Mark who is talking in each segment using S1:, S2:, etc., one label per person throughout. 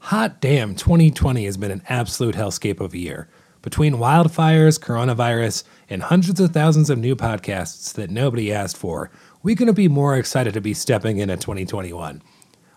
S1: Hot damn, 2020 has been an absolute hellscape of a year. Between wildfires, coronavirus, and hundreds of thousands of new podcasts that nobody asked for, we couldn't be more excited to be stepping in at 2021.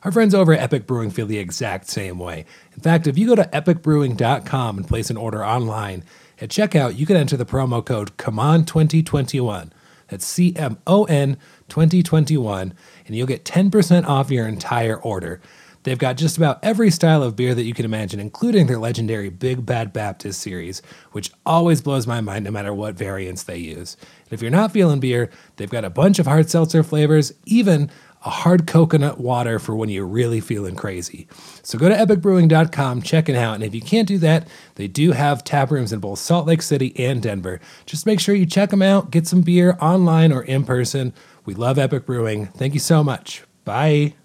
S1: Our friends over at Epic Brewing feel the exact same way. In fact, if you go to epicbrewing.com and place an order online, at checkout, you can enter the promo code COMMON2021. That's C M O N 2021, and you'll get 10% off your entire order. They've got just about every style of beer that you can imagine, including their legendary Big Bad Baptist series, which always blows my mind no matter what variants they use. And if you're not feeling beer, they've got a bunch of hard seltzer flavors, even a hard coconut water for when you're really feeling crazy. So go to epicbrewing.com, check it out, and if you can't do that, they do have tap rooms in both Salt Lake City and Denver. Just make sure you check them out, get some beer online or in person. We love Epic Brewing. Thank you so much. Bye.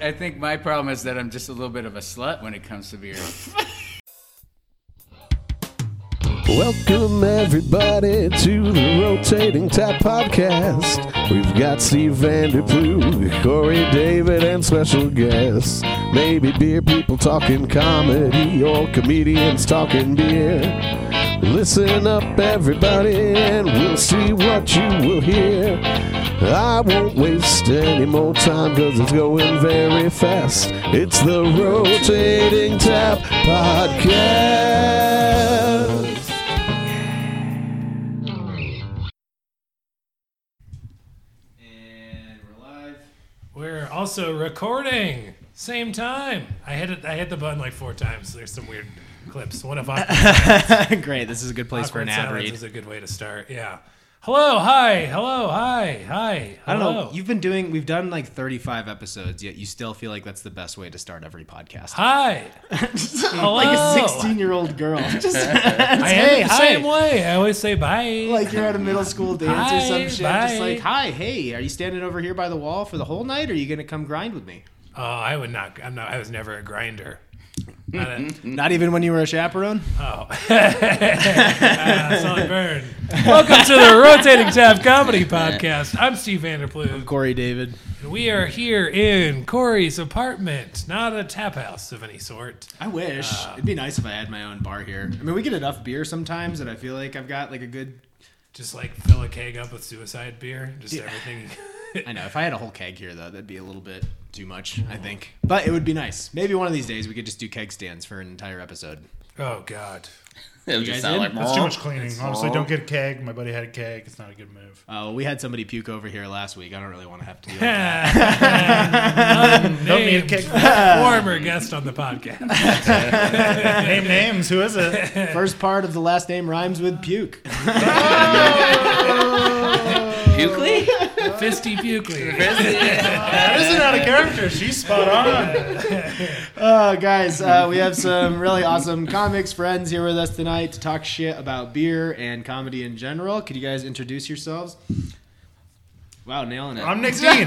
S2: I think my problem is that I'm just a little bit of a slut when it comes to beer.
S3: Welcome, everybody, to the Rotating Tap Podcast. We've got Steve Vanderplu, Corey David, and special guests. Maybe beer people talking comedy or comedians talking beer. Listen up, everybody, and we'll see what you will hear. I won't waste any more time because it's going very fast. It's the Rotating Tap Podcast.
S1: We're also recording. Same time. I hit it. I hit the button like four times. There's some weird clips. One of awkward,
S4: Great. This is a good place for
S1: awkward
S4: an ad
S1: silence
S4: read.
S1: is a good way to start. Yeah. Hello. Hi. Hello. Hi. Hi. Hello.
S4: I don't know. You've been doing. We've done like 35 episodes, yet you still feel like that's the best way to start every podcast.
S1: hi. Hello.
S4: Like a 16 year old girl, just
S1: I am
S4: Hey,
S1: the
S4: hi.
S1: same way. I always say bye.
S4: like you're at a middle school dance or
S1: Hi,
S4: some shit.
S1: bye.
S4: Just like, hi, hey, are you standing over here by the wall for the whole night? Or are you gonna come grind with me?
S1: oh, I would not. I'm not. I was never a grinder.
S4: Mm-hmm.
S1: Not a-
S4: Mm. Not even when you were a chaperone.
S1: Oh. Ah, Solid burn. Welcome to the Rotating Tab Comedy Podcast. I'm Steve Vanderploot.
S4: Corey David.
S1: and We are here in Corey's apartment, not a tap house of any sort.
S4: I wish it'd be nice if I had my own bar here. I mean, we get enough beer sometimes that I feel like I've got like a good.
S1: Just like fill a keg up with suicide beer, just everything.
S4: I know if I had a whole keg here though, that'd be a little bit too much.
S5: Mm-hmm.
S4: I think, but it would be nice. Maybe one of these days we could just do keg stands for an entire episode.
S1: oh God.
S5: It would
S4: guys
S5: just sound
S4: in?
S5: like
S6: That's too much cleaning.
S5: It's
S6: Honestly,
S5: wrong.
S6: don't get a keg. My buddy had a keg. It's not a good move.
S4: Oh, we had somebody puke over here last week. I don't really want to have to. Deal with that.
S6: Don't need a
S1: Named
S6: keg.
S1: Former guest on the podcast.
S6: Name names. Who is it?
S4: First part of the last name rhymes with puke.
S5: Pukley?
S1: Fisty Bukley.
S6: That isn't out of character. She's spot on.
S4: Oh, guys, uh, we have some really awesome comics friends here with us tonight to talk shit about beer and comedy in general. Could you guys introduce yourselves? Wow, nailing it.
S6: I'm Nick Dean.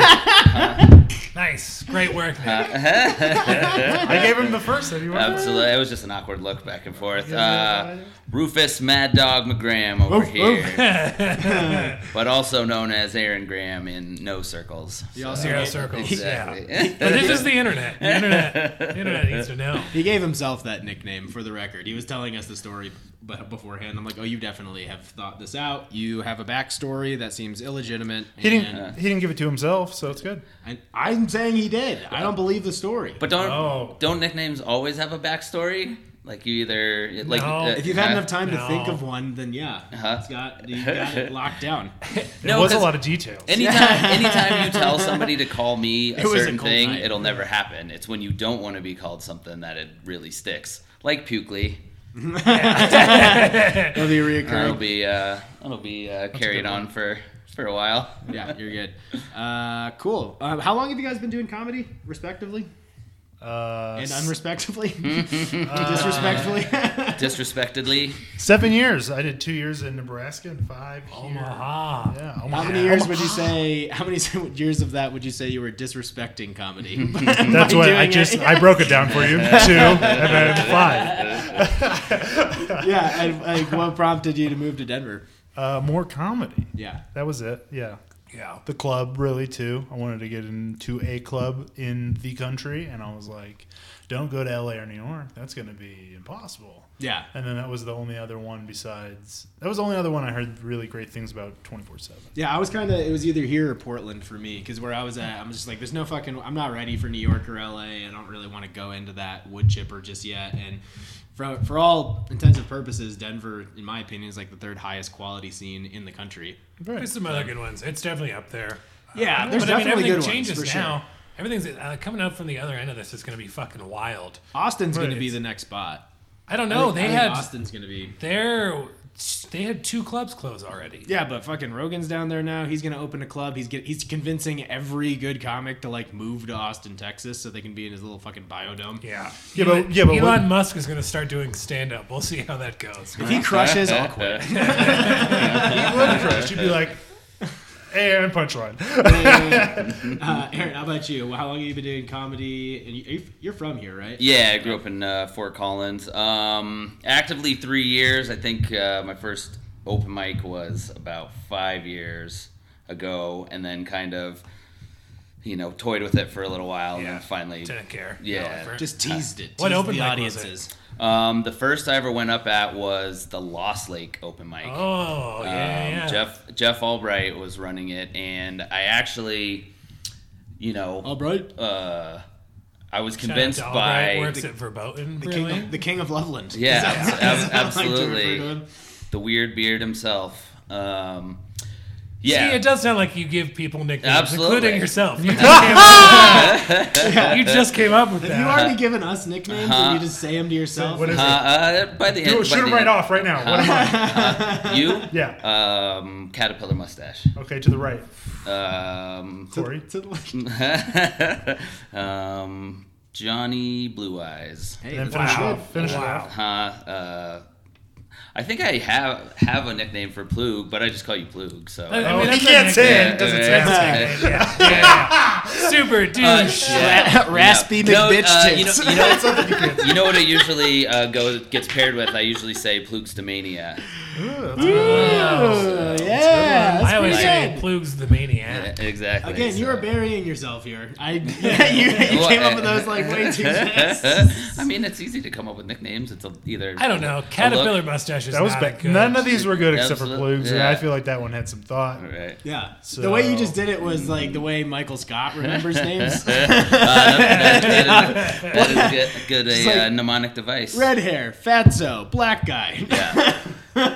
S1: Nice. Great work, Nick.
S6: I gave him the first. Have you want that?
S5: Absolutely. It was just an awkward look back and forth. Uh, Rufus Mad Dog McGram
S1: Oh,
S5: over
S4: Oof,
S5: here. but also known as Aaron Graham in no circles.
S4: He also
S1: Zero
S4: gave-
S1: circles.
S5: Exactly.
S1: Yeah. But this is the internet. The internet, the internet needs to know.
S4: He gave himself that nickname for the record. He was telling us the story b- beforehand. I'm like, oh, you definitely have thought this out. You have a backstory that seems illegitimate.
S6: He
S4: and-
S6: didn't. He didn't give it to himself, so it's good.
S4: And I'm saying he did. I don't believe the story.
S5: But don't
S6: Oh.
S5: don't nicknames always have a backstory? Like you either like
S1: No.
S5: uh,
S4: if you've had
S5: uh,
S4: enough time
S1: No.
S4: to think of one, then yeah,
S5: Uh-huh.
S4: it's got you got it locked down.
S6: There
S5: No,
S6: was a
S5: 'cause
S6: lot of details.
S5: Anytime, anytime you tell somebody to call me a
S4: It was a
S5: certain
S4: cold
S5: thing,
S4: night.
S5: it'll never happen. It's when you don't want to be called something that it really sticks. Like Pukley,
S4: It'll be
S5: it'll
S4: reoccurring.
S5: be uh, it'll be uh, carried on for for a while.
S4: yeah, you're good. Uh, cool. Um, how long have you guys been doing comedy, respectively
S6: Uh,
S4: and unrespectively, disrespectfully?
S5: Disrespectedly,
S6: seven years. I did two years in Nebraska and five. here.
S1: Omaha.
S6: Yeah.
S4: Oh
S6: oh
S4: how
S6: Omaha.
S4: many years would you say? How many years of that would you say you were disrespecting comedy?
S6: That's
S4: by
S6: what I
S4: doing it?
S6: just. I broke it down for you. Two and then five.
S4: yeah, and, like what prompted you to move to Denver?
S6: Uh, more comedy.
S4: Yeah.
S6: That was it. Yeah.
S1: Yeah.
S6: the club really too. I wanted to get into a club in the country, and I was like, don't go to LA or New York. That's going to be impossible.
S4: Yeah.
S6: And then that was the only other one besides. That was the only other one I heard really great things about 24 7.
S4: Yeah, I was kind of. It was either here or Portland for me because where I was at, I'm just like, there's no fucking. I'm not ready for New York or LA. I don't really want to go into that wood chipper just yet. And for for all intents and purposes, Denver, in my opinion, is like the third highest quality scene in the country.
S1: There's some other good ones. It's definitely up there. Um,
S4: Yeah, there's
S1: but I
S4: definitely
S1: mean, everything
S4: good
S1: changes
S4: ones for
S1: now.
S4: sure.
S1: Everything's uh, coming out from the other end of this is going to be fucking wild.
S4: Austin's going
S6: Right.
S4: to be the next spot.
S1: I don't know.
S4: Oh,
S1: they had
S4: Austin's going to be.
S1: their they had two clubs close already.
S4: Yeah, but fucking Rogan's down there now. He's gonna open a club. He's get, he's convincing every good comic to like move to Austin, Texas, so they can be in his little fucking biodome.
S1: Yeah.
S6: Yeah,
S1: Elon,
S6: but- yeah, but
S1: Elon
S6: what-
S1: Musk is going to start doing stand up. We'll see how that goes.
S4: If he crushes, I'll quit.
S6: She'd be like, hey, Aaron Punchline.
S4: Uh, Aaron, how about you? How long have you been doing comedy? And you, are you- you're from here, right?
S5: Yeah, I grew up in uh, Fort Collins. Um, actively three years. I think uh, my first open mic was about five years ago, and then kind of, you know, toyed with it for a little while, and
S1: Yeah.
S5: then finally.
S1: Didn't care.
S5: Yeah.
S1: Whatever.
S4: Just teased it.
S1: What
S4: teased
S1: open
S4: the
S1: mic was
S4: audiences?
S5: Um, the first I ever went up at was the Lost Lake open mic.
S1: oh
S5: Um,
S1: yeah, yeah.
S5: Jeff Jeff Albright was running it, and I actually, you know,
S4: Albright,
S5: uh, I was
S1: Shout out
S5: convinced
S1: to
S5: by
S1: Albright, works at Verboten
S4: the
S1: Brewing.
S4: king, of, the king of Loveland.
S5: Yeah,
S4: Is that-
S5: abs- ab-
S4: is that what I'm doing for
S5: absolutely.
S4: Loveland?
S5: the weird beard himself. Um,
S1: See,
S5: yeah,
S1: it does sound like you give people nicknames,
S5: Absolutely.
S1: including yourself. You just, came up with that. you just came up with
S4: Have you
S1: that.
S4: already given us nicknames, and you just say them to yourself?
S6: What is
S5: uh, uh, by the end,
S6: it?
S5: by
S6: Shoot
S5: the
S6: him right
S5: end-
S6: off right now. What am I?
S5: You,
S6: Yeah.
S5: um, caterpillar mustache.
S6: Okay, to the right.
S5: Um,
S6: Corey.
S4: To the- like-
S5: um, Johnny Blue Eyes.
S4: hey,
S6: And then
S4: that's
S6: finish it
S4: good.
S6: off. Finish it off.
S5: Huh, uh, I think I have have a nickname for Plug, but I just call you Plug. So
S1: I mean,
S6: Oh,
S1: that's
S6: he
S1: not
S6: can't
S1: a
S6: say
S1: nickname.
S6: it. Doesn't
S5: Yeah.
S6: say it.
S1: Super douche.
S5: Uh, yeah.
S4: Raspy
S5: No,
S4: McBitch
S5: uh, you
S4: tits.
S5: know- you know- You know what it usually uh, goes gets paired with? I usually say E-, Plugstermania.
S4: Oh, yeah, that's
S1: I always
S4: pretty
S1: say
S4: good.
S1: Plug's the maniac.
S5: Exactly.
S4: Again, you
S5: so-
S4: are burying yourself here. I yeah, you, you
S5: Well,
S4: came up
S5: uh,
S4: with those like way too fast.
S5: I mean, it's easy to come up with nicknames. It's a, either
S1: I don't know.
S5: a
S1: Caterpillar
S5: look-
S1: mustache is
S6: That was
S1: not
S6: bad.
S1: good.
S6: None of these were good except for
S5: Absolute-
S6: Plugs, and
S5: yeah.
S6: I feel like that one had some thought.
S5: Right.
S4: Yeah, the way you just
S6: So-
S4: did it was like the way Michael Scott remembers names.
S5: That that is, that is good, good a
S4: like-
S5: uh, mnemonic device.
S4: Red hair, fatso, black guy.
S5: No, I,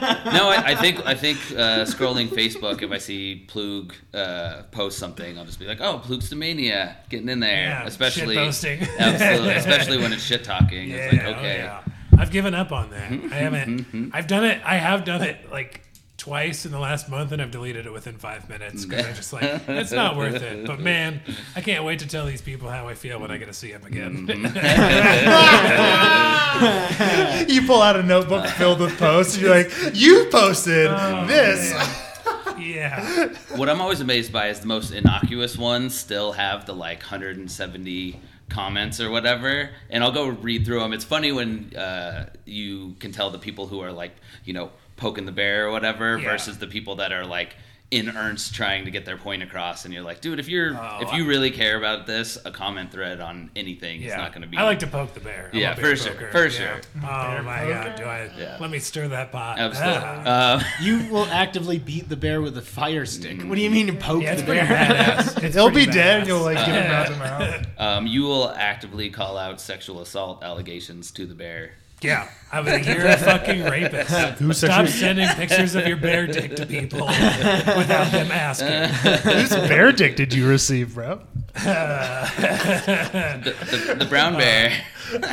S5: I think I think uh, scrolling Facebook, if I see Plug uh, post something, I'll just be like, "Oh, Plugstomania, getting in there."
S1: Yeah,
S5: especially
S1: shitposting.
S5: absolutely, especiely when it's shit talking.
S1: Yeah,
S5: it's like,
S1: oh,
S5: okay, Mm-hmm.
S1: yeah. I've given up on that. I haven't. I've done it. I have done it like twice in the last month, and I've deleted it within five minutes because I'm just like, it's not worth it. But man, I can't wait to tell these people how I feel when I get to see them again.
S5: Mm-hmm.
S6: You pull out a notebook filled with posts, and you're like, "You posted
S4: Uh.
S6: this."
S1: yeah.
S5: What I'm always amazed by is the most innocuous ones still have the like 170 comments or whatever, and I'll go read through them. It's funny when uh, you can tell the people who are like, you know, poking the bear or whatever
S1: Yeah.
S5: versus the people that are like in earnest trying to get their point across, and you're like, dude, if you're
S1: Oh,
S5: if you really care about this, a comment thread on anything is
S1: Yeah.
S5: not going to be.
S1: I like to poke the bear. I'm
S5: Yeah,
S1: a bear
S5: for sure,
S1: poker.
S5: for
S1: Yeah.
S5: sure.
S1: Oh my god, do I?
S5: Yeah.
S1: Let me stir that pot.
S5: Absolutely.
S1: Ah.
S5: Uh,
S4: You will actively beat the bear with a fire stick. What do you mean poke
S1: Yeah, it's
S4: the
S1: pretty
S4: bear?
S1: badass. It's
S6: He'll be
S1: pretty badass.
S6: dead, and you'll like give him mouth to mouth.
S5: um, you will actively call out sexual assault allegations to the bear.
S1: Yeah, I was like, you're a fucking rapist. Stop
S6: sexually-
S1: sending pictures of your bear dick to people without them asking.
S6: Whose bear dick did you receive, bro?
S5: The, the, the brown
S1: Uh,
S5: bear.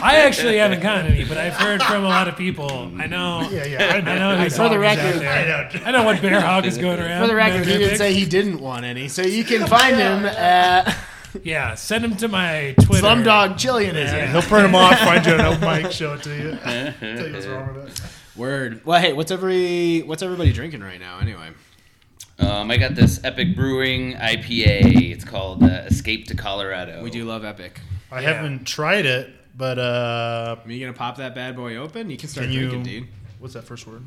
S1: I actually haven't gotten any, but I've heard from a lot of people. I know.
S6: Yeah, yeah. I
S1: I know who's
S4: For the
S1: hog is out
S4: record-
S1: there. I know what bear hog is going around.
S4: For the record,
S1: No
S4: he
S1: dick
S4: did
S1: pics.
S4: say he didn't want any, so you can find him at
S1: Yeah, send him to my Twitter.
S4: Slumdog Chillionism.
S6: He'll print them off, find you an open mic, show it to you. Tell you what's wrong with it.
S4: Word. Well, hey, what's every what's everybody drinking right now? Anyway,
S5: Um, I got this Epic Brewing IPA. It's called uh, Escape to Colorado.
S4: we do love Epic.
S6: I haven't tried it, but uh,
S4: Are you gonna pop that bad boy open? You can start
S6: can you?
S4: drinking, dude.
S6: What's that first word?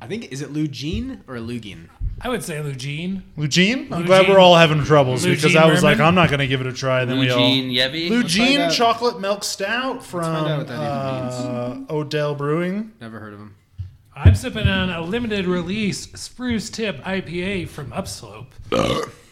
S4: I think is it Lou Jean or Lou Gein?
S1: I would say Lugene.
S6: Lugene? I'm
S1: Lugene.
S6: glad we're all having troubles because
S1: Lugene
S6: I was like,
S1: Merman?
S6: I'm not going to give it a try. Then
S5: Eugene
S6: we
S5: Yevi.
S6: all.
S4: find
S6: Lugene
S4: out.
S6: chocolate milk stout
S4: find out
S6: from
S4: what that
S6: uh, Odell Brewing.
S4: Never heard of him.
S1: I'm sipping on a limited release Spruce Tip IPA from Upslope.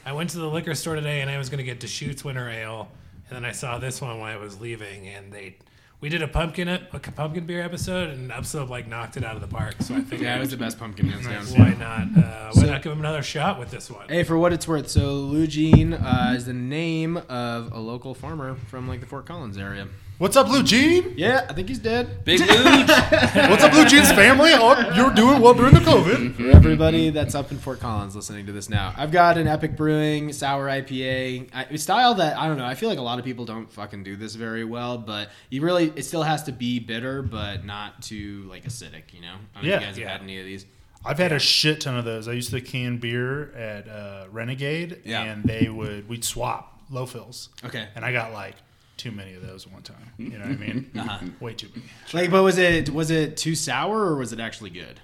S1: I went to the liquor store today and I was going to get Deschutes Winter Ale, and then I saw this one when I was leaving, and they we did a pumpkin a pumpkin beer episode, and Upslope like knocked it out of the park. So I figured,
S4: Yeah, it was the best pumpkin hands down.
S1: why not? Uh, why not give him another shot with this one?
S4: Hey, for what it's worth, so Lou Jean uh, is the name of a local farmer from like the Fort Collins area.
S6: What's up, Lugene?
S4: Yeah, I think he's dead.
S5: Big Luge.
S6: What's up, Lugene's family? I hope you're doing well during the COVID.
S4: For everybody
S6: Mm-hmm.
S4: that's up in Fort Collins listening to this now, I've got an Epic Brewing sour IPA I, a style that I don't know. I feel like a lot of people don't fucking do this very well, but you really it still has to be bitter, but not too like acidic. You know? I don't know
S6: Yeah,
S4: if you guys
S1: yeah.
S4: have had any of these?
S6: I've had a shit ton of those. I used to can beer at uh, Renegade,
S4: Yeah.
S6: and they would we'd swap low fills.
S4: Okay.
S6: and I got like too many of those one time. You know what I mean?
S4: Uh-huh.
S6: Way too many.
S4: Like, but was it was it too sour or was it actually good?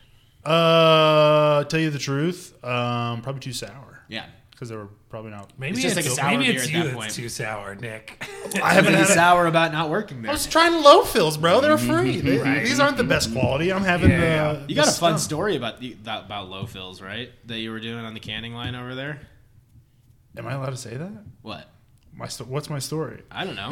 S6: Uh, tell you the truth, um, probably too sour
S4: Yeah.
S6: because they were probably not.
S1: Maybe
S4: It's just like a sour
S1: maybe
S4: beer
S1: it's
S4: at
S1: you
S4: that
S1: that's
S4: point.
S1: too sour, Nick.
S6: I haven't
S4: Be
S6: had. A,
S4: sour about not working
S6: I
S4: there.
S6: was trying low fills, bro. They're
S4: Mm-hmm.
S6: free. They- These aren't the best quality. I'm having
S1: Yeah.
S6: the.
S4: You got
S6: the
S4: a fun
S6: stuff.
S4: story about the, that, about low fills, right? That you were doing on the canning line over there.
S6: Am I allowed to say that?
S4: What?
S6: My sto- what's my story?
S4: I don't know.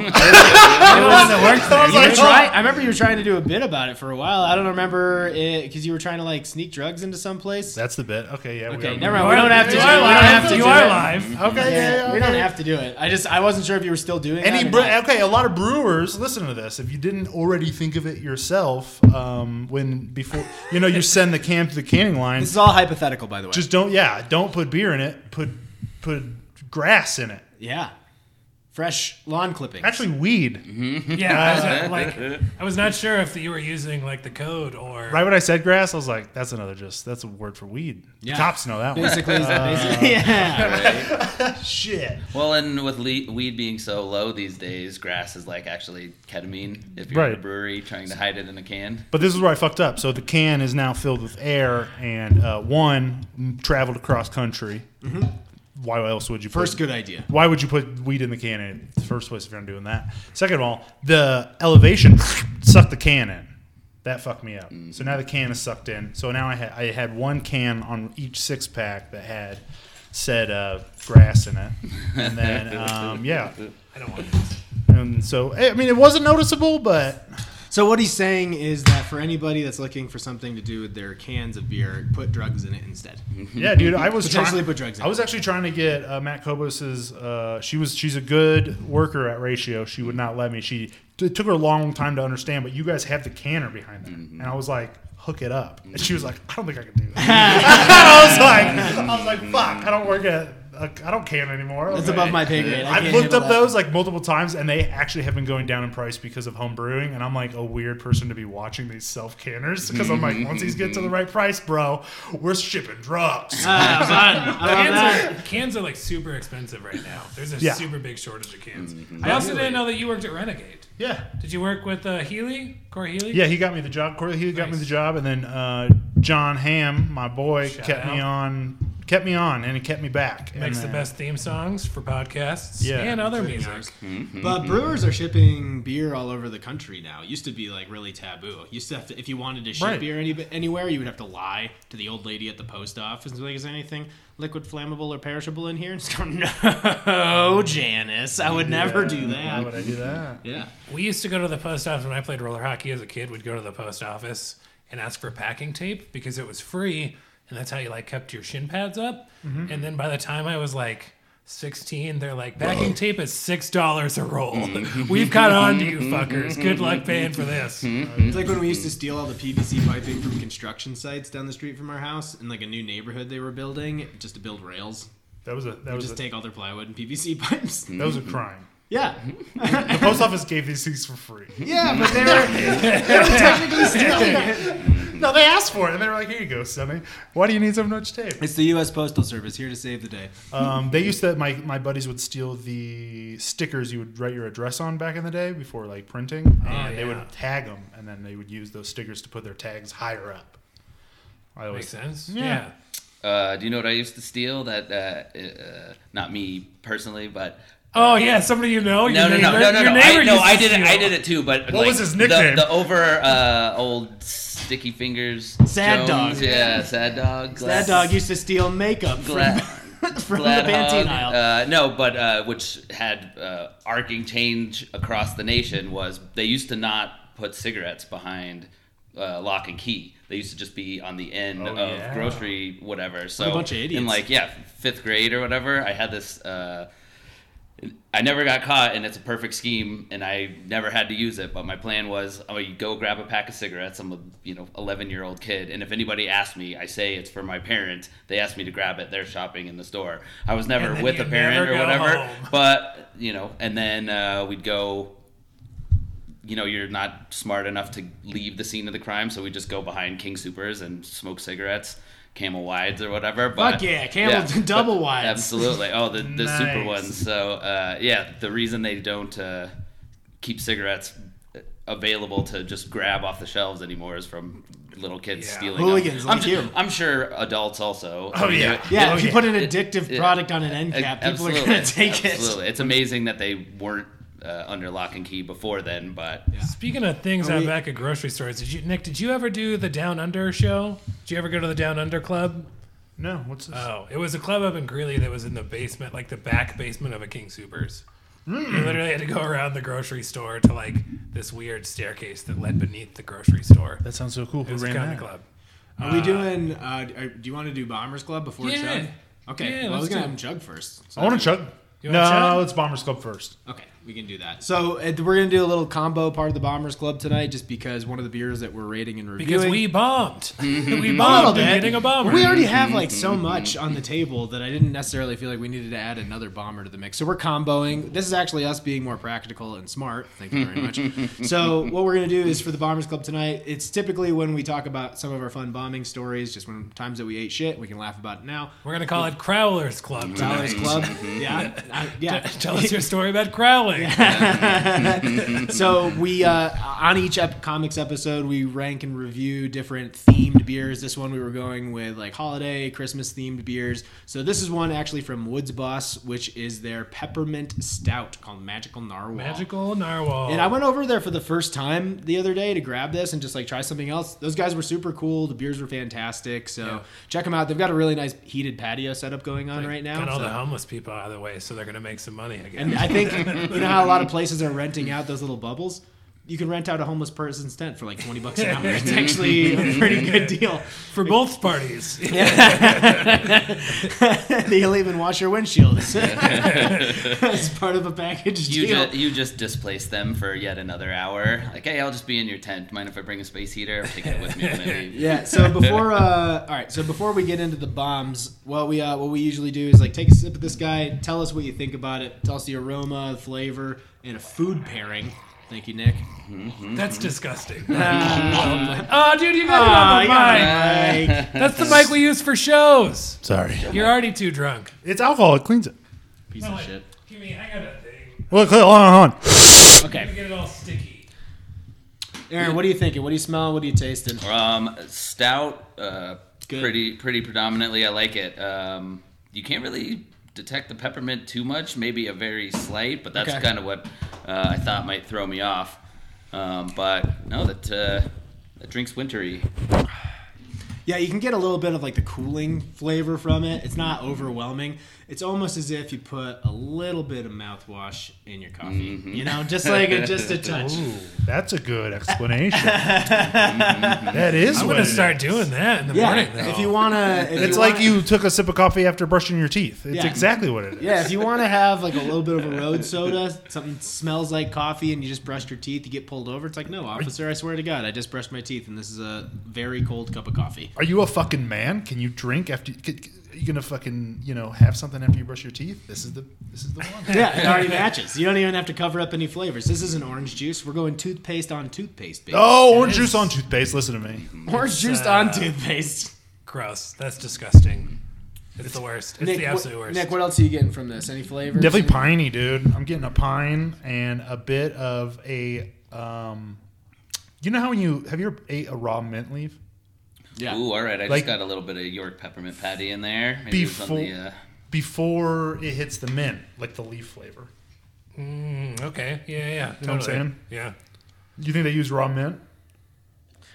S6: I was
S4: I,
S6: like,
S4: try, I remember you were trying to do a bit about it for a while. I don't remember it because you were trying to like sneak drugs into some place.
S6: That's the bit. Okay, yeah. we
S4: Okay,
S6: got-
S4: never mind. We don't have to.
S1: You
S4: do it.
S1: are
S4: We don't have
S1: live.
S4: to.
S1: You
S4: do
S1: are
S4: it.
S1: live.
S6: Okay, yeah, yeah.
S4: We
S6: okay.
S4: don't have to do it. I just I wasn't sure if you were still doing that
S6: Any
S4: or
S6: bre-
S4: not.
S6: okay, a lot of brewers listen to this. If you didn't already think of it yourself, um, when before you know you send the can to the canning line,
S4: This is all hypothetical, by the way.
S6: just don't. Yeah, don't put beer in it. Put put grass in it.
S4: yeah, fresh lawn clipping.
S6: Actually, weed.
S1: Yeah, I was, uh, like I was not sure if you were using like the code or
S6: Right when I said grass, I was like, "That's another just. That's a word for weed."
S4: Yeah.
S6: The cops know that one.
S4: basically, basically, yeah.
S6: Shit.
S5: Well, and with le- weed being so low these days, grass is like actually ketamine. If you're at
S6: Right.
S5: a brewery trying to hide it in a can.
S6: But this is where I fucked up. So the can is now filled with air, and uh, one m- traveled across country. Why else would you? put-
S4: First good idea.
S6: Why would you put weed in the can in the first place if you're not doing that? Second of all, the elevation sucked the can in. That fucked me up. So now the can is sucked in. So now I had I had one can on each six pack that had said uh, grass in it, and then um, yeah,
S1: I don't want this.
S6: and so I mean it wasn't noticeable, but
S4: So what he's saying is that for anybody that's looking for something to do with their cans of beer, put drugs in it instead.
S6: Mm-hmm. yeah, dude, I was
S4: Potentially
S6: trying.
S4: put drugs in
S6: I was actually trying to get uh, Matt Kobos's. Uh, she was she's a good worker at Ratio. She would not let me. She it took her a long time to understand. But you guys have the canner behind there,
S4: Mm-hmm.
S6: and I was like, hook it up. And she was like, I don't think I can do that. I was like, I was like, fuck, I don't work at. Uh, I don't can anymore.
S4: That's
S6: Okay.
S4: above my pay grade. I
S6: I've
S4: can't
S6: looked
S4: handle that.
S6: up those like multiple times, and they actually have been going down in price because of home brewing. And I'm like a weird person to be watching these self canners because I'm like, once these get to the right price, bro, we're shipping drugs.
S4: Ah, fun. I love that.
S1: Cans are, cans are like super expensive right now. There's a
S6: Yeah.
S1: super big shortage of cans.
S4: Mm-hmm.
S1: I also didn't know that you worked at Renegade.
S6: yeah,
S1: Did you work with uh, Healy, Corey Healy?
S6: yeah, he got me the job. Corey, he got me
S1: Nice.
S6: the job, and then uh, John Ham, my boy,
S1: Shout
S6: kept me
S1: out.
S6: on, kept me on, and he kept me back. And
S1: makes the
S6: then-
S1: best theme songs for podcasts
S6: Yeah.
S1: and other music.
S4: But
S6: Mm-hmm.
S4: brewers are shipping beer all over the country now. It used to be like really taboo. You used to have to, if you wanted to ship
S6: Right.
S4: beer any, anywhere, you would have to lie to the old lady at the post office and be like, "Is there anything liquid flammable or perishable in here?" And she's going, "No, Janice, I would never do
S6: Why would
S4: that."
S6: Mm-hmm. I do that?
S4: Yeah,
S1: We used to go to the post office when I played roller hockey as a kid. We'd go to the post office and ask for packing tape because it was free, and that's how you like kept your shin pads up.
S6: Mm-hmm.
S1: And then by the time I was like. 16 they're like packing tape is six dollars a roll we've caught on to you fuckers good luck paying for this
S4: it's like when we used to steal all the PVC piping from construction sites down the street from our house in like a new neighborhood they were building just to build rails.
S6: That was a that was a,
S4: Just take all their plywood and PVC pipes.
S6: that was a crime.
S4: Yeah,
S6: The post office gave these things for free.
S4: yeah, but they were they were technically stealing it.
S6: No, they asked for it, and they were like, "Here you go, Sonny. Why do you need so much tape?"
S4: It's the U.S. Postal Service here to save the day.
S6: Um, they used to. My my buddies would steal the stickers you would write your address on back in the day before like printing,
S7: Oh,
S6: and they
S1: yeah.
S6: would tag them, and then they would use those stickers to put their tags higher up I always
S7: Makes sense.
S6: Yeah.
S5: Uh, do you know what I used to steal? That uh, uh, not me personally, but
S7: Oh yeah, somebody you know. Your
S5: no, no, no,
S7: neighbor-
S5: no, no,
S7: your
S5: no.
S7: neighbor
S5: I, no,
S7: used to
S5: I did it. I
S7: steal.
S5: did it too. But
S6: What was his nickname?
S5: The, the over uh, old sticky fingers.
S4: Sad
S5: Jones.
S4: dog.
S5: Yeah, sad dog.
S4: That
S5: Glad-
S4: dog used to steal makeup from,
S5: Glad-
S4: from
S5: glad
S4: the Pantene
S5: hog.
S4: aisle.
S5: Uh, no, but uh, which had uh, arcing change across the nation was they used to not put cigarettes behind. Uh, lock and key. They used to just be on the end
S6: Oh,
S5: of
S6: yeah.
S5: grocery, whatever. So
S4: bunch of idiots.
S5: In like yeah, fifth grade or whatever, I had this uh, I never got caught, and it's a perfect scheme, and I never had to use it. But my plan was, I'm gonna go grab a pack of cigarettes. I'm a you know 11 year old kid, and if anybody asks me, I say it's for my parents. They ask me to grab it. They're shopping in the store. I was never
S7: And then
S5: with
S7: you
S5: a parent
S7: never
S5: or
S7: go
S5: whatever.
S7: home.
S5: But you know, and then uh, we'd go. You know, you're not smart enough to leave the scene of the crime, so we just go behind King Supers and smoke cigarettes, Camel Wides or whatever. But
S4: Fuck yeah, Camel Double
S5: but-
S4: Wides.
S5: Absolutely. Oh, the, the super
S6: Nice.
S5: ones. So uh, yeah, the reason they don't uh, keep cigarettes available to just grab off the shelves anymore is from little kids
S7: Yeah.
S5: stealing.
S4: Hooligans
S5: them. I'm,
S4: like
S5: ju-
S4: you.
S5: I'm sure adults also.
S6: Oh, yeah.
S4: Yeah,
S6: Oh,
S4: if you
S6: yeah.
S4: put an addictive
S5: it-
S4: product on an end
S5: A-
S4: cap, people are gonna take
S5: absolutely. It's amazing that they weren't uh, under lock and key before then, but
S7: Speaking of things
S4: Are
S7: out
S4: we-
S7: back at grocery stores, did you Nick? Did you ever do the Down Under show? Did you ever go to the Down Under Club?
S6: no. What's this?
S7: Oh, it was a club up in Greeley that was in the basement, like the back basement of a King Supers.
S5: Hmm.
S7: You literally had to go around the grocery store to like this weird staircase that led beneath the grocery store.
S6: that sounds so cool.
S7: It
S6: Who
S7: was
S6: ran
S7: kind
S6: that?
S7: of club.
S4: it. Are we doing? Uh, are- do you want to do Bombers Club before
S7: Yeah.
S4: Chug? Okay,
S7: Yeah,
S4: well, I
S7: let's
S4: was
S7: do
S4: gonna
S7: it.
S4: have him chug first. So
S6: I want to chug.
S7: You
S6: no,
S7: wanna chug?
S6: let's Bombers Club first.
S4: Okay, we can do that. So uh, we're gonna do a little combo part of the Bombers Club tonight, just because one of the beers that we're rating and reviewing.
S7: Because we bombed. we
S4: A little
S7: bombed
S4: bit.
S7: and getting a bomber.
S4: We already have like so much on the table that I didn't necessarily feel like we needed to add another bomber to the mix. So we're comboing. This is actually us being more practical and smart. Thank you very much. so what we're gonna do is for the Bombers Club tonight. It's typically when we talk about some of our fun bombing stories, just when times that we ate shit, we can laugh about it now.
S7: We're gonna call it Crowler's Club. tonight.
S4: Dollars Club, yeah, I- yeah.
S7: Mm-hmm. Tell us your story about Crowley.
S4: so we uh, on each ep- comics episode we rank and review different themed beers this one we were going with like holiday christmas themed beers so this is one actually from woods boss which is their peppermint stout called magical narwhal
S7: Magical narwhal.
S4: and I went over there for the first time the other day to grab this and just like try something else. Those guys were super cool. The beers were fantastic. So check them out. They've got a really nice heated patio setup going on right now.
S7: Got all
S4: so-
S7: the homeless people out of the way, so they're gonna make some money again.
S4: and I think you know how a lot of places are renting out those little bubbles. You can rent out a homeless person's tent for like twenty bucks an hour. It's actually a pretty good deal.
S7: For both parties.
S4: They'll even wash your windshield as part of a package
S5: you
S4: deal.
S5: just you just displaced them for yet another hour. Like, hey, I'll just be in your tent. Mind if I bring a space heater? I'm taking it with me when I leave.
S4: yeah. So before, uh, all right. So before we get into the bombs, what we uh, what we usually do is like take a sip of this guy. Tell us what you think about it. Tell us the aroma, the flavor, and a food pairing. Thank you, Nick.
S7: That's disgusting. oh, dude, you got
S4: Aw,
S7: it
S4: Ah,
S7: on
S4: you
S7: the mic.
S4: got it, Uh, Mike.
S7: That's the mic we use for shows.
S6: Sorry.
S7: You're already too drunk.
S6: It's alcohol. It cleans it.
S4: Piece
S7: No,
S4: of
S7: wait.
S4: shit.
S7: Give me, I got a thing.
S6: Well, hold on, hold on.
S7: You
S4: Okay,
S7: get it all sticky.
S4: Aaron, what are you thinking? What are you smelling? What are you tasting?
S5: Um, stout, uh,
S4: Good.
S5: pretty pretty predominantly. I like it. Um, you can't really detect the peppermint too much. Maybe a very slight, but that's
S4: Okay.
S5: kind of what uh, I thought might throw me off. Um, but no, that uh, that drink's wintry.
S4: Yeah, you can get a little bit of like the cooling flavor from it. It's not overwhelming. It's almost as if you put a little bit of mouthwash in your coffee.
S6: Mm-hmm.
S4: You know, just like a, just a touch.
S6: Ooh, that's a good explanation. that is
S7: I'm
S6: what
S7: gonna
S6: it
S7: start
S6: is.
S7: doing that in the
S4: Yeah,
S7: morning. Though.
S4: if you wanna, if
S6: It's
S4: you
S6: like
S4: wanna-
S6: you took a sip of coffee after brushing your teeth. It's
S4: Yeah.
S6: exactly what it is.
S4: Yeah, if you want to have like a little bit of a road soda, something that smells like coffee, and you just brushed your teeth, you get pulled over. It's like, no, officer, I swear to God, I just brushed my teeth, and this is a very cold cup of coffee.
S6: Are you a fucking man? Can you drink after? You, could, are you gonna fucking you know have something after you brush your teeth? This is the this is the one.
S4: Yeah, it already matches. You don't even have to cover up any flavors. This isn't orange juice. We're going toothpaste on toothpaste, baby.
S6: Oh, orange
S7: is-
S6: juice on toothpaste. Listen to me.
S4: Orange juice
S7: uh,
S4: on toothpaste.
S7: Gross. That's disgusting. It's, the worst. It's the
S4: what-
S7: absolute worst.
S4: Nick, what else are you getting from this? Any flavors?
S6: Definitely piney, dude. I'm getting a pine and a bit of a um. You know how when you have you ever ate a raw mint leaf?
S4: Yeah.
S5: Ooh, all right. I
S6: Like-
S5: just got a little bit of York peppermint patty in there. Maybe it was on
S6: before
S5: the, uh,
S6: before it hits the mint, like the leaf flavor.
S1: Mm, okay. Yeah, yeah.
S6: You know what I'm saying?
S1: Yeah.
S6: You think they use raw mint?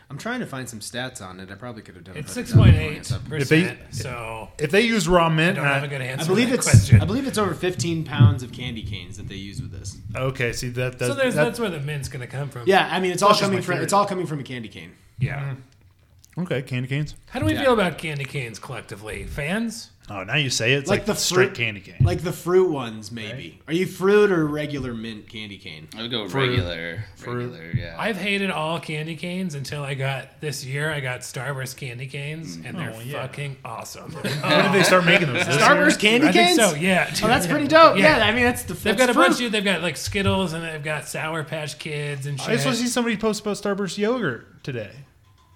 S4: I'm trying to find some stats on it. I probably could have done
S1: It's
S4: a better
S1: six
S4: job
S1: point
S4: of pulling
S1: eight
S4: this up.
S1: percent. So
S6: If they use raw
S1: I
S6: mint,
S1: don't
S6: and I-
S1: have a good answer.
S4: I believe
S1: to that
S4: it's
S1: question.
S4: I believe it's over 15 pounds of candy canes that they use with this.
S6: okay. See that. Does,
S1: so there's,
S6: that-
S1: that's where the mint's going to come from.
S4: Yeah, I mean it's all
S6: That's just
S4: coming
S6: my
S4: from
S6: theory.
S4: it's all coming from a candy cane.
S6: Mm-hmm.
S1: Yeah.
S6: okay. Candy canes.
S1: How do we
S4: Yeah.
S1: feel about candy canes collectively? Fans?
S6: Oh, now you say it, it's
S4: Like
S6: like,
S4: the
S6: the straight
S4: fruit-
S6: candy cane.
S4: Like the fruit ones maybe. Are you fruit or regular mint candy cane?
S5: I would go
S6: Fruit.
S5: regular.
S6: Fruit.
S5: Regular, yeah.
S1: I've hated all candy canes until I got this year. I got Starburst candy canes, and they're
S6: Oh, yeah.
S1: fucking awesome.
S6: when did they start making those? This
S4: Starburst
S6: year?
S4: candy
S1: I think
S4: canes?
S1: so. Yeah.
S4: Oh, that's pretty dope. Yeah,
S1: Yeah.
S4: I mean that's the
S1: They've
S4: that's
S1: got a
S4: fruit.
S1: bunch of. They've got like Skittles, and they've got Sour Patch Kids and
S6: I
S1: shit.
S6: just want to see somebody post about Starburst yogurt today.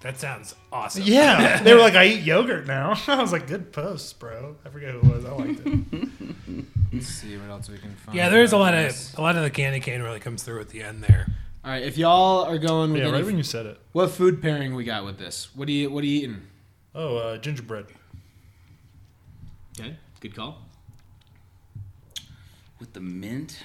S1: that sounds awesome.
S6: Yeah, they were like, "I eat yogurt now." I was like, "Good post, bro." I forget who it was. I liked it.
S4: Let's see what else we can find.
S1: Yeah, there's a lot of a lot of the candy cane really comes through at the end there.
S4: All right, if y'all are going with
S6: yeah,
S4: any-
S6: right when you said it.
S4: what food pairing we got with this? What do you what are you eating?
S6: Oh, uh, gingerbread.
S4: Okay, good call.
S5: With the mint,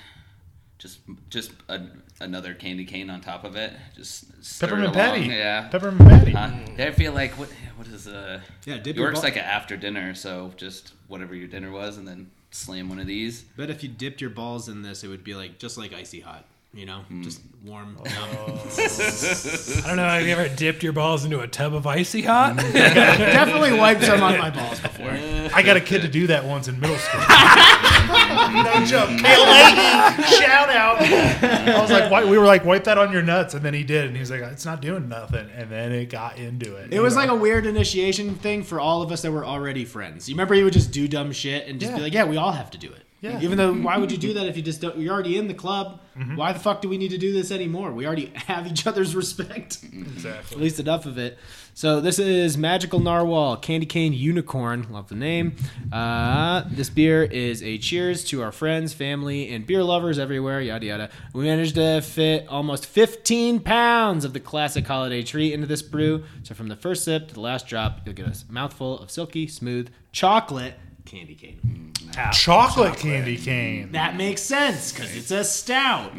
S5: just just a, another candy cane on top of it. Just stir it
S6: Peppermint
S5: along,
S6: patty.
S5: Yeah.
S6: Peppermint patty.
S5: Uh,
S1: Mm.
S5: I feel like what what is uh
S4: Yeah, dip your
S5: York's
S4: ball-
S5: like an after dinner, so just whatever your dinner was, and then slam one of these.
S4: But if you dipped your balls in this, it would be like just like icy hot, you know, just warm.
S6: Oh.
S4: numb.
S1: I don't know. Have you ever dipped your balls into a tub of icy hot?
S6: Mm.
S4: Definitely wiped some on my balls before.
S6: I got a kid to do that once in middle school. no joke. Kale Lady, shout out. I was like, "Why-" we were like, wipe that on your nuts, and then he did, and he was like, it's not doing nothing, and then it got into it.
S4: It was like a weird initiation thing for all of us that were already friends. You remember you would just do dumb shit and just be
S6: Yeah.
S4: like, yeah, we all have to do it.
S6: Yeah. Mm-hmm.
S4: Even though, why would you do that if you just don't? You're already in the club. Why the fuck do we need to do this anymore? We already have each other's respect.
S6: exactly.
S4: At least enough of it. So this is Magical Narwhal, Candy Cane Unicorn. Love the name. Uh, this beer is a cheers to our friends, family, and beer lovers everywhere. Yada yada. We managed to fit almost 15 pounds of the classic holiday treat into this brew. So from the first sip to the last drop, you'll get a mouthful of silky, smooth chocolate candy cane.
S6: chocolate, candy cane.
S4: That makes sense because it's a stout.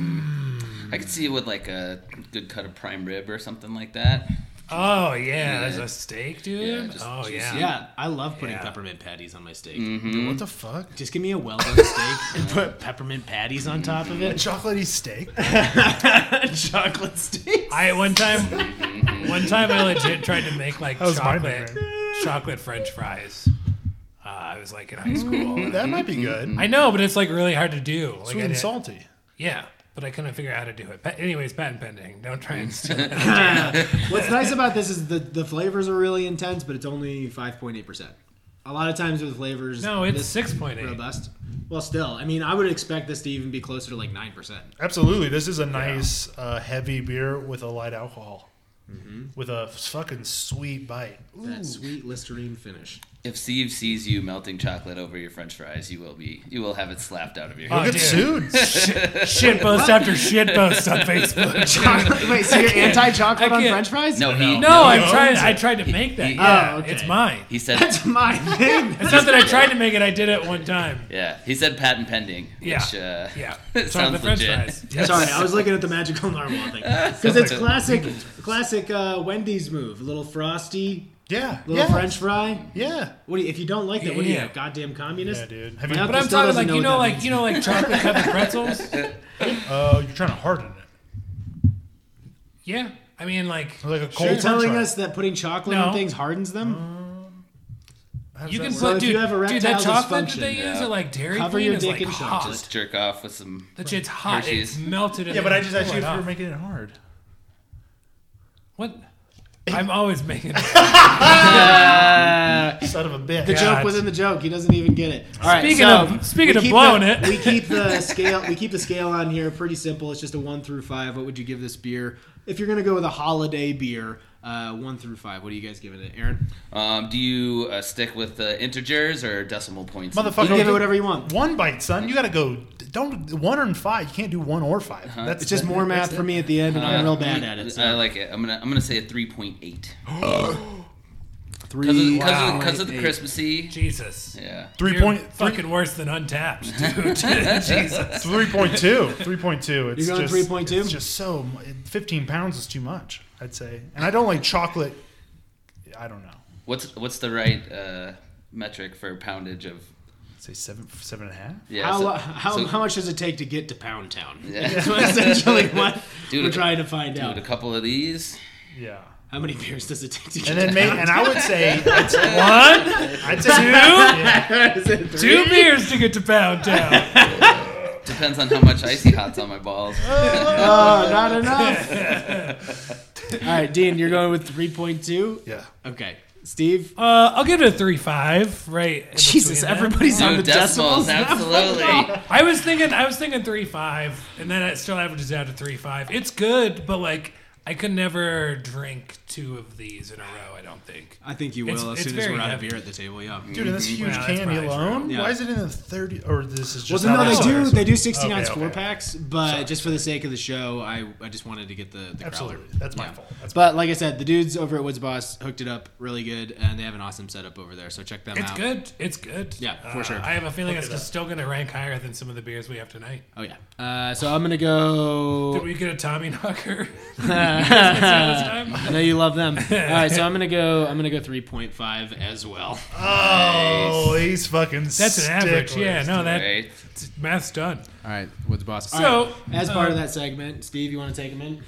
S5: I
S1: Mm.
S5: could see it with like a good cut of prime rib or something like that.
S1: oh yeah, there's a steak, dude.
S5: just
S1: oh
S5: juicy.
S1: yeah.
S4: Yeah, I love putting
S1: Yeah.
S4: peppermint patties on my steak.
S6: What the fuck?
S4: Just give me a well done steak and put peppermint patties on top of it.
S6: Chocolatey steak.
S4: Chocolate steak.
S1: I one time, one time I legit tried to make like
S6: That was my
S1: chocolate, chocolate French fries. Uh, I was like in high school.
S6: That might be good.
S1: I know, but it's like really hard to do. Like, I
S6: Sweet and
S1: didn't-
S6: salty.
S1: Yeah, but I couldn't figure out how to do it. Pa- anyways, patent pending. Don't try and steal it.
S4: What's nice about this is the the flavors are really intense, but it's only five point eight percent. A lot of times with flavors,
S1: No, it's
S4: this
S1: six point eight.
S4: robust. Well, still, I mean, I would expect this to even be closer to like nine percent.
S6: Absolutely. This is a nice uh, heavy beer with a light alcohol. With a fucking sweet bite. Ooh.
S4: That sweet Listerine finish.
S5: If Steve sees you melting chocolate over your French fries, you will be you will have it slapped out of your.
S1: Oh,
S5: hand.
S6: Get
S1: dude.
S6: sued.
S1: Shitpost after shitpost on Facebook.
S4: Chocolate, wait, so you're anti-chocolate
S1: I
S4: on
S1: can't-
S4: French fries?
S5: No, he
S1: No, I'm trying. I tried to make that. Yeah,
S4: Oh, okay.
S1: it's mine.
S5: He said
S4: that's my thing.
S1: It's not that I tried to make it. I did it one time.
S5: yeah. He said patent pending.
S1: Yeah.
S5: Which, uh,
S1: Yeah,
S5: It
S1: Chocolate
S5: sounds
S1: French
S5: legit.
S1: fries.
S4: Sorry, I was looking at the magical narwhal thing because it's classic, classic uh, Wendy's move. A little frosty,
S6: Yeah.
S4: little
S6: yeah.
S4: French fry.
S6: Yeah.
S4: What do you, if you don't like that? What are you,
S1: Yeah.
S4: a goddamn communist?
S6: Yeah, dude. Have you,
S4: Yeah,
S1: But I'm
S4: Still
S1: talking
S4: doesn't
S1: like
S4: know
S1: you
S4: what
S1: know,
S4: that
S1: like
S4: means.
S1: you know, like chocolate covered pretzels.
S6: uh, you're trying to harden it.
S1: Yeah, I mean, like
S6: Like a cold
S4: You're
S6: French
S4: telling
S6: fry.
S4: us that putting chocolate
S1: No. Mm.
S4: on things hardens them?
S6: How does
S1: you
S6: that
S1: can
S6: work?
S1: put
S4: if
S1: dude,
S4: you have erectile
S1: dude, that chocolate that
S4: dysfunction,
S1: they use
S5: yeah.
S1: at like Dairy
S4: Cover
S1: Queen
S4: your
S1: is
S4: dick
S1: like
S4: in
S1: hot.
S4: chocolate.
S5: Just jerk off with some.
S1: That shit's hot. It's
S5: Hershey's.
S1: melted. in
S6: Yeah, but
S1: there.
S6: I just asked
S1: Pull it
S6: you if you were
S1: off.
S6: making it hard.
S1: what. I'm always making.
S6: Son of a bitch.
S4: The
S1: God.
S4: joke within the joke. He doesn't even get it. All right.
S1: Speaking
S4: so
S1: of- speaking
S4: we
S1: of
S4: keep
S1: blowing
S4: the-
S1: it.
S4: we keep the scale. We keep the scale on here pretty simple. It's just a one through five. What would you give this beer if you're gonna go with a holiday beer? Uh, one through five. What are you guys giving it, Aaron?
S5: Um, do you uh, stick with the integers or decimal points?
S4: You
S6: Motherfucker,
S4: can give it whatever you want.
S6: One bite, son. You got to go. Don't one and five. You can't do one or 5 That's
S4: It's just more math for me at the end, and I'm real bad at
S1: Uh,
S4: it. So.
S5: I like it. I'm gonna I'm gonna say a three point eight
S4: Three.
S5: because of, 'cause
S1: Wow.
S5: of, 'cause of the Christmassy.
S1: Jesus.
S5: Yeah.
S6: Three
S1: You're
S6: point three
S1: fucking worse than untapped, dude. Jesus.
S6: three point two. Three point two. It's
S4: You're going
S6: just,
S4: 3.2?
S6: It's just so. mu- Fifteen pounds is too much. I'd say, and I don't like chocolate. I don't know.
S5: What's what's the right uh, metric for poundage of?
S6: Say seven, seven and a half.
S5: Yeah.
S4: How,
S5: so-
S4: how,
S5: so-
S4: how much does it take to get to Pound Town?
S5: Yeah.
S4: That's what essentially what
S5: Dude,
S4: we're
S5: it-
S4: trying to find
S5: Dude,
S4: out.
S5: a couple of these.
S6: Yeah.
S4: How many beers does it take to get
S6: And
S4: to
S6: then, may, and I would say, I'd say,
S1: One,
S6: I'd say yeah.
S4: Is it three?
S1: two beers to get to Pound Town.
S5: Depends on how much icy hot's on my balls.
S4: Oh, not enough. All right, Dean, you're going with 3.2?
S6: Yeah.
S4: Okay. Steve?
S1: Uh, I'll give it a three five, right? in
S4: Oh, Jesus,
S1: between that.
S4: everybody's on the
S5: Dude,
S4: decimals.
S5: decimals,
S4: now.
S5: absolutely.
S1: I was thinking, I was thinking three five, and then it still averages out to three five. It's good, but like I could never drink two of these in a row. I don't think.
S4: I think you will
S1: It's-
S4: as
S1: it's
S4: soon as
S1: very
S4: we're out of
S1: heavy.
S4: beer at the table, yeah.
S6: Dude, and this huge
S1: Wow, that's
S6: candy
S1: probably true.
S6: alone.
S4: Yeah.
S6: Why is it in the thirty? Or this is
S4: Well,
S6: just
S4: so no,
S6: how
S4: they
S6: it
S4: do
S6: starts.
S4: they do 16
S6: Okay,
S4: ounce
S6: okay.
S4: four packs, but just for the sake of the show, I, I just wanted to get the, the growler.
S6: Absolutely, that's my
S4: Yeah.
S6: fault. That's
S4: But like I said, the dudes over at Woods Boss hooked it up really good, and they have an awesome setup over there. So check them
S1: It's
S4: out.
S1: good. It's good.
S4: Yeah, for
S1: Uh,
S4: sure.
S1: I have a feeling
S6: Look
S1: it's
S6: it up.
S1: still going to rank higher than some of the beers we have tonight.
S4: Oh yeah. Uh, so I'm gonna go.
S1: Did we get a Tommy Knocker?
S4: I know you love them. All right, so I'm gonna go. I'm gonna go 3.5 as well.
S6: Oh, he's fucking.
S1: That's an average. Yeah, no, that
S5: Right.
S1: math's done.
S4: All right, Woods Boss.
S1: So,
S4: as part of
S1: um,
S4: that segment, Steve, you want to take a minute?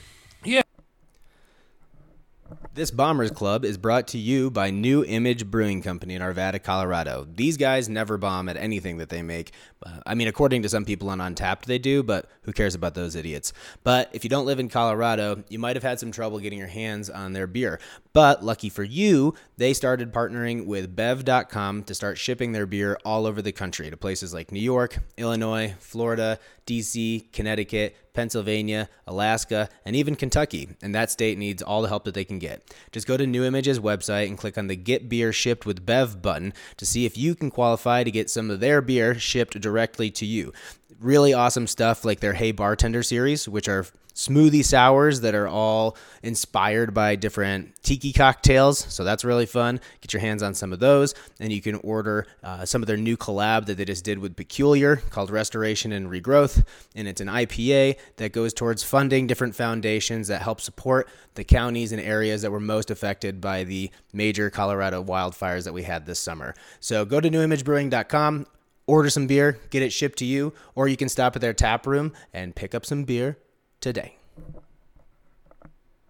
S8: This Bombers Club is brought to you by New Image Brewing Company in Arvada, Colorado. These guys never bomb at anything that they make. Uh, I mean, according to some people on Untapped, they do, but who cares about those idiots? But if you don't live in Colorado, you might have had some trouble getting your hands on their beer. But lucky for you, they started partnering with Bev.com to start shipping their beer all over the country to places like New York, Illinois, Florida, DC, Connecticut, Pennsylvania, Alaska, and even Kentucky, and that state needs all the help that they can get. Just go to New Image's website and click on the Get Beer Shipped with Bev button to see if you can qualify to get some of their beer shipped directly to you. Really awesome stuff like their Hey Bartender series, which are smoothie sours that are all inspired by different tiki cocktails. So that's really fun. Get your hands on some of those. And you can order uh, some of their new collab that they just did with Peculiar called Restoration and Regrowth. And it's an IPA that goes towards funding different foundations that help support the counties and areas that were most affected by the major Colorado wildfires that we had this summer. So go to newimagebrewing.com. Order some beer, get it shipped to you, or you can stop at their tap room and pick up some beer today.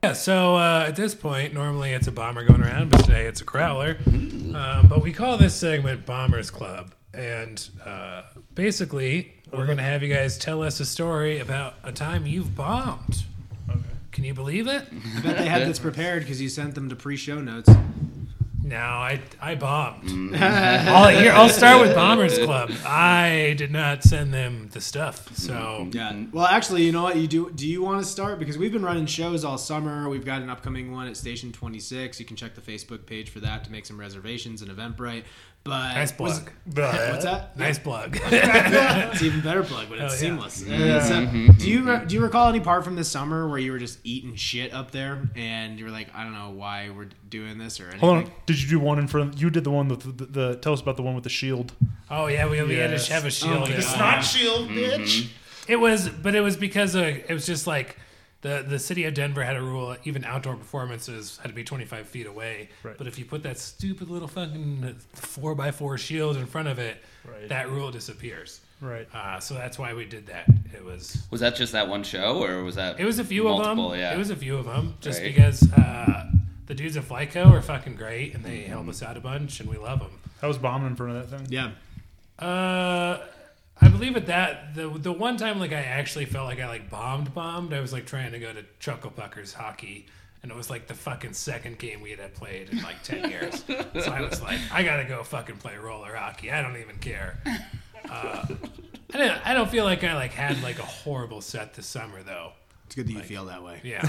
S1: yeah, so uh, at this point, normally it's a bomber going around, but today it's a crowler. Um, but we call this segment Bombers Club. And uh, basically, we're going to have you guys tell us a story about a time you've bombed. Can you believe it?
S4: I bet they had this prepared because you sent them to pre-show notes.
S1: No, I I bombed. I'll, here, I'll start with Bombers Club. I did not send them the stuff. So
S4: Yeah. Mm-hmm. Well, actually, you know what? You do. Do you want to start? Because we've been running shows all summer. We've got an upcoming one at Station Twenty Six. You can check the Facebook page for that to make some reservations and Eventbrite. But
S1: nice
S4: was-
S1: plug.
S4: What's that?
S1: Nice plug.
S4: It's even better plug when it's
S1: Hell yeah.
S4: seamless. Uh, so, do you re- do you recall any part from this summer where you were just eating shit up there and you were like, I don't know why we're doing this or anything?
S6: Hold on. Did you do one in front? You did the one with the, the, Tell us about the one with the shield.
S1: oh yeah, we, we had
S6: Yes.
S1: to have a shield.
S4: my
S1: It's
S4: God.
S1: not-
S6: shield,
S5: Mm-hmm.
S6: bitch.
S1: It was, but it was because uh, it was just like the the city of Denver had a rule: even outdoor performances had to be 25 feet away.
S6: Right.
S1: But if you put that stupid little fucking four by four shield in front of it,
S6: Right.
S1: that rule disappears.
S6: Right.
S1: Uh, so that's why we did that. It was
S5: Was that just that one show, or was that
S1: It was a few
S5: multiple?
S1: of them.
S5: Yeah.
S1: It was a few of them, just
S5: Right.
S1: because uh, the dudes at Flyco are fucking great, and
S5: Mm-hmm.
S1: they help us out a bunch, and we love them.
S6: I was bombing in front of that thing.
S4: Yeah.
S1: Uh, I believe at that the the one time like I actually felt like I like bombed bombed. I was like trying to go to Chuckle Puckers hockey. And it was like the fucking second game we had played in like 10 years. So I was like, I gotta go fucking play roller hockey. I don't even care. Uh, I, don't, I don't feel like I like had like a horrible set this summer though.
S4: It's good that you feel that way.
S1: Yeah.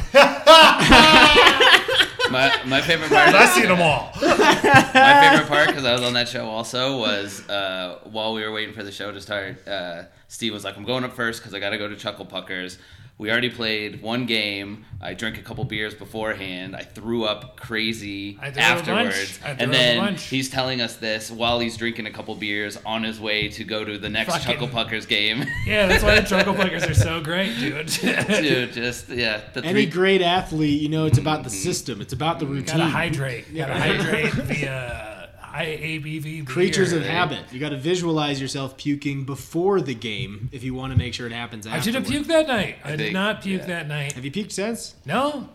S5: My, my favorite part.
S6: I've seen them all.
S5: my favorite part because I was on that show also was uh, while we were waiting for the show to start. Uh, Steve was like, "I'm going up first because I got to go to Chuckle Puckers." We already played one game. I drank a couple beers beforehand. I threw up crazy
S6: I threw up
S5: afterwards,
S6: lunch. I threw
S5: and
S6: up
S5: then
S6: lunch.
S5: he's telling us this while he's drinking a couple beers on his way to go to the next
S6: Fucking-
S5: Chuckle Puckers game.
S7: Yeah, that's why the Chuckle Puckers are so great, dude.
S5: Dude, just yeah, the
S4: Any
S5: three
S4: great athlete, you know, it's about the system. It's about the routine.
S7: gotta hydrate. Gotta hydrate the uh, high ABV
S4: Creatures
S7: beer.
S4: of habit. You got to visualize yourself puking before the game if you want to make sure it happens.
S7: I
S4: Afterward.
S7: should have puked that night. I, did
S5: think-
S7: not puke
S5: yeah.
S7: that night.
S4: Have you puked since?
S7: No,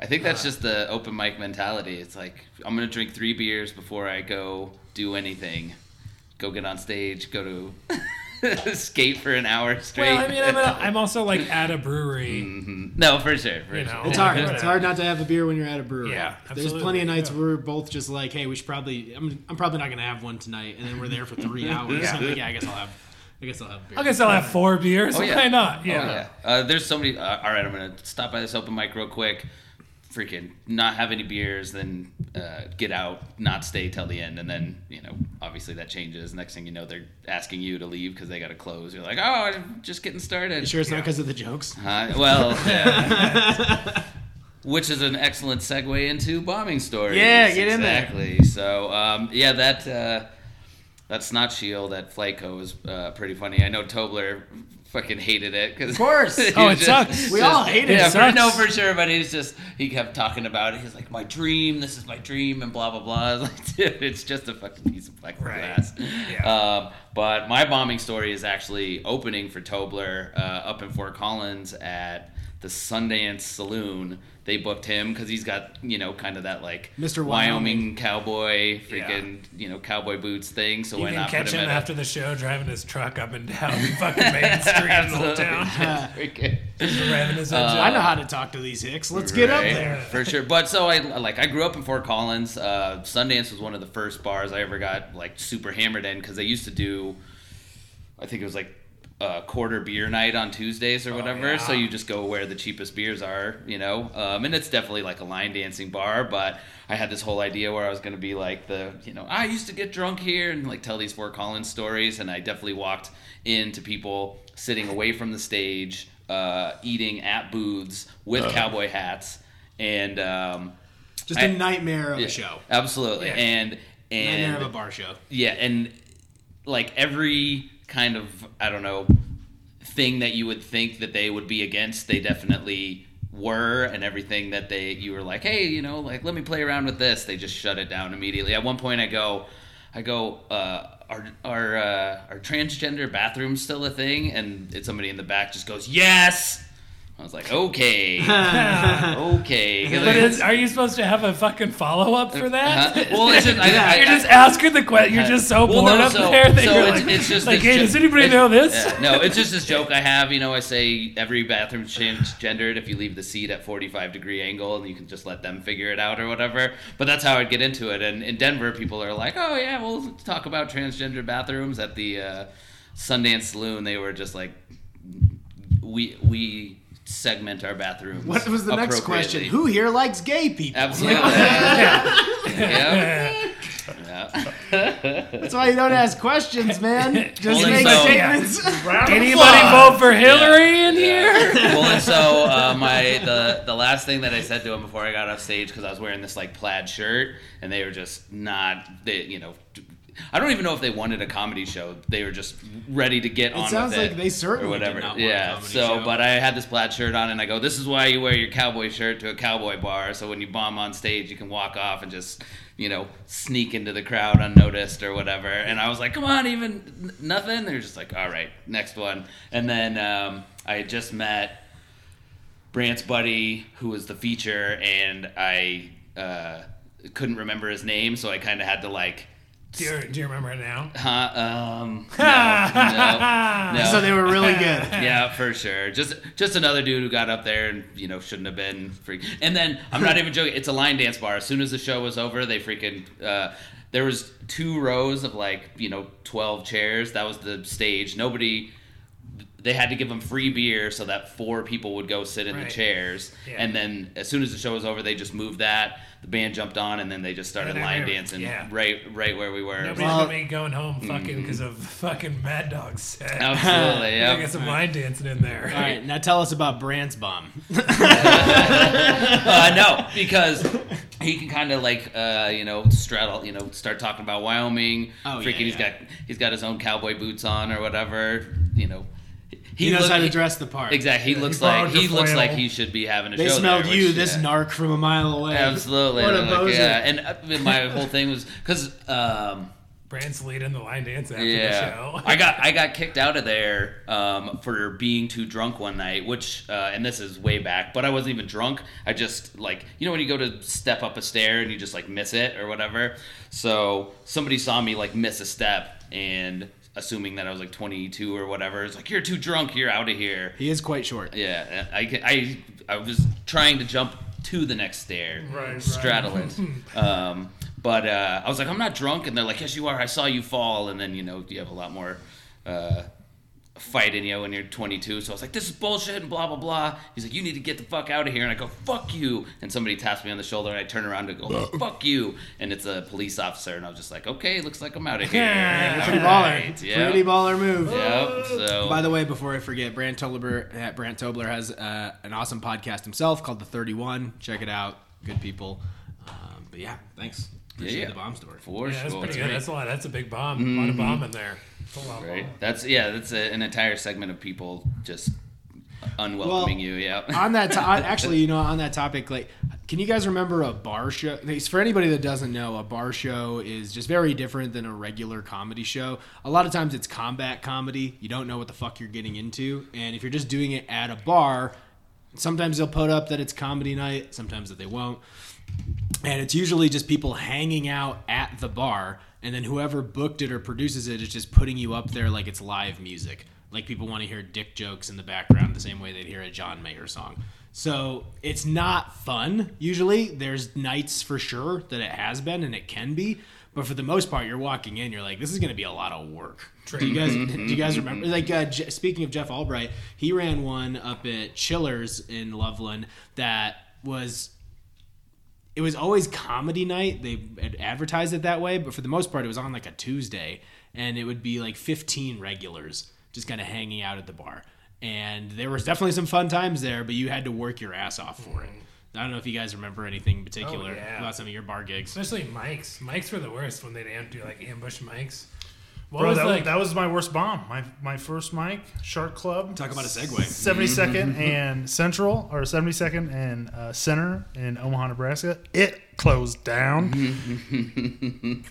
S5: I think
S7: Uh.
S5: that's just the open mic mentality. It's like I'm gonna drink three beers before I go do anything. Go get on stage. Go to skate for an hour straight.
S7: well, I mean, I'm, a, I'm also like at a brewery.
S5: Mm. no, for sure. For
S7: You
S5: sure. Oh,
S7: know,
S4: It's hard. It's hard not to have a beer when you're at a brewery.
S7: Yeah,
S4: There's
S7: absolutely,
S4: plenty of nights
S7: yeah.
S4: we're both just like, hey, we should probably. I'm, I'm probably not gonna have one tonight, and then we're there for three hours. I'm like, yeah, I guess I'll have. I guess I'll have. a Beer.
S7: I guess I'll have four beers.
S5: Oh, yeah.
S7: Why not?
S5: Oh,
S7: Yeah.
S5: yeah. Uh, there's so many. Uh, all right, I'm gonna stop by this open mic real quick. Freaking not have any beers, then uh, get out, not stay till the end, and then you know, obviously that changes. Next thing you know, they're asking you to leave because they gotta close. You're like, oh, I'm just getting started.
S4: You sure it's not because of the jokes?
S5: Uh, well, yeah. which is an excellent segue into bombing stories.
S4: Yeah, get in there.
S5: exactly. there. So, um, yeah, that uh, that snot shield at Flyco was uh, pretty funny. I know Tobler fucking hated it because of
S4: course.
S7: Oh, it sucks.
S4: We all hate it.
S5: Yeah,
S7: It
S5: for, no,
S7: sucks.
S5: for sure. But he's just he kept talking about it. He's like, my dream. This is my dream, and blah blah blah. I was like, dude, it's just a fucking piece of plexiglass. Um, but my bombing story is actually opening for Tobler uh, up in Fort Collins at the Sundance Saloon. They booked him because he's got you know kind of that like
S4: Mr.
S5: Wyoming cowboy freaking you know cowboy boots thing. So
S7: You
S5: why
S7: can
S5: not
S7: catch
S5: put him
S7: him
S5: at a-
S7: after the show driving his truck up and down fucking Main Street in the whole town.
S5: Absolutely. Freaking-
S7: Driving
S5: Uh,
S7: his
S4: I know how to talk to these hicks. Let's get up
S5: Right,
S4: there.
S5: for sure. But so I like I grew up in Fort Collins. Uh, Sundance was one of the first bars I ever got like super hammered in because they used to do, I think it was like uh, quarter beer night on Tuesdays
S4: Oh,
S5: or whatever. So you just go where the cheapest beers are, you know. Um, and it's definitely like a line dancing bar. But I had this whole idea where I was going to be like the you know I used to get drunk here and like tell these Fort Collins stories. And I definitely walked into people sitting away from the stage uh, eating at booths with
S4: Oh.
S5: cowboy hats and um,
S4: Just
S5: I-
S4: a nightmare of
S5: yeah,
S4: a show.
S5: absolutely and
S4: Nightmare
S5: and
S4: of a bar show.
S5: yeah and like every kind of i don't know thing that you would think that they would be against they definitely were and everything that they you were like hey you know like let me play around with this they just shut it down immediately at one point i go i go uh are are uh, are transgender bathrooms still a thing? And it's somebody in the back just goes yes. I was like, okay, okay. 'Cause
S7: But
S5: I-
S7: is, are you supposed to have a fucking follow up for that?
S5: Huh? Uh-huh. Well, it's just- I- I-
S7: you're
S5: I- Uh-huh.
S7: just asking the question. You're just so
S5: Well,
S7: bored
S5: no,
S7: up
S5: so-
S7: there that
S5: so
S7: you're
S5: it's-
S7: like,
S5: it's just
S7: like
S5: this
S7: hey, does
S5: jo-
S7: anybody
S5: it's-
S7: know this?
S5: yeah, no, it's just this joke I have. You know, I say every bathroom transgendered if you leave the seat at 45 degree angle and you can just let them figure it out or whatever. But that's how I'd get into it. And in Denver, people are like, oh, yeah, we'll talk about transgender bathrooms at the uh, Sundance Saloon. They were just like, we, we segment our bathrooms.
S4: What was the next question?
S5: appropriately.
S4: Who here likes gay people?
S5: Absolutely. yeah. yeah.
S4: That's why you don't ask questions, man. Just
S5: Only
S4: make
S5: so-
S4: statements.
S7: Anybody vote for Hillary in here?
S5: well, and so uh, my the the last thing that I said to him before I got off stage because I was wearing this like plaid shirt and they were just not they you know I don't even know if they wanted a comedy show. They were just ready to get on.
S4: sounds
S5: with
S4: like
S5: it
S4: they certainly
S5: or
S4: did
S5: whatever.
S4: not want a
S5: yeah.
S4: comedy
S5: so,
S4: show.
S5: but I had this plaid shirt on and I go, "This is why you wear your cowboy shirt to a cowboy bar. So when you bomb on stage, you can walk off and just you know sneak into the crowd unnoticed or whatever." And I was like, "Come on, even n- nothing." They're just like, "All right, next one." And then um, I had just met. Brant's buddy, who was the feature, and I uh, couldn't remember his name, so I kind of had to like,
S7: Do you, do you remember it now?
S5: huh, um, no, no, no.
S4: So they were really good.
S5: yeah, for sure. Just just another dude who got up there and you know shouldn't have been freak. And then I'm not even joking. It's a line dance bar. As soon as the show was over, they freaking. Uh, there was two rows of like you know twelve chairs. That was the stage. Nobody they had to give them free beer so that four people would go sit in
S6: Right.
S5: the chairs. And then as soon as the show was over, they just moved that. The band jumped on, and then they just started
S7: Yeah,
S5: line
S7: yeah.
S5: dancing
S7: Yeah.
S5: right right where we were.
S7: Nobody's
S4: Well-
S7: gonna be going home fucking because of fucking Mad Dog set.
S5: Absolutely,
S7: I got
S5: yeah.
S7: some line dancing in there.
S4: All right, now tell us about Brand's bomb.
S5: Uh, no, because he can kind of like uh, you know straddle, you know, start talking about Wyoming.
S4: Oh, yeah,
S5: freaking, he's
S4: yeah.
S5: got he's got his own cowboy boots on or whatever. You know,
S4: He, knows
S5: look-
S4: how to dress the part.
S5: Exactly, he looks
S6: borrowed
S5: like he
S6: your
S5: looks like
S6: flannel.
S5: he should be having a
S4: They
S5: show.
S4: smelled
S5: there,
S4: you,
S5: which,
S4: this
S5: yeah.
S4: narc from a mile away.
S5: Absolutely,
S4: What a
S5: and I'm like,
S4: poser.
S5: yeah. And uh, my whole thing was because. Um,
S7: Brand's leading the line dance after the show.
S5: I got I got kicked out of there um, for being too drunk one night, which uh, and this is way back, but I wasn't even drunk. I just like you know when you go to step up a stair and you just like miss it or whatever. So somebody saw me like miss a step and assuming that I was like 22 or whatever, it's like you're too drunk, you're out of here.
S4: He is quite short.
S5: Yeah, I, I, I was trying to jump to the next stair,
S6: Right, right.
S5: straddle it. um, but uh, I was like, I'm not drunk, and they're like, Yes, you are. I saw you fall, and then you know you have a lot more uh, fight in you when you're 22. So I was like, This is bullshit, and blah blah blah. He's like, You need to get the fuck out of here, and I go, Fuck you. And somebody taps me on the shoulder, and I turn around to go, Fuck you, and it's a police officer, and I was just like, Okay, looks like I'm out of here.
S7: Yeah,
S4: Pretty
S5: All
S4: baller.
S5: right, yep.
S4: Pretty baller move.
S5: Yep, so
S4: By the way, before I forget, Brant Tobler at Brant Tobler has uh, an awesome podcast himself called The 31. Check it out. Good people. Um, but yeah, thanks. Appreciate
S5: Yeah.
S4: the bomb story.
S5: for
S7: Yeah, that's
S5: sure.
S7: pretty good. That's a lot. That's a big bomb. A lot of bomb in there. That's a lot of
S5: Right.
S7: bomb.
S5: That's yeah. That's a, an entire segment of people just unwelcoming
S4: Well,
S5: you. Yeah.
S4: on that, to- on- actually, you know, on that topic, like, can you guys remember a bar show? Like, For anybody that doesn't know, a bar show is just very different than a regular comedy show. A lot of times, it's combat comedy. You don't know what the fuck you're getting into, and if you're just doing it at a bar, sometimes they'll put up that it's comedy night, sometimes that they won't, and it's usually just people hanging out at the bar, and then whoever booked it or produces it is just putting you up there like it's live music. Like people want to hear dick jokes in the background the same way they'd hear a John Mayer song. So it's not fun usually. There's nights for sure that it has been and it can be, but for the most part, you're walking in, you're like, this is going to be a lot of work. Do you guys do you guys remember? Like uh, J- speaking of Jeff Albright, he ran one up at Chillers in Loveland that was it was always comedy night. They had advertised it that way, but for the most part, it was on like a Tuesday, and it would be like 15 regulars just kind of hanging out at the bar. And there was definitely some fun times there, but you had to work your ass off for it. I don't know if you guys remember anything in particular
S7: yeah.
S4: about some of your bar gigs.
S7: Especially mics. Mics were the worst when they'd am- do like ambush mics. What
S6: Bro,
S7: was
S6: that,
S7: like?
S6: that was my worst bomb. My my first mic, Shark Club.
S4: Talk about a segue.
S6: 72nd and Central, or 72nd and uh, Center in Omaha, Nebraska. It closed down.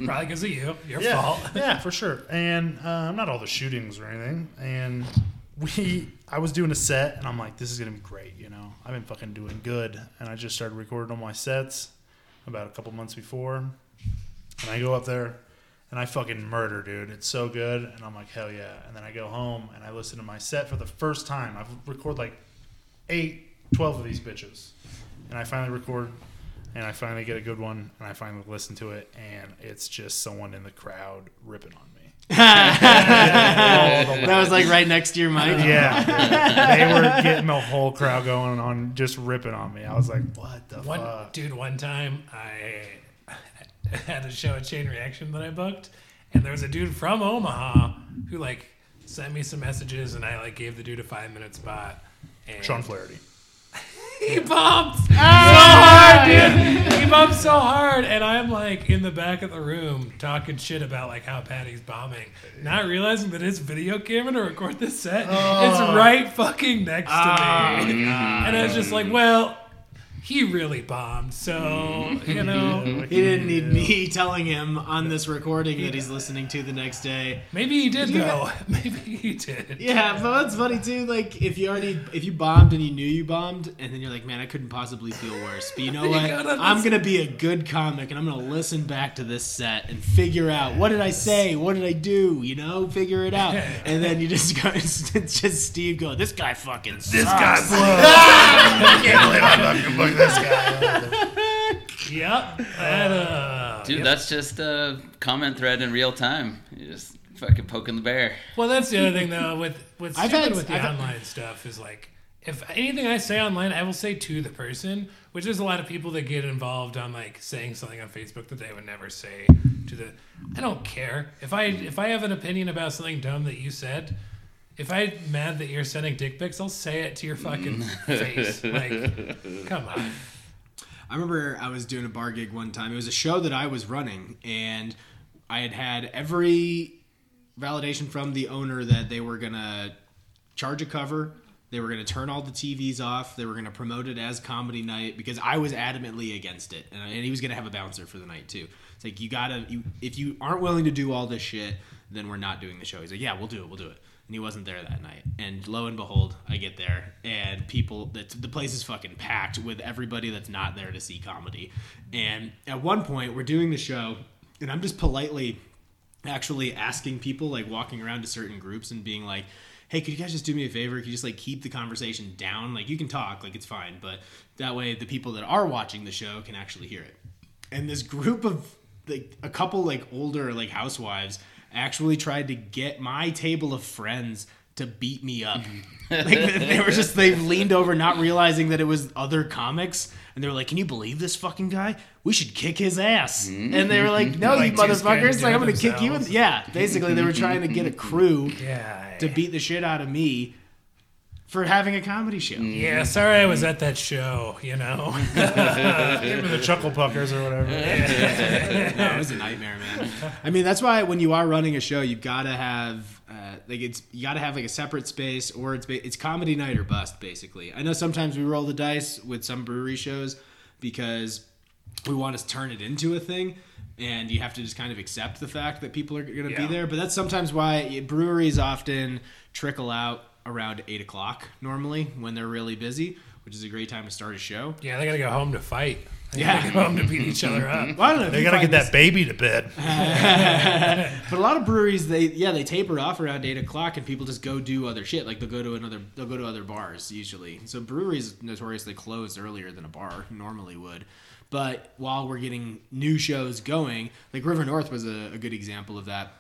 S7: probably because of you. Your
S6: yeah,
S7: fault.
S6: yeah, for sure. And uh, not all the shootings or anything. And we, I was doing a set, and I'm like, this is gonna be great. You know, I've been fucking doing good, and I just started recording all my sets about a couple months before. And I go up there, and I fucking murder, dude. It's so good, and I'm like, hell yeah. And then I go home and I listen to my set for the first time. I've recorded like eight, 12 of these bitches. And I finally record and I finally get a good one and I finally listen to it and it's just someone in the crowd ripping on me.
S4: That was like right next to your mic.
S6: Yeah. they were getting the whole crowd going on just ripping on me. I was like, what the
S7: One
S6: fuck?
S7: dude, one time I had a show at Chain Reaction that I booked, and there was a dude from Omaha who like sent me some messages, and I like gave the dude a five minute spot. And
S6: Sean Flaherty.
S7: he bumped so hard, dude. He bumped so hard, and I'm like in the back of the room talking shit about like how Patty's bombing, not realizing that his video camera to record this set is right fucking next to me, and I was just like, well, he really bombed, so you know,
S4: He didn't need me telling him on this recording that he's listening to the next day.
S7: maybe he did though, maybe he did.
S4: Yeah, but that's funny too. Like if you already if you bombed and you knew you bombed, and then you're like, man, I couldn't possibly feel worse. But you know what?
S7: gotta
S4: I'm gonna be a good comic, and I'm gonna listen back to this set and figure out what did I say, what did I do, you know, figure it out. And then you just go, it's just Steve going, this guy fucking
S6: This
S4: sucks."
S6: guy blows. I can't believe I fucking booked this guy.
S7: Yep, that, uh,
S5: Dude, that's just a comment thread in real time. You just Fucking poking the bear.
S1: Well, that's the other thing though. With with
S4: I've
S1: stupid
S4: had-
S1: with the
S4: I've had-
S1: online stuff is like, if anything I say online, I will say to the person, which is a lot of people that get involved on like saying something on Facebook that they would never say to the. I don't care if I if I have an opinion about something dumb that you said. If I'm mad that you're sending dick pics, I'll say it to your fucking face. Like, come on.
S4: I remember I was doing a bar gig one time. It was a show that I was running, and I had had every validation from the owner that they were gonna charge a cover. They were going to turn all the TVs off. They were going to promote it as comedy night because I was adamantly against it, and, and he was going to have a bouncer for the night too. It's like you gotta, you, if you aren't willing to do all this shit, then we're not doing the show. He's like, yeah, we'll do it, we'll do it, and he wasn't there that night. And lo and behold, I get there, and people, the, the place is fucking packed with everybody that's not there to see comedy. And at one point, we're doing the show, and I'm just politely actually asking people like walking around to certain groups and being like hey could you guys just do me a favor could you just like keep the conversation down like you can talk like it's fine but that way the people that are watching the show can actually hear it and this group of like a couple like older like housewives actually tried to get my table of friends to beat me up like they were just they leaned over not realizing that it was other comics and they were like can you believe this fucking guy we should kick his ass and they were like no you
S1: Mm-hmm. Like, too scared to
S4: motherfuckers
S1: do
S4: like
S1: it
S4: i'm gonna kick you in
S1: themselves.
S4: yeah basically they were trying to get a crew
S1: Yeah.
S4: to beat the shit out of me for having a comedy show
S1: Yeah. Sorry, I was at that show. You know.
S6: the chuckle puckers or whatever.
S4: no, it was a nightmare, man. I mean, that's why when you are running a show, you've got to have uh, like it's you got to have like a separate space, or it's ba- it's comedy night or bust, basically. I know sometimes we roll the dice with some brewery shows because we want to turn it into a thing. And you have to just kind of accept the fact that people are going to
S1: Yeah.
S4: be there. But that's sometimes why breweries often trickle out around eight o'clock normally when they're really busy, which is a great time to start a show.
S1: Yeah, they gotta go home to fight. They
S4: Yeah.
S1: gotta go home to beat each other up.
S4: Well, I don't know if
S6: They
S4: you
S6: gotta
S4: find
S6: get that baby to bed.
S4: But a lot of breweries, they yeah, they taper off around eight o'clock, and people just go do other shit. Like they'll go to another, they'll go to other bars usually. So breweries notoriously close earlier than a bar normally would. But while we're getting new shows going, like River North was a, a good example of that,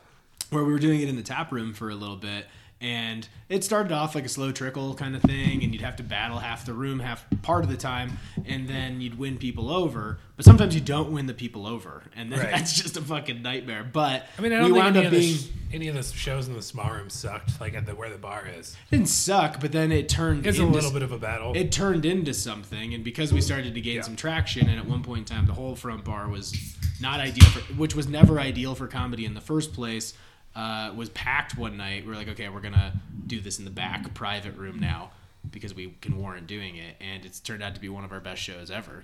S4: where we were doing it in the tap room for a little bit. And it started off like a slow trickle kind of thing, and you'd have to battle half the room, half part of the time, and then you'd win people over. But sometimes you don't win the people over, and then
S1: Right.
S4: that's just a fucking nightmare. But
S1: I mean, I
S4: we
S1: don't
S4: wound
S1: think any of,
S4: up
S1: the
S4: being
S1: sh- any of the shows in the small room sucked, like at the where the bar is.
S4: it didn't suck, but then it turned
S1: It's a
S4: into,
S1: little bit of a battle.
S4: it turned into something, and because we started to gain some traction, and at one point in time, the whole front bar was not ideal, for, which was never ideal for comedy in the first place. Uh, was packed one night. We were like, okay, we're gonna do this in the back private room now because we can warrant doing it, and it's turned out to be one of our best shows ever.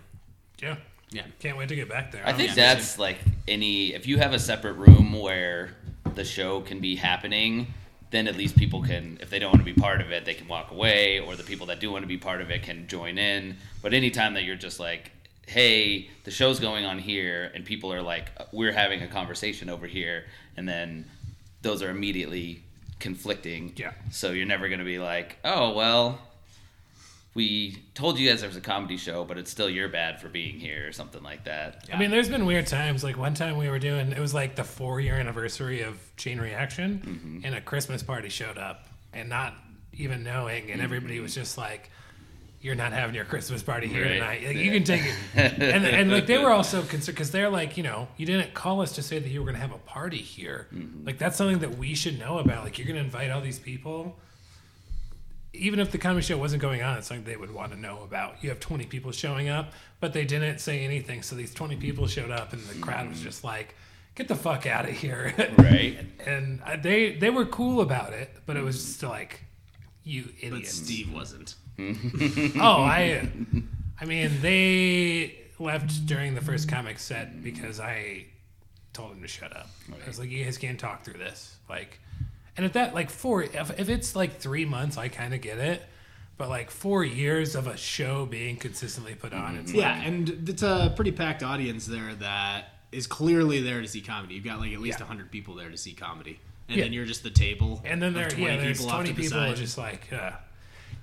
S1: yeah.
S4: Yeah,
S1: Can't wait to get back there.
S5: I think
S4: yeah.
S5: that's like any if you have a separate room where the show can be happening, then at least people can if they don't want to be part of it, they can walk away or the people that do want to be part of it can join in. But anytime that you're just like, "Hey, the show's going on here," and people are like, "Uh, "We're having a conversation over here," and then those are immediately conflicting.
S1: Yeah.
S5: So you're never going to be like, "Oh, well, we told you guys there was a comedy show, but it's still your bad for being here or something like that.
S1: I mean, there's been weird times. Like one time we were doing, it was like the four year anniversary of Chain Reaction, and a Christmas party showed up, and not even knowing, and everybody was just like, "You're not having your Christmas party here
S5: Right.
S1: tonight. Like, You can take it." and, and like they were also concerned because they're like, you know, you didn't call us to say that you were going to have a party here. Like that's something that we should know about. Like you're going to invite all these people. Even if the comedy show wasn't going on, it's something they would want to know about. You have 20 people showing up, but they didn't say anything. So these 20 people showed up, and the crowd was just like, "Get the fuck out of here!"
S5: Right.
S1: and I- they they were cool about it, but it was just like, "You
S4: but
S1: idiots!"
S4: Steve wasn't.
S1: Oh, I, I mean, they left during the first comic set because I told them to shut up. I was like, you guys can't talk through this. Like, and at that, like four, if, if it's like three months, I kind of get it. But like four years of a show being consistently put on, it's
S4: Yeah, and it's a pretty packed audience there that is clearly there to see comedy. You've got like at least a 100 people there to see comedy. And
S1: Yeah.
S4: then you're just the table.
S1: And then
S4: of
S1: there, yeah, there's
S4: off
S1: 20
S4: to the
S1: people
S4: side.
S1: just like, uh,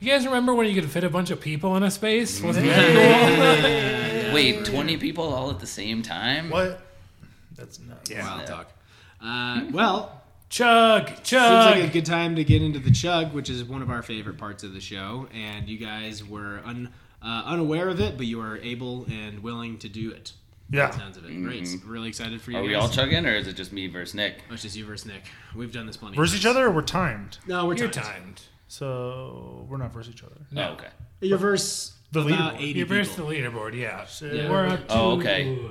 S1: you guys remember when you could fit a bunch of people in a space? Wasn't
S5: Wait, 20 people all at the same time?
S6: What? That's nuts.
S4: Wild talk. Uh, well,
S1: Chug,
S4: Seems
S1: chug.
S4: like a good time to get into the chug, which is one of our favorite parts of the show, and you guys were un, uh, unaware of it, but you are able and willing to do it.
S6: Yeah.
S4: Sounds of it. Great. Really excited for you
S5: Mm-hmm.
S4: guys.
S5: Are we all chugging, or is it just me versus Nick?
S4: Oh, it's just you versus Nick. We've done this plenty. of
S6: Versus each
S4: times.
S6: other, or we're timed.
S4: No, we're
S1: You're
S4: timed.
S1: timed.
S6: So we're not versus each other.
S5: No. Oh, okay.
S4: You're versus
S6: The
S4: about
S6: leaderboard.
S4: 80
S1: You're versus the
S4: people.
S1: leaderboard, yeah.
S4: Yeah.
S1: We're up to
S5: Oh, okay.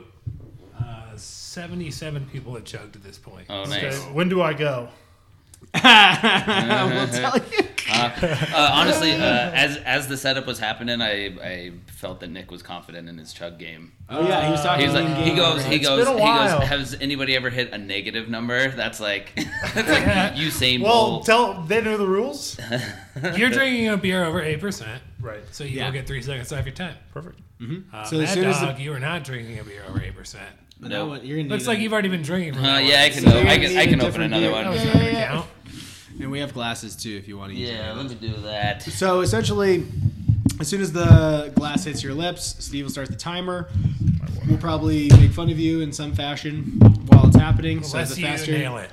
S1: uh, 77 people have chugged at this point.
S5: Oh,
S6: Okay,
S5: nice.
S6: when do I go?
S4: we'll tell you.
S5: Uh, honestly, uh, as as the setup was happening, I, I felt that Nick was confident in his chug game.
S4: Oh yeah, he was talking.
S5: He was like, he goes, he goes,
S6: been a
S5: he
S6: while.
S5: goes. Has anybody ever hit a negative number? That's like, that's like Usain
S6: Well,
S5: Bolt.
S6: tell they know the rules.
S1: You're drinking a beer over 8%,
S6: Right.
S1: so you
S4: Yeah.
S1: will get three seconds off your time.
S6: Perfect.
S1: Uh,
S4: So
S1: so
S4: as
S1: Mad
S4: soon as the-
S1: Dog, you are not drinking a beer over 8%.
S4: No,
S5: Nope.
S4: you're gonna
S1: Looks
S4: need
S1: like
S4: it.
S1: you've already been drinking for
S5: Uh,
S1: a
S5: yeah, I
S1: while.
S5: can,
S4: So
S5: I
S4: you're
S5: can,
S4: gonna
S5: I can
S4: need a
S5: open
S4: different
S5: another
S4: beer.
S5: one.
S1: That was
S4: Yeah,
S1: not a
S4: yeah.
S1: count.
S4: And we have glasses too, if you want to use.
S5: Yeah,
S4: them.
S5: let me do that.
S4: So essentially, as soon as the glass hits your lips, Steve will start the timer. We'll probably make fun of you in some fashion while it's happening. so the
S1: Unless you
S4: faster,
S1: nail it.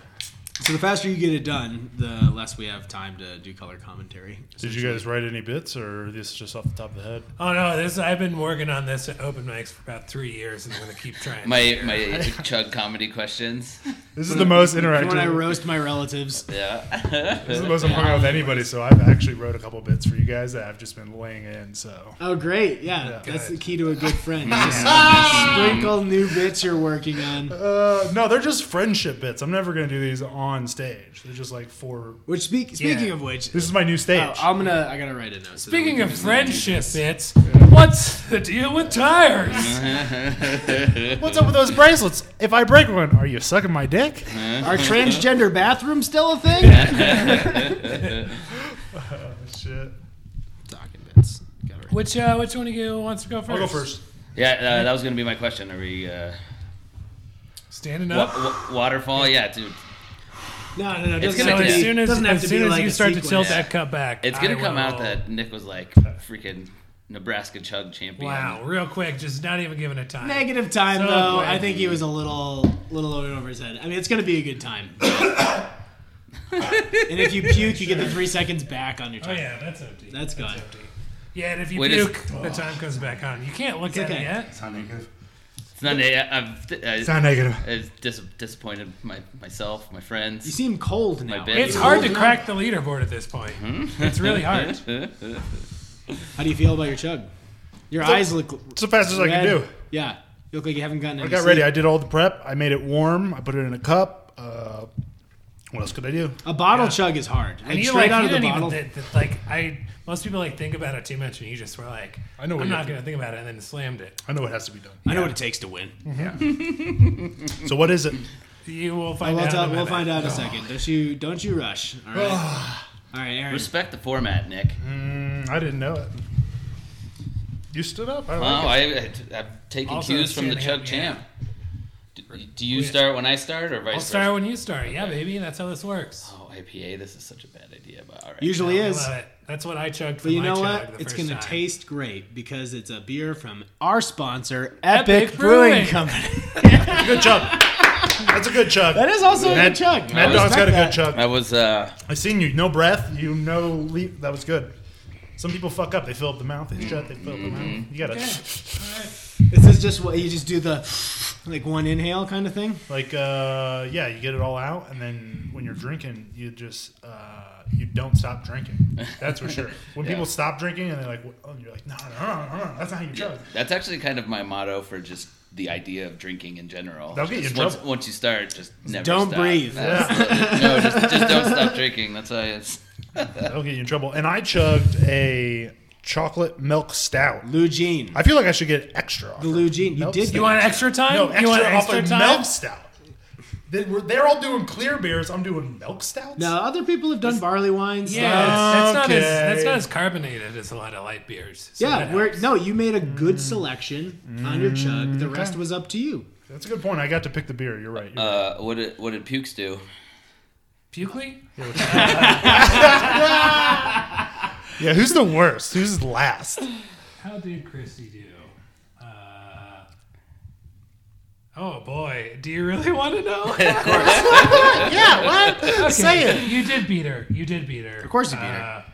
S4: so the faster you get it done, the less we have time to do color commentary.
S6: Did you guys write any bits, or this is just off the top of the head?
S1: Oh no, this I've been working on this at open mics for about three years, and I'm gonna keep trying.
S5: My my chug comedy questions.
S6: This is the most interactive.
S4: When I roast my relatives,
S5: Yeah.
S6: this is the most I'm hung out with anybody. So I've actually wrote a couple bits for you guys that I've just been laying in. So
S4: oh great, yeah,
S6: Yeah.
S4: that's the key to a good friend. Just sprinkle new bits you're working on.
S6: uh, no, they're just friendship bits. I'm never gonna do these on stage. They're just like for.
S4: Which speak, speaking
S6: Yeah.
S4: of which,
S6: This is my new stage.
S4: oh, I'm gonna I gotta write a note. so that we
S1: Speaking
S4: can
S1: of
S4: just-
S1: friendship bits, what's the deal with tires?
S5: Uh-huh.
S6: What's up with those bracelets? If I break one, are you sucking my dick?
S4: are transgender bathrooms still a thing?
S6: Shit.
S4: Talking bits. Gotta write-
S1: Which uh, which one of you wants to go 1st
S6: I'll go first.
S5: Yeah, uh, that was gonna be my question. Are we uh,
S1: Standing
S5: wa-
S1: up.
S5: wa- waterfall? Yeah, dude.
S4: No, no, no. it
S5: It's
S4: doesn't
S5: gonna
S4: have to
S5: be-
S1: as
S4: be-
S1: soon as,
S4: doesn't have to
S1: as,
S4: be
S1: soon as
S4: like
S1: you
S4: a
S1: start to tilt
S4: sequence.
S1: that cup back,
S5: It's gonna
S1: I
S5: come out
S1: will-
S5: that Nick was like freaking Nebraska chug champion.
S1: wow, real quick, just not even giving it time.
S4: Negative time
S1: So
S4: though.
S1: quick.
S4: I think he was a little, little over his head. I mean, it's gonna be a good time. and if you puke, you get the three seconds back on your
S1: Oh
S4: time.
S1: yeah, that's empty.
S4: That's gone.
S1: empty. Yeah, and if you
S5: Wait, is-
S1: puke, the time comes back on. You can't look
S4: It's
S1: at
S4: okay.
S1: it yet.
S9: It's not negative.
S5: It's not. I've,
S6: It's not negative.
S5: It's dis- disappointed my, myself, my
S4: You
S5: friends.
S4: seem cold now.
S5: bad.
S1: It's
S5: It's
S1: hard to
S4: holding
S1: crack the leaderboard at this point. It's really hard.
S4: How do you feel about your chug? Your eyes look.
S6: It's the fastest I can do.
S4: Yeah, you look like you haven't gotten.
S6: I got ready. I did all the prep. I made it warm. I put it in a cup. Uh, what else could I do?
S4: A bottle chug is hard. Like,
S1: And you like
S4: straight out
S1: you
S4: of the
S1: didn't even
S4: bottle.
S1: th- th- like I most people like think about it too much and you just were like
S6: I know what
S1: I'm
S6: you
S1: not
S6: have to
S1: gonna think about it and then slammed it.
S6: I know what has to be done.
S4: I know what it takes to win.
S6: So what is it?
S1: You will
S4: Oh,
S1: find
S4: we'll,
S1: out.
S4: tell-
S1: in a
S4: we'll
S1: minute.
S4: find out in a second. Don't you don't you rush. All right. All right, Aaron.
S5: Respect the format, Nick.
S6: Mm, I didn't know it. You stood up. I like
S5: Wow,
S6: it.
S5: I, I, I've taken
S1: Also
S5: cues from the
S1: standing
S5: chug
S1: up,
S5: champ. Do, do you start when I start, or vice
S1: I'll
S5: versa?
S1: start when you start. Yeah, baby, that's how this works.
S5: Oh, IPA. This is such a bad idea, but all right.
S4: Usually
S1: I
S4: is.
S1: love it. That's what I chugged. For
S4: But you
S1: my
S4: know
S1: chug
S4: what?
S1: the
S4: It's
S1: first
S4: going to
S1: time.
S4: taste great because it's a beer from our sponsor, Epic,
S1: Epic
S4: Brewing,
S1: Brewing.
S4: Company.
S6: good chug. That's a good chug.
S4: That is also a
S6: Mad-
S4: good chug.
S6: Mad
S4: I
S6: Dog's got a
S4: respect
S6: good chug.
S5: I was. Uh,
S6: I seen you. No breath. You no leap. That was good. Some people fuck up. They fill up the mouth. They shut. They fill up the mouth. You gotta
S4: that. This is just what you just do the like one inhale kind of thing.
S6: like uh yeah. You get it all out, and then when you're drinking, you just uh you don't stop drinking. That's for sure. When people stop drinking and they're like, oh, you're like, no, no, no, no, that's not how you chug.
S5: that's actually kind of my motto for just the idea of drinking in general.
S6: That'll get you
S5: Just
S6: in
S5: once,
S6: trouble.
S5: once you start, just never
S4: don't
S5: stop.
S4: breathe.
S5: That's- no, just, just don't stop drinking. That's why it's.
S6: That'll get you in trouble. And I chugged a chocolate milk stout.
S4: Lou Jean.
S6: I feel like I should get extra. Off
S4: The Lou Jean. You
S6: Nope.
S4: did
S1: You want extra time?
S6: No, extra,
S1: you want
S6: off
S1: extra
S6: a
S1: time?
S6: milk stout. They were, they're all doing clear beers. I'm doing milk stouts.
S4: Now, other people have done barley wines.
S1: Yeah, that's, that's not as
S6: Okay.
S1: that's not as carbonated as a lot of light beers. So
S4: Yeah,
S1: that
S4: where,
S1: helps.
S4: no, you made a good selection on your chug. The rest was up to you.
S6: That's a good point. I got to pick the beer. You're right. You're right.
S5: Uh, what did what did pukes do?
S1: Pukley?
S6: Yeah, who's the worst? Who's last?
S1: How did Christy do? Uh, Oh boy, do you really want to know? of course.
S4: yeah, what? Say it.
S1: You did beat her. You did beat her. Of
S4: course you beat
S1: her.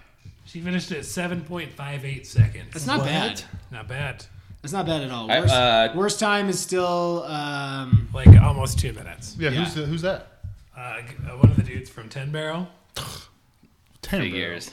S1: She finished at 7.58 seconds.
S4: That's not bad.
S1: Not bad.
S4: That's not bad at all.
S5: I-
S4: Worst,
S5: uh,
S4: worst time is still um,
S1: Like almost two minutes.
S6: Yeah, who's
S4: Yeah.
S6: the, who's that?
S1: Uh, g- uh, one of the dudes from Ten Barrel.
S6: Ten
S5: Figures.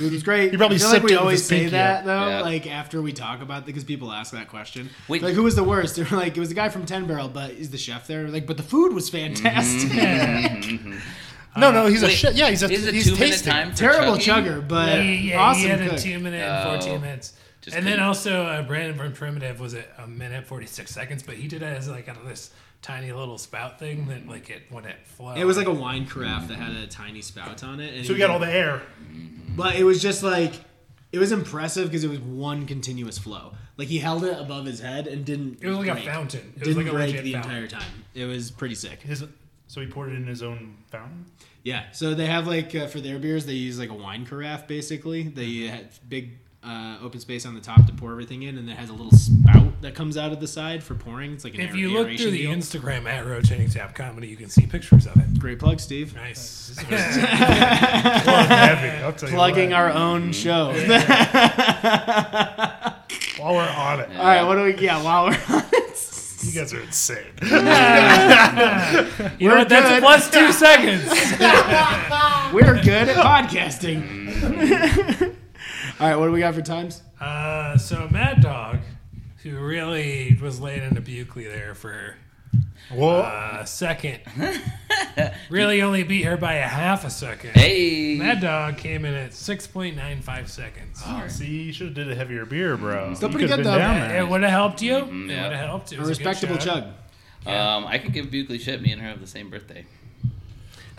S4: It was great.
S6: He probably
S4: I feel like
S6: sipped
S4: we
S6: it with
S4: always
S6: his
S4: say
S6: pinky
S4: that though,
S5: Yeah.
S4: like after we talk about because people ask that question.
S5: Wait.
S4: Like who was the worst? They were like, it was the guy from Ten Barrel, but is the chef there? Like, but the food was fantastic.
S6: Mm-hmm.
S4: Uh,
S6: No, no, he's a
S5: wait,
S6: shit. Yeah, he's a
S5: Is it
S6: he's
S5: two minute
S6: tasting.
S5: time for
S4: Terrible
S5: chugging?
S4: chugger, but
S1: he, yeah, he
S4: awesome
S1: had a
S4: cook.
S1: two minute and
S5: Oh.
S1: 14 minutes.
S5: Just
S1: and then
S5: couldn't-
S1: also uh, Brandon from Primitive was at a minute 46 seconds, but he did it as like out of this tiny little spout thing that like it when it flowed.
S4: It was like a wine carafe that had a tiny spout on it. And
S6: So we got all the air.
S4: But it was just like it was impressive because it was one continuous flow. Like he held it above his head and didn't.
S1: It was like a
S4: break.
S1: fountain. It was
S4: Didn't
S1: like a
S4: break
S1: legit
S4: the
S1: fountain.
S4: entire time. It was pretty sick.
S6: His, so he poured it in his own fountain.
S4: Yeah. So they have like uh, for their beers, they use like a wine carafe basically. They
S1: Mm-hmm.
S4: had big uh, open space on the top to pour everything in, and it has a little spout that comes out of the side for pouring. It's like an
S1: If
S4: air-
S1: you look
S4: aeration
S1: through the
S4: deal.
S1: Instagram at Rotating Tap Comedy, you can see pictures of it.
S4: Great plug, Steve.
S1: Nice.
S6: Plug heavy. I'll tell you
S4: Plugging
S6: what.
S4: our
S1: Mm-hmm.
S4: own show.
S6: while we're on it.
S4: All right. What do we? Yeah. While we're
S6: You guys are insane.
S1: You know what? That's
S4: good.
S1: plus two seconds.
S4: we're good at podcasting.
S1: Mm-hmm.
S4: All right. What do we got for times?
S1: Uh, so Mad Dog, who really was laid into Bukley there for uh,
S6: Whoa.
S1: a second, really only beat her by a half a second.
S5: Hey.
S1: Mad Dog came in at 6.95 seconds.
S6: Uh, See, you should have did a heavier beer, bro.
S4: Still
S6: You
S4: pretty good,
S6: could've been
S4: though.
S6: down there.
S1: It would have helped you. It
S5: yeah.
S1: would have helped. It
S4: A
S1: was a good
S4: respectable
S1: shot.
S4: chug.
S5: Um, I can give Bukley shit. Me and her have the same birthday.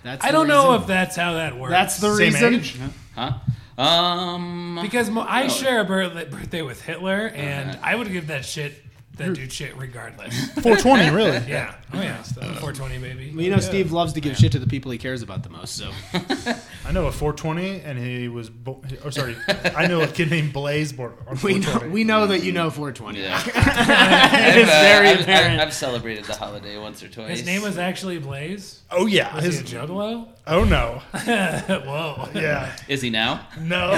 S4: That's
S1: I
S4: the
S1: don't know
S4: reason-
S1: if that's how that works.
S4: that's the
S6: Same
S4: reason.
S6: age?
S5: Huh? Um.
S1: because mo-
S4: Oh.
S1: I share a birth- birthday with Hitler,
S4: Uh-huh.
S1: and I would give that shit that dude shit regardless.
S6: 420, really?
S1: yeah. Oh yeah. 420 baby.
S4: Well, you know, Steve loves to give shit to the people he cares about the most. So
S6: I know a 420, and he was. Bo- oh, sorry. I know a kid named Blaze Bor- on
S4: we know
S6: 420.
S4: we know that you know 420.
S5: Yeah.
S4: It's very
S5: I've,
S4: apparent.
S5: I've, I've celebrated the holiday once or twice.
S1: His name was actually Blaze.
S6: oh, yeah.
S1: Was
S6: His,
S1: he a juggalo?
S6: oh, no.
S1: Whoa.
S6: Yeah.
S5: Is he now?
S6: No.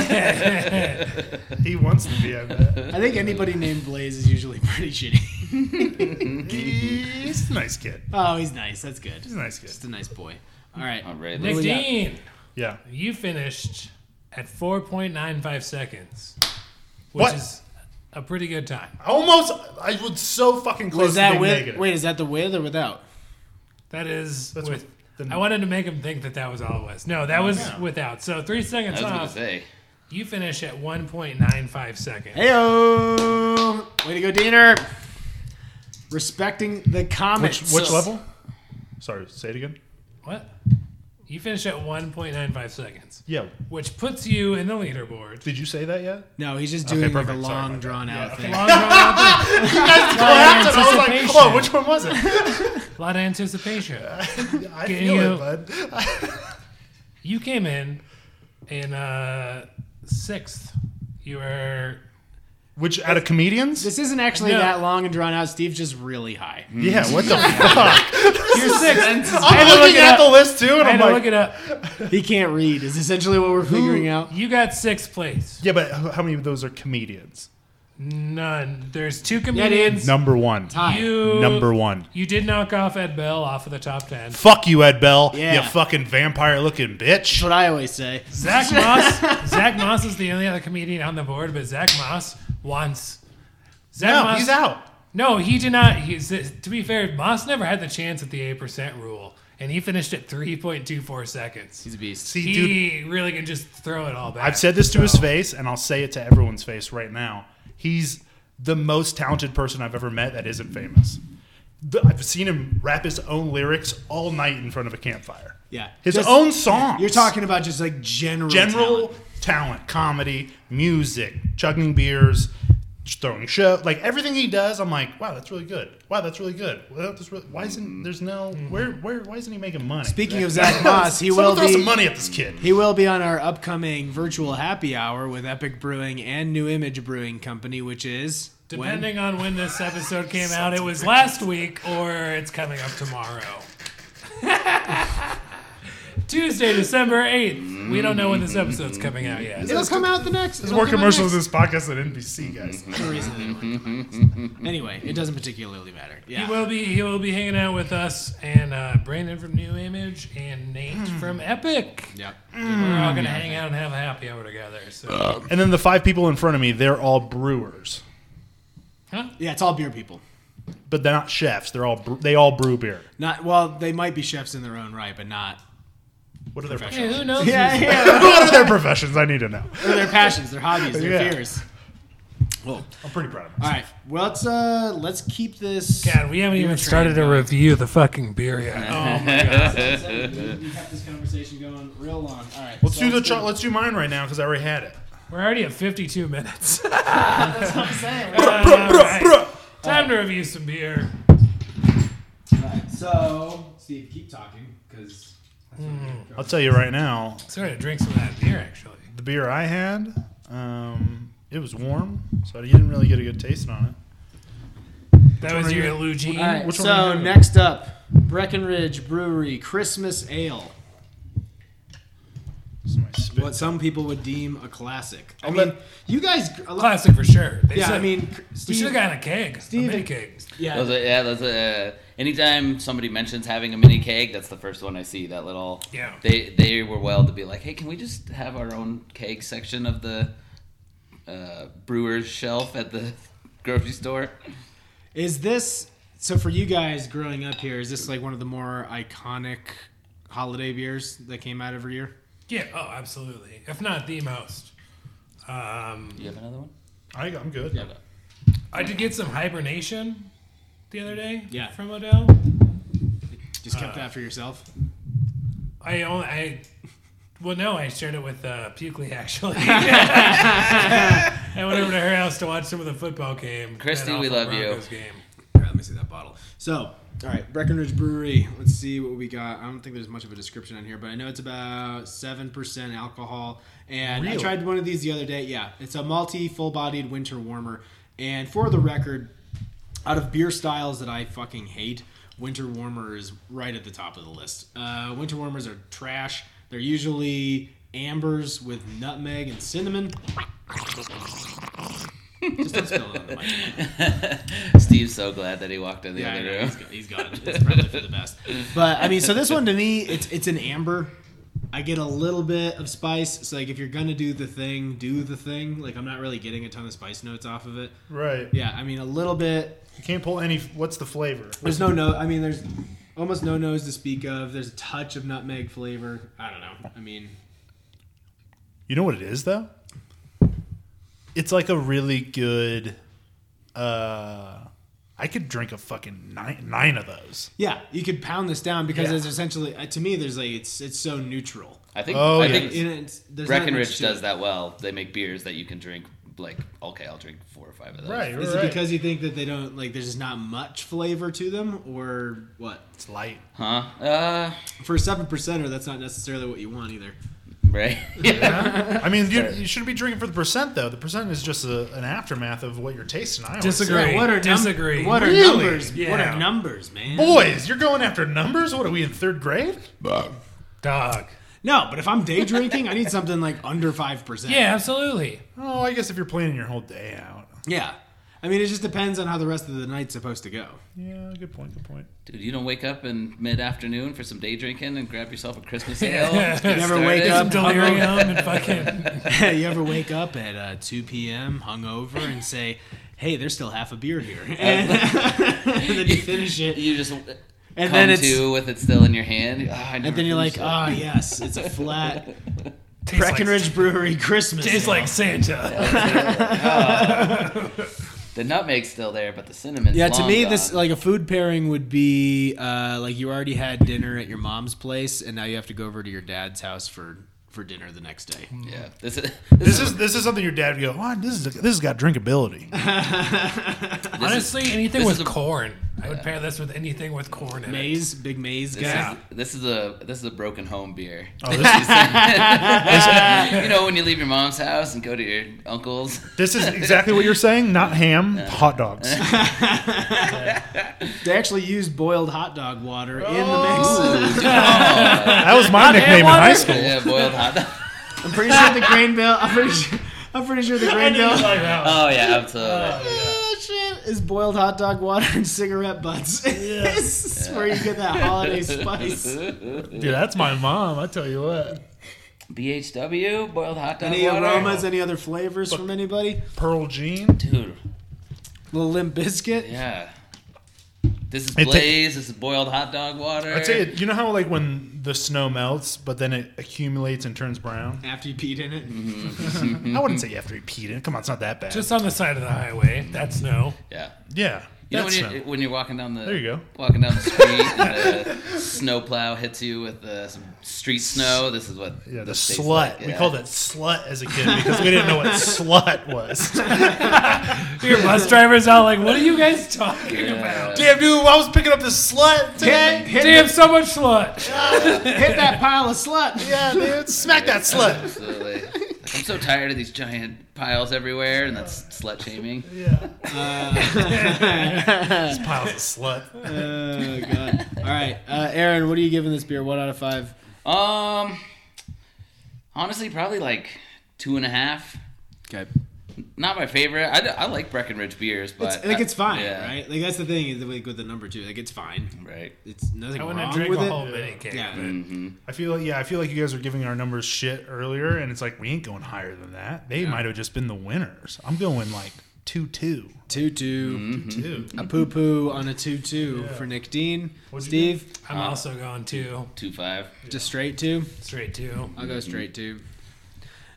S6: he wants to be, I bet.
S4: I think anybody named Blaze is usually pretty shitty.
S6: He's a nice kid.
S4: Oh, he's nice. That's good.
S6: He's a nice kid.
S4: Just a nice boy. All right.
S5: All right.
S1: Nick
S4: we
S5: let's-
S4: got?
S1: Dean,
S6: Yeah.
S1: you finished at 4.95 seconds, which
S6: What?
S1: is a pretty good time.
S6: Almost. I was so fucking close
S4: Was
S6: to
S4: that
S6: being
S4: with?
S6: negative.
S4: Wait, is that the with or without?
S1: That is
S6: That's
S1: with.
S6: with the-
S1: I
S6: Oh,
S1: wanted to make him think that that was all it was. No, that was without. So three seconds
S5: I was gonna
S1: off.
S5: say.
S1: You finish at 1.95 seconds.
S4: Heyo! Way to go, Diener. Respecting the
S6: Which,
S4: comments.
S6: which level? Sorry, say it again.
S1: What? You finish at 1.95 seconds,
S6: Yeah.
S1: which puts you in the leaderboard.
S6: Did you say that yet?
S4: No, he's just doing like a
S6: perfect. Sorry about
S4: long,
S6: that.
S4: drawn out thing.
S1: Long drawn out there.
S6: Clapped and I was like,
S1: anticipation.
S6: "Come on, which one was it?
S1: A lot of anticipation.
S6: I
S1: Can
S6: feel
S1: you-
S6: it, bud.
S1: You came in in uh, sixth. You were
S6: Which out of comedians?
S4: This isn't actually
S1: No.
S4: that long and drawn out. Steve's just really high.
S6: Yeah, what the fuck?
S1: you're sixth.
S4: had to
S6: I'm
S4: look
S6: looking
S4: it
S6: at
S4: up.
S6: the list too, and
S1: I had
S6: I'm
S1: to look
S6: like,
S1: it up.
S4: He can't read. Is essentially what we're figuring out.
S1: You got sixth place.
S6: yeah, but h- how many of those are comedians?
S1: None. There's two
S4: dude.
S1: comedians.
S6: Number one.
S4: Hi.
S1: You
S6: Number one.
S1: You did knock off Ed Bell off of the top ten.
S6: Fuck you, Ed Bell.
S4: Yeah.
S6: You fucking vampire looking bitch.
S4: That's what I always say.
S1: Zach Moss. Zach Moss is the only other comedian on the board, but Zach Moss once. Zach
S6: No,
S1: Moss,
S6: he's out.
S1: No, he did not. He's to be fair, Moss never had the chance at the eight percent rule, and he finished at three point two four seconds.
S4: He's a beast.
S6: See, dude,
S1: He really can just throw it all back.
S6: I've said this to
S1: So,
S6: his face, and I'll say it to everyone's face right now. He's the most talented person I've ever met that isn't famous. The- I've seen him rap his own lyrics all night in front of a campfire.
S4: Yeah.
S6: His
S4: Just-
S6: own songs.
S4: You're talking about just like general
S6: general
S4: talent.
S6: talent. comedy, music, chugging beers, just throwing show, like everything he does. I'm like, wow, that's really good. Wow, that's really good. Wow, that's really, why isn't there's no where where why isn't he making money?
S4: Speaking of Zach Moss, he
S6: Someone
S4: Mm-hmm. will
S6: throw
S4: be
S6: some money at this kid.
S4: he will be on our upcoming virtual happy hour with Epic Brewing and New Image Brewing Company, which is
S1: Depending on when this episode came out, it was last week or it's coming up tomorrow. Tuesday, December 8th. We don't know when this
S4: Mm-hmm.
S1: episode's coming out yet.
S4: It'll come out the next.
S6: There's more commercials in this podcast than NBC, guys.
S4: Anyway, it doesn't particularly matter.
S1: He
S4: Yeah.
S1: will be he will be hanging out with us and uh, Brandon from New Image and Nate
S4: Hmm.
S1: from Epic.
S4: Yep. Hmm.
S1: We're all gonna hang out and have a happy hour together. So
S4: Uh.
S6: And then the five people in front of me, they're all brewers,
S4: Yeah, it's all beer people.
S6: but they're not chefs. They're all bre- they all brew beer.
S4: Not well. They might be chefs in their own right, but not.
S6: What are their
S1: hey,
S6: professions?
S1: who knows?
S4: Yeah,
S1: who's-
S4: yeah.
S6: what are their professions? I need to know.
S4: They're their passions, their hobbies, their
S6: Yeah.
S4: fears. Well,
S6: I'm pretty proud of
S4: all
S6: myself.
S4: right. Well, let's uh, let's keep this.
S1: God, we haven't
S4: beer
S1: even
S4: train
S1: started to
S4: going.
S1: review the fucking beer yet. Oh my god.
S4: We kept this conversation going real long. All right.
S6: Let's do the chart. Let's do mine right now because I already had it.
S1: We're already at fifty two minutes.
S4: I'm saying.
S1: Alright. Time to review some beer.
S4: So, Steve, keep talking because
S6: I'll tell you right now,
S1: Sorry to drink some of that beer actually.
S6: the beer I had, um, it was warm, so you didn't really get a good taste on it.
S1: That was your Eugene.
S4: All right,
S6: Which one are we
S4: so
S6: doing?
S4: next up, Breckenridge Brewery Christmas Ale.
S6: This is my spit.
S4: What some people would deem a classic. I
S6: I'll
S4: mean,
S6: let-
S4: you guys, a lot,
S1: Classic for sure. They
S4: yeah.
S1: said-
S4: I mean,
S1: we should
S4: Steve,
S1: have gotten a keg.
S4: Steve-
S1: a mini keg.
S4: yeah,
S5: Those are- yeah, those are- anytime somebody mentions having a mini keg, that's the first one I see. That little
S1: Yeah.
S5: They they were well to be like, hey, can we just have our own keg section of the uh, brewer's shelf at the grocery store?
S4: Is this so for you guys growing up here? Is this like one of the more iconic holiday beers that came out every year?
S1: Yeah, oh, absolutely. If not the most. Um,
S5: You have another one?
S6: I, I'm good.
S1: I did get some hibernation the other day
S4: Yeah.
S1: from Odell.
S4: Just kept that for yourself.
S1: I only, I, well, no, I shared it with uh, Pukley actually. I went over to her house to watch some of the football game. that
S5: Christy, we
S1: awful
S5: love you.
S1: Broncos Game.
S4: Here, let me see that bottle. So, all right, Breckenridge Brewery. Let's see what we got. I don't think there's much of a description on here, but I know it's about seven percent alcohol. And I
S6: Really?
S4: tried one of these the other day. Yeah, it's a malty, full-bodied winter warmer. And for the record, out of beer styles that I fucking hate, winter warmer is right at the top of the list. Uh, winter warmers are trash. They're usually ambers with nutmeg and cinnamon. Just don't spill it on the mic.
S5: Steve's so glad that he walked in the
S4: Yeah,
S5: other
S4: yeah,
S5: room.
S4: he's got- he's got it. It's probably for the best. But I mean, so this one to me, it's it's an amber. I get a little bit of spice. So like, if you're gonna do the thing, do the thing. Like, I'm not really getting a ton of spice notes off of it.
S6: Right.
S4: Yeah, I mean, a little bit.
S6: You can't pull any. What's the flavor?
S4: There's no no. I mean, there's almost no nose to speak of. There's a touch of nutmeg flavor. I don't know. I mean,
S6: You know what it is though? It's like a really good uh I could drink a fucking nine, nine of those.
S4: yeah, you could pound this down because
S6: Yeah.
S4: it's essentially uh, to me. There's like it's it's so neutral.
S5: I think
S6: Oh,
S5: I
S6: yeah.
S5: think
S4: And it's, there's not much
S5: Breckenridge
S4: to
S5: does
S4: it.
S5: that well. They make beers that you can drink. Like, okay, I'll drink four or five of those.
S6: Right,
S4: Is
S6: right.
S4: it because you think that they don't like? There's just not much flavor to them, or what?
S6: it's light.
S5: Huh? Uh,
S4: for a seven percenter, that's not necessarily what you want either.
S5: right. Yeah.
S6: I mean, you, you shouldn't be drinking for the percent though. The percent is just a, an aftermath of what you're tasting. I always
S1: Disagree.
S6: say.
S1: Great.
S4: what are num-
S1: Disagree.
S4: what are
S6: Really?
S4: numbers? What
S1: Yeah.
S4: are numbers, man?
S6: Boys, you're going after numbers. What are we in third grade?
S1: Dog.
S4: No, but if I'm day drinking, I need something like under five percent.
S1: Yeah, absolutely.
S6: Oh, I guess if you're planning your whole day out.
S4: Yeah. I mean, it just depends on how the rest of the night's supposed to go.
S6: Yeah, good point. Good point.
S5: Dude, you don't wake up in mid afternoon for some day drinking and grab yourself a Christmas ale. Let's get
S1: You
S4: never
S5: started.
S4: wake up.
S1: Delirium and fucking.
S4: you ever wake up at uh, 2 p.m. hungover and say, "Hey, there's still half a beer here," and, then you finish it,
S5: You just
S4: and
S5: come
S4: then it's,
S5: to with it still in your hand. Ah, I never
S4: and then you're like,
S5: finished
S4: "Ah, yes, it's a flat
S1: Tastes like-
S4: Breckenridge Brewery Christmas."
S1: Tastes
S4: ale."
S1: like Santa.
S5: it." the nutmeg's still there, but the cinnamon's
S4: Yeah, to
S5: long
S4: me,
S5: gone.
S4: this like a food pairing would be uh, like you already had dinner at your mom's place, and now you have to go over to your dad's house for for dinner the next day.
S5: yeah, this is this,
S6: This
S5: is,
S6: is this is something your dad would go. Oh, this is this has got drinkability.
S5: this is-
S1: Honestly, anything
S5: this
S1: with
S5: is a-
S1: corn. I would pair this with anything with corn in it.
S4: Maze, big maze
S5: This,
S4: guy.
S5: is, this is a this is a broken home beer.
S6: Oh, this, is,
S5: you know when you leave your mom's house and go to your uncle's.
S6: this is exactly what you're saying. Not ham, hot dogs.
S4: They actually used boiled hot dog water in the mix.
S6: That was my nickname in high school.
S5: yeah, boiled hot dog.
S4: I'm pretty sure the grain bill. I'm pretty sure. I'm pretty sure the grain bill.
S5: Oh yeah, absolutely.
S4: Oh, shit, Is boiled hot dog water and cigarette butts. This is where you get that holiday spice.
S6: Dude, that's my mom. I tell you what.
S5: BHW boiled hot dog.
S4: Any
S5: water.
S4: aromas? Any other flavors from anybody?
S6: Pearl Jean.
S5: dude?
S4: Little limp biscuit.
S5: Yeah. This is
S6: It ta-
S5: blaze. this is boiled hot dog water.
S6: I'd say it, you know how like when the snow melts, but then it accumulates and turns brown.
S4: After you peed in it.
S6: I wouldn't say you have to repeat it. Come on, it's not that bad.
S1: Just on the side of the highway. That's no.
S5: Yeah.
S6: yeah,
S5: You know when
S6: that's
S5: you're,
S6: snow.
S5: when you're walking down the
S6: There you go.
S5: walking down the street and the snowplow hits you with uh, some street snow. This is what
S6: Yeah, the
S5: this tastes
S6: slut.
S5: like,
S6: We
S5: yeah.
S6: called it slut as a kid because we didn't know what slut was.
S1: Your bus driver's out like, what are you guys talking
S5: Yeah.
S6: Damn, dude, I was picking up the slut.
S4: Hit,
S6: Damn,
S4: hit,
S1: Damn, so much slut.
S4: hit that pile of slut.
S6: yeah, dude, smack that slut.
S5: Absolutely. Like, I'm so tired of these giant piles everywhere, and that's slut shaming.
S6: This pile's a slut.
S4: Oh god. All right, uh, Aaron, what are you giving this beer? One out of five.
S5: Um, honestly, probably like two and a half.
S8: Okay.
S5: Not my favorite. I, d- I like Breckenridge beers, but
S4: It's, like it's fine,
S5: yeah.
S4: right? Like that's the thing is like with the number two, like it's fine.
S5: Right.
S4: It's nothing
S1: I
S4: wrong
S1: wouldn't drink
S4: with
S1: a
S4: it.
S1: whole mini cake.
S4: yeah. Mm-hmm.
S6: I feel like yeah, I feel like you guys were giving our numbers shit earlier, and it's like we ain't going higher than that. They might have just been the winners. I'm going like two two
S4: Two two.
S5: Mm-hmm.
S6: two.
S4: A poo poo on a two two for Nick Dean.
S6: What'd you
S4: Steve,
S1: I'm also going two,
S5: Two five.
S4: just straight two.
S1: straight two.
S4: I'll go straight two.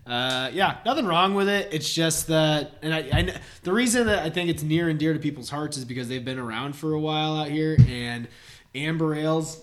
S4: Uh, yeah, nothing wrong with it. It's just that, and I, I kn- the reason that I think it's near and dear to people's hearts is because they've been around for a while out here, and amber ales.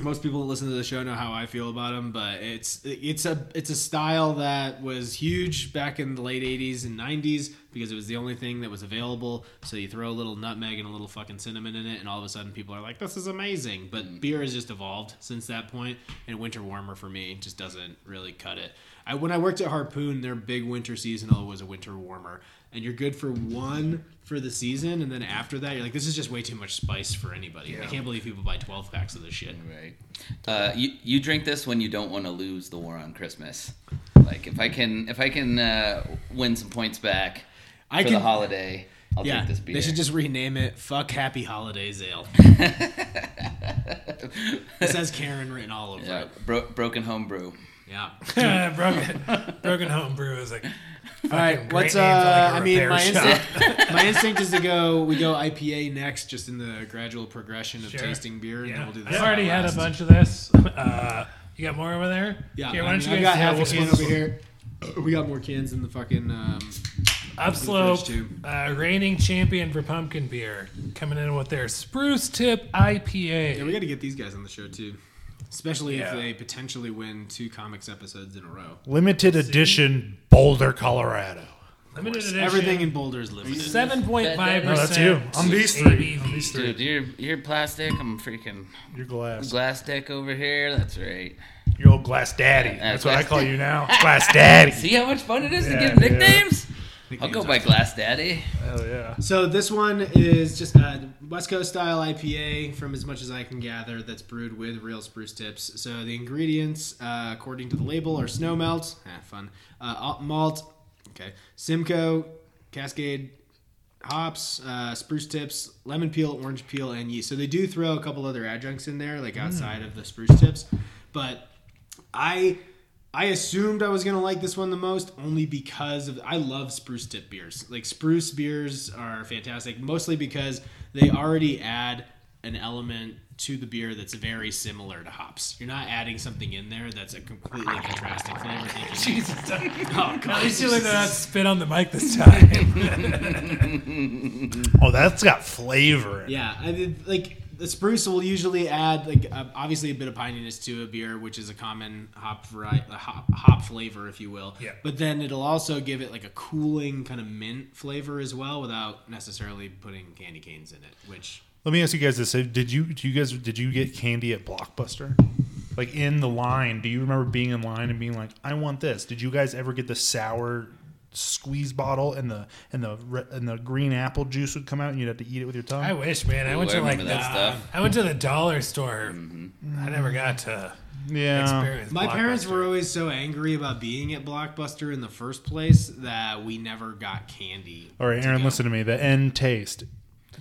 S4: Most people that listen to the show know how I feel about them, but it's it's a it's a style that was huge back in the late '80s and '90s because it was the only thing that was available. So you throw a little nutmeg and a little fucking cinnamon in it, and all of a sudden people are like, "This is amazing." But beer has just evolved since that point, and winter warmer for me just doesn't really cut it. I when I worked at Harpoon, their big winter seasonal was a winter warmer, and you're good for one for the season, and then after that, you're like, "This is just way too much spice for anybody." I can't believe people buy 12 packs of this shit.
S5: Right. Uh, you you drink this when you don't want to lose the war on Christmas. Like if I can if I can uh, win some points back
S4: I
S5: for
S4: can
S5: the holiday, I'll
S4: Yeah,
S5: drink this beer.
S4: they should just rename it "Fuck Happy Holidays Ale." it says Karen written all over
S5: yeah,
S4: it.
S5: Uh, bro- broken home brew.
S4: Yeah.
S1: broken, broken home brew is like.
S4: All right. What's uh?
S1: name for, like, a
S4: I mean,
S1: repair
S4: my
S1: shop.
S4: instinct, my instinct is to go. We go IPA next, just in the gradual progression of
S1: Sure.
S4: tasting beer, and
S1: Yeah.
S4: then we'll do this.
S1: I've already
S4: one
S1: had a
S4: last.
S1: bunch of this. Uh, you got more over there?
S4: Yeah.
S1: Here,
S4: I
S1: why don't
S4: mean,
S1: you
S4: I've
S1: guys
S4: got
S1: have
S4: half a
S1: what's
S4: can
S1: in
S4: over here. We got more cans in the fucking. Um,
S1: Upslope,
S4: Fridge, too.
S1: uh, reigning champion for pumpkin beer, coming in with their Spruce Tip
S4: yeah,
S1: IPA.
S4: we got to get these guys on the show too, especially
S1: Yeah.
S4: if they potentially win two comics episodes in a row.
S6: Limited edition Boulder, Colorado.
S1: Limited edition.
S4: Everything in Boulder is limited.
S1: Seven point five
S6: No,
S1: percent.
S6: that's you. I'm these three. I'm these
S5: Dude,
S6: three.
S5: you're you're plastic. I'm freaking
S6: Your glass.
S5: glass deck over here. That's right.
S6: Your old glass daddy. That's what I call you now. Glass daddy.
S5: See how much fun it is
S6: Yeah,
S5: to give
S6: dude.
S5: nicknames. I'll go by Glass Daddy.
S6: Hell yeah.
S4: So this one is just a West Coast style IPA, from as much as I can gather, that's brewed with real spruce tips. So the ingredients, uh, according to the label, are snow melt, eh, fun, uh, uh, malt, okay, Simcoe, Cascade, hops, uh, spruce tips, lemon peel, orange peel, and yeast. So they do throw a couple other adjuncts in there, like outside of the spruce tips, but I I assumed I was gonna like this one the most only because of I love spruce tip beers. Like spruce beers are fantastic, mostly because they already add an element to the beer that's very similar to hops. You're not adding something in there that's a completely contrasting flavor. Thank you.
S1: Jesus.
S4: Oh, God.
S1: At least you learned how to spit on the mic this time.
S6: Oh, that's got flavor. in it.
S4: Yeah, I did, like the spruce will usually add like uh, obviously a bit of pininess to a beer, which is a common hop variety, hop, hop flavor, if you will.
S1: Yeah.
S4: But then it'll also give it like a cooling kind of mint flavor as well, without necessarily putting candy canes in it. Which
S6: Let me ask you guys this: Did you do you guys did you get candy at Blockbuster? Like in the line, do you remember being in line and being like, "I want this"? Did you guys ever get the sour squeeze bottle and the and the re- and the green apple juice would come out and you'd have to eat it with your tongue?
S1: I wish, man. I
S5: Ooh,
S1: went
S5: I
S1: to like
S5: remember that
S1: the,
S5: stuff. Mm-hmm.
S1: I went to the dollar store. I never got to
S6: yeah,
S1: experience.
S4: my parents were always so angry about being at Blockbuster in the first place that we never got candy.
S6: All right, Aaron, listen to me. The end taste.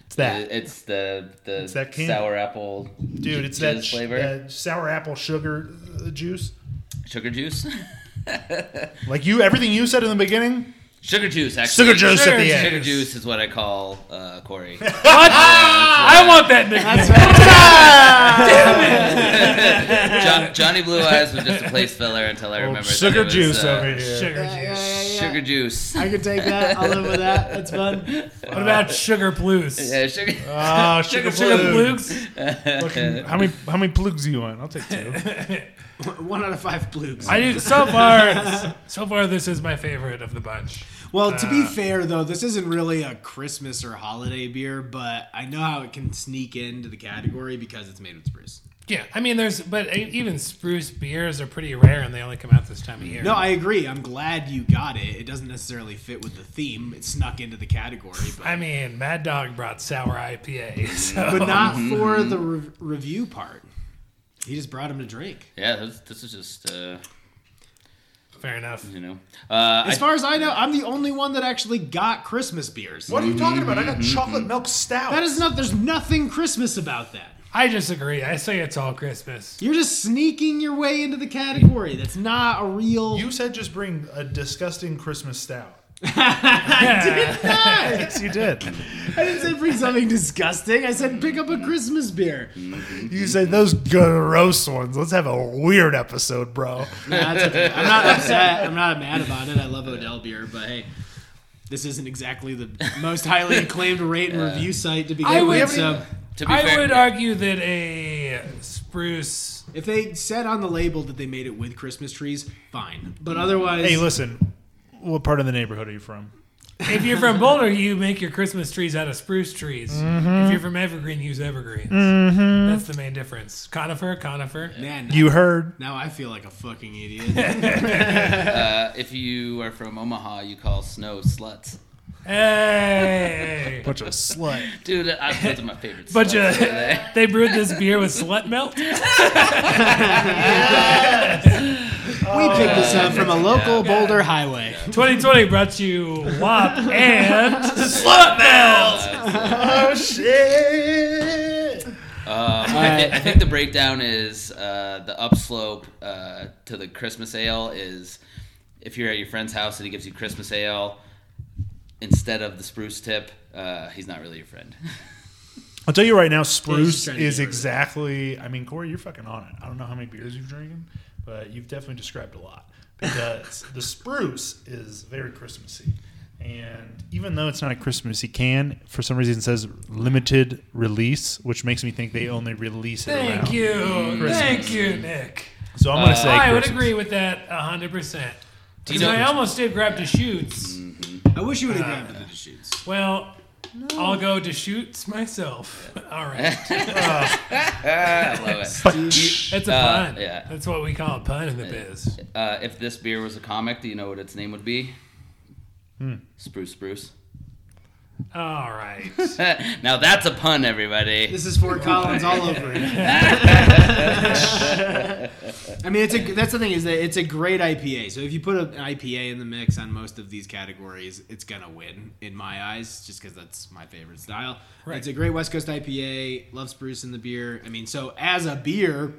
S6: It's that.
S5: Uh, It's the the
S6: It's that candy.
S5: sour apple
S6: Dude, it's
S5: jizz
S6: that, sh-
S5: flavor
S6: that sour apple sugar uh, juice.
S5: sugar juice.
S6: Like you, everything you said in the beginning.
S5: Sugar juice, actually.
S6: Sugar juice at the
S5: juice.
S6: end.
S5: Sugar juice is what I call uh, Corey.
S1: I want that nickname.
S5: Jo- Johnny Blue Eyes was just a place filler until I remember.
S6: Oh, Sugar juice over
S5: uh,
S6: here.
S1: Sugar juice.
S5: Sugar juice.
S4: I could take that. I'll live with that. That's fun.
S1: What about sugar blues?
S5: Yeah, sugar.
S6: Ah, sugar,
S1: Sugar
S6: plug.
S1: blues.
S6: Fucking- how many how many plugs do you want? I'll take two.
S4: One out of five bloops.
S1: I do so far. So far, this is my favorite of the bunch.
S4: Well, to
S6: Um,
S4: be fair though, this isn't really a Christmas or holiday beer, but I know how it can sneak into the category because it's made with spruce.
S1: Yeah, I mean, there's, but e, even spruce beers are pretty rare, and they only come out this time of year.
S4: No, I agree. I'm glad you got it. It doesn't necessarily fit with the theme. It snuck into the category, but,
S1: I mean, Mad Dog brought sour IPA, so
S4: but not for the re- review part. He just brought him to drink.
S5: Yeah, this, this is just uh,
S1: fair enough.
S5: you know. Uh,
S4: As
S5: I,
S4: far as I know, I'm the only one that actually got Christmas beers.
S6: What are you talking about? I got chocolate milk stout.
S4: That is not. There's nothing Christmas about that.
S1: I disagree. I say it's all Christmas.
S4: You're just sneaking your way into the category. That's not a real.
S6: you said just bring a disgusting Christmas stout.
S4: Nah.
S6: Yes, you did.
S4: I didn't say bring something disgusting. I said pick up a Christmas beer.
S6: You said those gross ones. Let's have a weird episode, bro.
S4: Nah, that's okay. I'm not upset. I'm not mad about it. I love Odell beer, but hey, this isn't exactly the most highly acclaimed rate and review site to begin
S1: I
S4: with.
S1: would-
S4: So
S5: to be
S1: I
S5: fair, uh,
S1: would argue that a spruce.
S4: if they said on the label that they made it with Christmas trees, fine. But otherwise,
S6: Hey, listen. What part of the neighborhood are you from?
S1: If you're from Boulder, you make your Christmas trees out of spruce trees.
S5: Mm-hmm.
S1: If you're from Evergreen, use evergreens. That's the main difference. Conifer, conifer.
S4: man,
S6: You heard.
S4: now I feel like a fucking idiot.
S5: uh, if you are from Omaha, you call snow sluts.
S1: Hey!
S6: Bunch of slut.
S5: Dude, I, those are my favorites.
S1: Bunch
S5: sluts Um,
S1: of-
S5: over there.
S1: They brewed this beer with slut melt.
S4: we picked this up from a
S1: Oh,
S4: local Boulder highway.
S1: 2020 brought to you WAP and
S5: slut bells.
S6: Oh shit!
S5: Um, I, thi- I think the breakdown is uh, the upslope uh, to the Christmas ale is if you're at your friend's house and he gives you Christmas ale instead of the spruce tip, uh, he's not really your friend.
S6: I'll tell you right now,
S4: just
S6: spruce
S4: trying to
S6: is
S4: get rid of it.
S6: exactly. I mean, Corey, you're fucking on it. I don't know how many beers you've drinking, but you've definitely described a lot because the spruce is very Christmassy. And even though it's not a Christmassy can, for some reason it says limited release, which makes me think they only release it
S1: thank
S6: around.
S1: you, thank you, Nick.
S6: So
S5: Uh,
S6: I'm gonna say
S1: I would
S6: Christmas.
S1: agree with that 100. percent
S5: you
S1: Because
S5: know- Mm.
S1: I almost did grab Deschutes.
S4: I wish you would have grabbed the shoots.
S1: Well, I'll go Deschutes myself. All right,
S5: Uh, I love it.
S1: that's a
S5: Uh,
S1: pun.
S5: yeah.
S1: That's what we call a pun in the biz.
S5: Uh, if this beer was a comic, do you know what its name would be? Spruce Spruce.
S1: All right.
S5: now that's a pun, everybody.
S4: This is Fort Collins all over it. I mean, it's a that's the thing is that it's a great IPA. So if you put a- an IPA in the mix on most of these categories, it's gonna win in my eyes, just because that's my favorite style. It's a great West Coast IPA. Love spruce in the beer. I mean, so as a beer,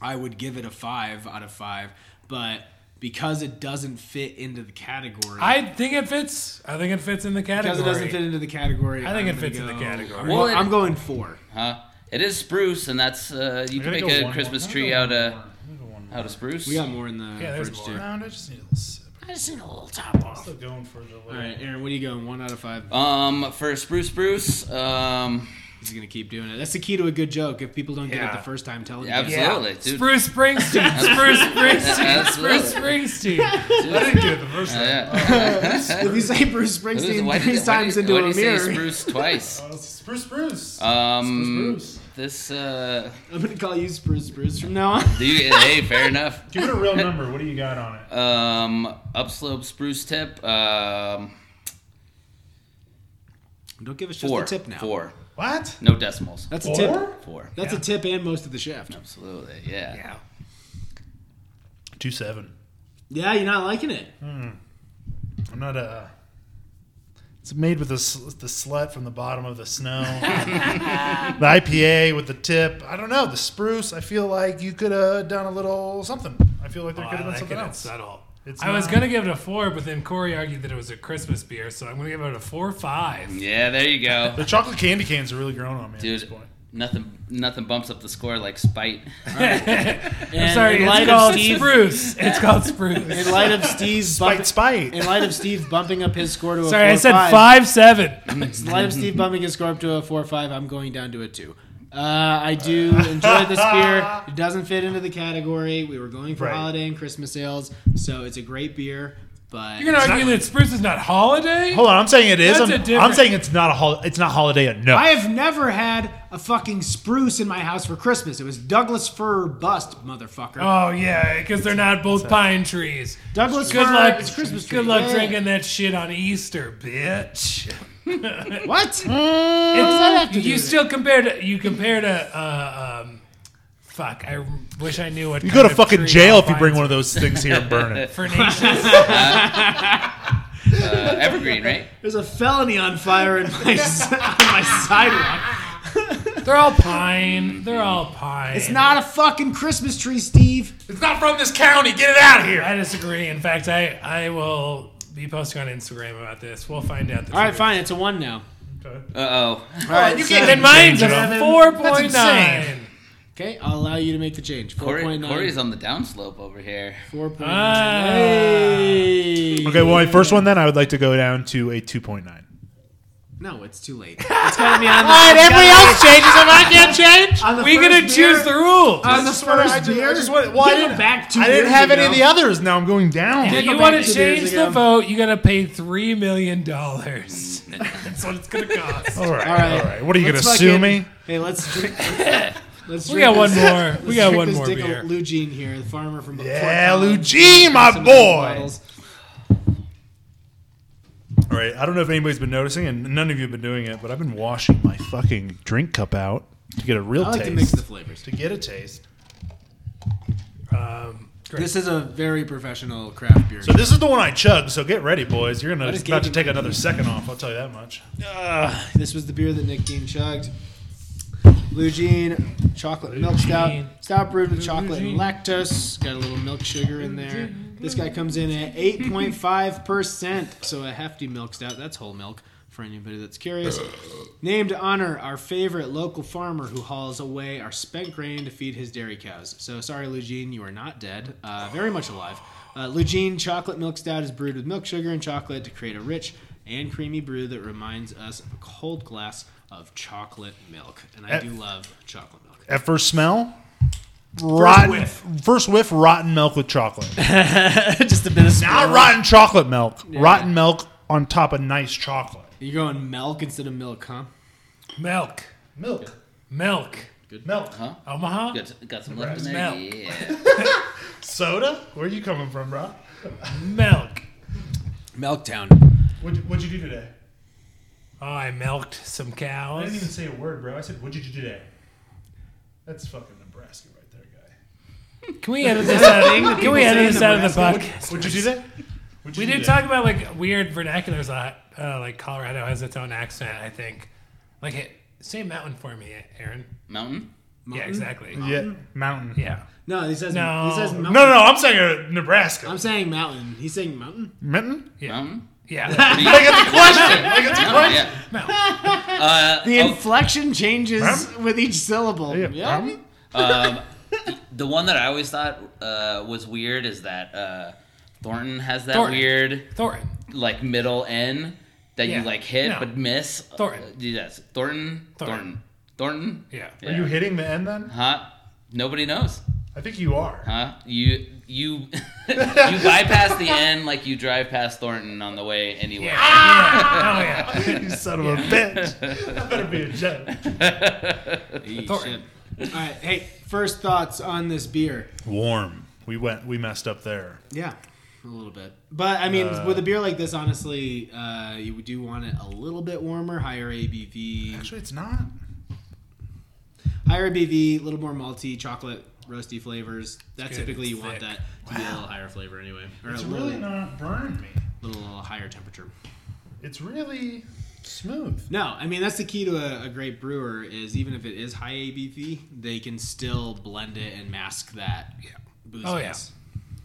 S4: I would give it a five out of five, but because it doesn't fit into the category,
S1: I think it fits. I think it fits in the category.
S4: because it doesn't fit into the category,
S1: I think
S4: I'm
S1: it
S4: gonna
S1: fits in the
S4: go-
S1: category.
S4: I'm,
S5: Well,
S4: go-
S5: it-
S4: I'm going four.
S5: Huh? It is spruce, and that's uh, you
S6: I'm
S5: can
S6: gonna
S5: make
S6: go one
S5: a
S6: more.
S5: Christmas
S6: I'm
S5: tree
S6: gonna
S5: out
S6: go
S5: of
S6: one more. I'm gonna go one more.
S5: out of spruce.
S4: We got more in the
S1: Yeah, there's
S4: fridge
S1: more.
S4: too.
S6: Round, I just need a little sip.
S1: I just need a little top off.
S6: Still going for the.
S4: All right, Aaron, what are you going? One out of five.
S5: Um, for spruce spruce, um,
S4: He's gonna keep doing it. That's the key to a good joke. If people don't get it
S6: Yeah.
S4: the first time, tell them. to get it.
S5: Absolutely, dude.
S1: Spruce Springsteen. Spruce Springsteen.
S5: Absolutely.
S1: Spruce Springsteen.
S6: I didn't get it the first time.
S5: Yeah.
S4: If you say Bruce
S5: Who's-
S4: Springsteen
S5: why did-
S4: three
S5: why
S4: times
S5: did-
S4: into
S5: why
S4: a
S5: did you say
S4: mirror,
S5: Spruce twice.
S6: Uh, Spruce Bruce.
S5: Um,
S6: Spruce.
S5: this uh,
S4: I'm gonna call you Spruce Bruce from now on.
S5: do you, hey, fair enough.
S6: Give it a real number. What do you got on it?
S5: Um, upslope spruce tip. Um,
S4: Don't give us just
S5: four.
S4: a tip now.
S5: Four.
S6: What?
S5: No decimals.
S4: That's a tip.
S6: Four?
S5: Four.
S4: That's a tip and most of the shaft.
S5: Absolutely. Yeah.
S6: Two seven.
S4: Yeah, you're not liking it.
S6: I'm not a. It's made with the sl- the slut from the bottom of the snow. the IPA with the tip. I don't know. The spruce. I feel like you could have done a little something. I feel like there
S1: Oh,
S6: could have
S1: I
S6: been
S1: like
S6: something
S1: it. It's
S6: else.
S1: subtle.
S6: It's
S1: I was
S6: not-
S1: gonna give it a four, but then Corey argued that it was a Christmas beer, so I'm gonna give it a four five.
S5: Yeah. There you go,
S6: The chocolate candy cans are really growing on me at this
S5: dude.
S6: point.
S5: Nothing. Nothing bumps up the score like spite.
S4: And
S1: Sorry,
S4: in
S1: it's
S4: light
S1: called
S4: of Steve,
S1: Spruce. It's called Spruce.
S4: in light of Steve's bump,
S6: Spite, spite.
S4: in light of Steve bumping up his score to a
S1: Sorry,
S4: four
S1: I said
S4: five,
S1: five seven.
S4: In light of Steve bumping his score up to a four five, I'm going down to a two. Uh, I do enjoy this beer. It doesn't fit into the category. We were going for
S6: Right.
S4: holiday and Christmas sales, so it's a great beer. But
S1: You're gonna argue that Spruce is not holiday?
S6: Hold on, I'm saying it is.
S1: That's
S6: I'm,
S1: a different-
S6: I'm saying it's not a hol- it's not holiday at no.
S4: I have never had a fucking spruce in my house for Christmas. It was Douglas fir bust, motherfucker.
S1: Oh yeah, because they're not both pine trees.
S4: Douglas
S1: Good
S4: fir
S1: luck.
S4: is Christmas tree.
S1: Good luck
S4: Yeah.
S1: drinking that shit on Easter, bitch.
S4: What?
S1: It's,
S4: to do
S1: you
S4: with
S1: still compared to, you compared to uh, um, fuck. I wish I knew what.
S6: You go to fucking jail if you bring one of those things here and burn it.
S1: Fernacious.
S5: Uh, evergreen, right?
S4: There's a felony on fire in my s- on my sidewalk.
S1: they're all pine. They're all pine.
S4: It's not a fucking Christmas tree, Steve.
S6: It's not from this county. Get it out of here.
S1: I disagree. In fact, I I will be posting on Instagram about this. We'll find out. The
S4: All right,
S1: truth.
S4: fine. It's a one now.
S5: Uh oh.
S4: All right, you
S1: Then mine's
S6: Seven.
S1: a four point
S6: insane.
S1: nine.
S4: Okay, I'll allow you to make the change. Four
S5: Corey,
S4: point
S5: Corey's
S4: nine.
S5: on the downslope over here.
S4: Four point
S1: Ah.
S4: nine. Hey.
S6: Okay, well, my first one then I would like to go down to a 2.9.
S4: No, it's too late. It's gotta be on. All right, everybody
S1: else changes if I can't change.
S4: On the
S1: We
S4: first
S1: gonna
S4: beer-
S1: choose the rule.
S4: on the
S6: just wanna- I
S4: first
S6: just- I
S4: beer.
S6: just wanna- well, I
S4: You go
S6: didn't-
S4: back two
S6: I didn't
S4: years
S6: have any
S4: ago.
S6: of the others. Now I'm going down.
S1: If
S4: go
S1: you
S4: back
S1: want to
S4: two
S1: change
S4: years
S1: the
S4: ago.
S1: vote, you got to pay $3 million. That's what it's going to cost.
S6: All right, all
S4: All right.
S6: right. What are you going
S4: Let's
S6: to sue
S4: fucking-
S6: me?
S4: Hey, let's drink. let's
S1: We got
S4: drink
S1: one
S4: this-
S1: more. We got
S4: let's drink
S1: one
S4: this
S1: more
S4: Dick
S1: beer.
S4: Lou Jean here, the farmer from Fort
S6: Yeah,
S4: Collins.
S6: Lou Jean, my
S4: Some of those
S6: boy.
S4: bottles.
S6: All right. I don't know if anybody's been noticing, and none of you have been doing it, but I've been washing my fucking drink cup out to get a real
S4: I like
S6: taste.
S4: to mix the flavors.
S6: To get a taste.
S1: Um, great.
S4: This is a very professional craft beer.
S6: So this is the one I chugged. So get ready, boys. You're gonna
S4: is
S6: about to
S4: Gabe-
S6: take another second off. I'll tell you that much.
S4: Ugh, this was the beer that Nick Dean chugged. Blue Jean, chocolate milk stout.
S1: Jean.
S4: Stout brewed with chocolate and lactose. Got a little milk sugar in there. This guy comes in at 8.5%, so a hefty milk stout. That's whole milk for anybody that's curious. Named to honor our favorite local farmer who hauls away our spent grain to feed his dairy cows. So sorry, Lou Jean, you are not dead. Uh, very much alive. Uh, Lou Jean chocolate milk stout is brewed with milk sugar and chocolate to create a rich and creamy brew that reminds us of a cold glass of chocolate milk. And I
S6: Eh.
S4: do love chocolate milk.
S6: At first smell, rotten.
S4: whiff.
S6: first whiff, rotten milk with chocolate.
S4: Just a bit of
S6: Not rotten chocolate milk. Rotten milk on top of nice chocolate.
S4: You're going milk instead of milk, huh?
S1: Milk.
S6: Milk.
S1: Milk.
S6: Milk.
S1: Omaha?
S5: Got, got some left in there.
S1: Smell.
S5: Yeah.
S6: Soda? Where are you coming from, bro?
S1: Milk.
S4: Milktown.
S6: What'd, what'd you do today?
S1: Oh, I milked some
S6: I didn't even
S1: cows.
S6: say a word, bro. I said, what'd you do today? That's fucking Nebraska right there, guy.
S1: Can we edit this out? Can we
S4: people say
S1: edit
S4: in
S1: this out of the
S4: Nebraska?
S1: podcast?
S6: What'd you do today? What'd you
S1: We
S6: do
S1: did
S6: today?
S1: talk about like weird vernaculars a lot. Uh, like Colorado has its own accent, I think. Like, hey, say mountain for me, Aaron.
S5: Mountain.
S1: Yeah, exactly.
S6: Yeah, mountain.
S1: Yeah.
S4: No, he says
S1: No.
S4: He says mountain.
S6: No, no, no. I'm saying uh, Nebraska.
S4: I'm saying mountain. He's saying mountain.
S6: Mountain?
S5: Mountain.
S1: Yeah.
S6: I got the question. I got the
S5: Mountain.
S6: question.
S5: Yeah.
S1: Mountain.
S4: The
S5: Oh.
S4: inflection changes
S6: Mountain?
S4: with each syllable.
S6: Yeah,
S4: Yeah.
S6: mountain?
S5: Um, the one that I always thought uh, was weird is that uh, Thornton has that
S1: Thornton.
S5: weird
S1: Thornton.
S5: like middle N that
S1: Yeah.
S5: you like hit
S1: No.
S5: but miss.
S1: Thornton.
S5: Uh, yes, Thornton. Thornton.
S1: Thornton.
S5: Thornton?
S1: Yeah.
S6: Are you
S5: Yeah.
S6: hitting the end then?
S5: Huh? Nobody knows.
S6: I think you are.
S5: Huh? You you you bypass the end like you drive past Thornton on the way anyway.
S1: Yeah. yeah. Oh, yeah.
S6: you son of a bitch. That better be a joke.
S5: Eesh.
S1: Thornton.
S4: All right. Hey, first thoughts on this beer?
S6: Warm. We went. We messed up there.
S4: Yeah, a little bit. Uh, But I mean, with a beer like this, honestly, uh, you do want it a little bit warmer, higher ABV,
S6: Actually, it's not.
S4: higher ABV, a little more malty, chocolate, roasty flavors. That's
S1: good,
S4: typically
S1: it's
S4: you want
S1: thick.
S4: that to be a little higher flavor anyway, or
S6: It's
S4: a little,
S6: really not burning me.
S4: little higher temperature.
S6: It's really smooth.
S4: No, I mean that's the key to a, a great brewer is even if it is high ABV, they can still blend it and mask that. Yeah.
S1: Oh, yeah.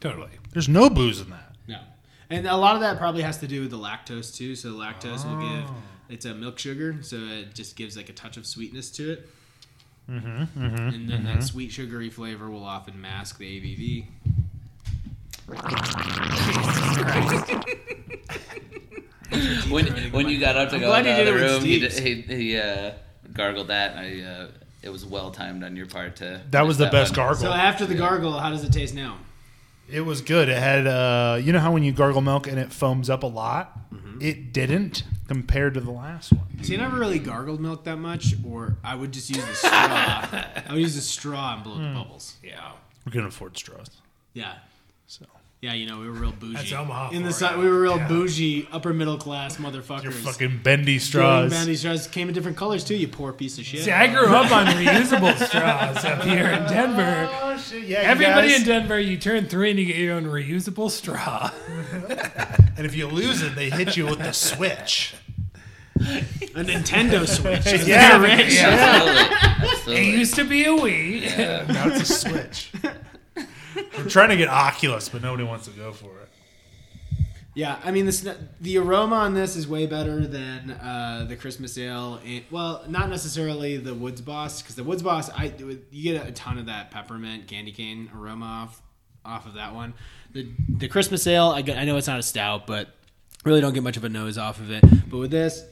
S1: Totally.
S6: There's no booze in that.
S4: No. And a lot of that probably has to do with the lactose too. So lactose will give it's a milk sugar, so it just gives like a touch of sweetness to it. Mm-hmm, and then that sweet sugary flavor will often mask the ABV.
S5: When when you got up to go
S4: glad
S5: in
S4: you
S5: the
S4: did it with
S5: other room, he,
S4: Steve's.
S5: d- he, he uh, gargled that. And I uh, it was well timed on your part to.
S6: That was the best
S5: one.
S6: gargle.
S4: So after the gargle, how does it taste now?
S6: It was good. It had, uh, you know how when you gargle milk and it foams up a lot? It didn't compared to the last one.
S4: See, I never really gargled milk that much, or I would just use the straw. I would use the straw and blow the bubbles.
S1: Yeah.
S6: We couldn't afford straws.
S4: Yeah.
S6: So
S4: Yeah, you know, we were real bougie.
S1: That's Omaha
S4: In the
S1: for
S4: si-
S1: you.
S4: we were real
S1: Yeah.
S4: bougie, upper middle class motherfuckers.
S6: your fucking
S4: Throwing
S6: bendy straws.
S4: Bounty straws came in different colors too. You poor piece of shit.
S1: See, I grew up on reusable straws up here in Denver.
S6: Oh, shit, yeah, you
S1: Everybody
S6: guys.
S1: in Denver, you turn three and you get your own reusable straw.
S6: and if you lose it, they hit you with the switch.
S4: A Nintendo Switch.
S6: Yeah,
S4: Rich.
S5: Absolutely.
S1: It
S5: Absolutely.
S1: used to be a Wii.
S6: Now it's a switch. We're trying to get Oculus, but nobody wants to go for it.
S4: Yeah, I mean the sn- the aroma on this is way better than uh, the Christmas ale. And, well, not necessarily the Woods Boss because the Woods Boss, I you get a ton of that peppermint candy cane aroma off off of that one. The the Christmas ale, I, get- I know it's not a stout, but really don't get much of a nose off of it. But with this.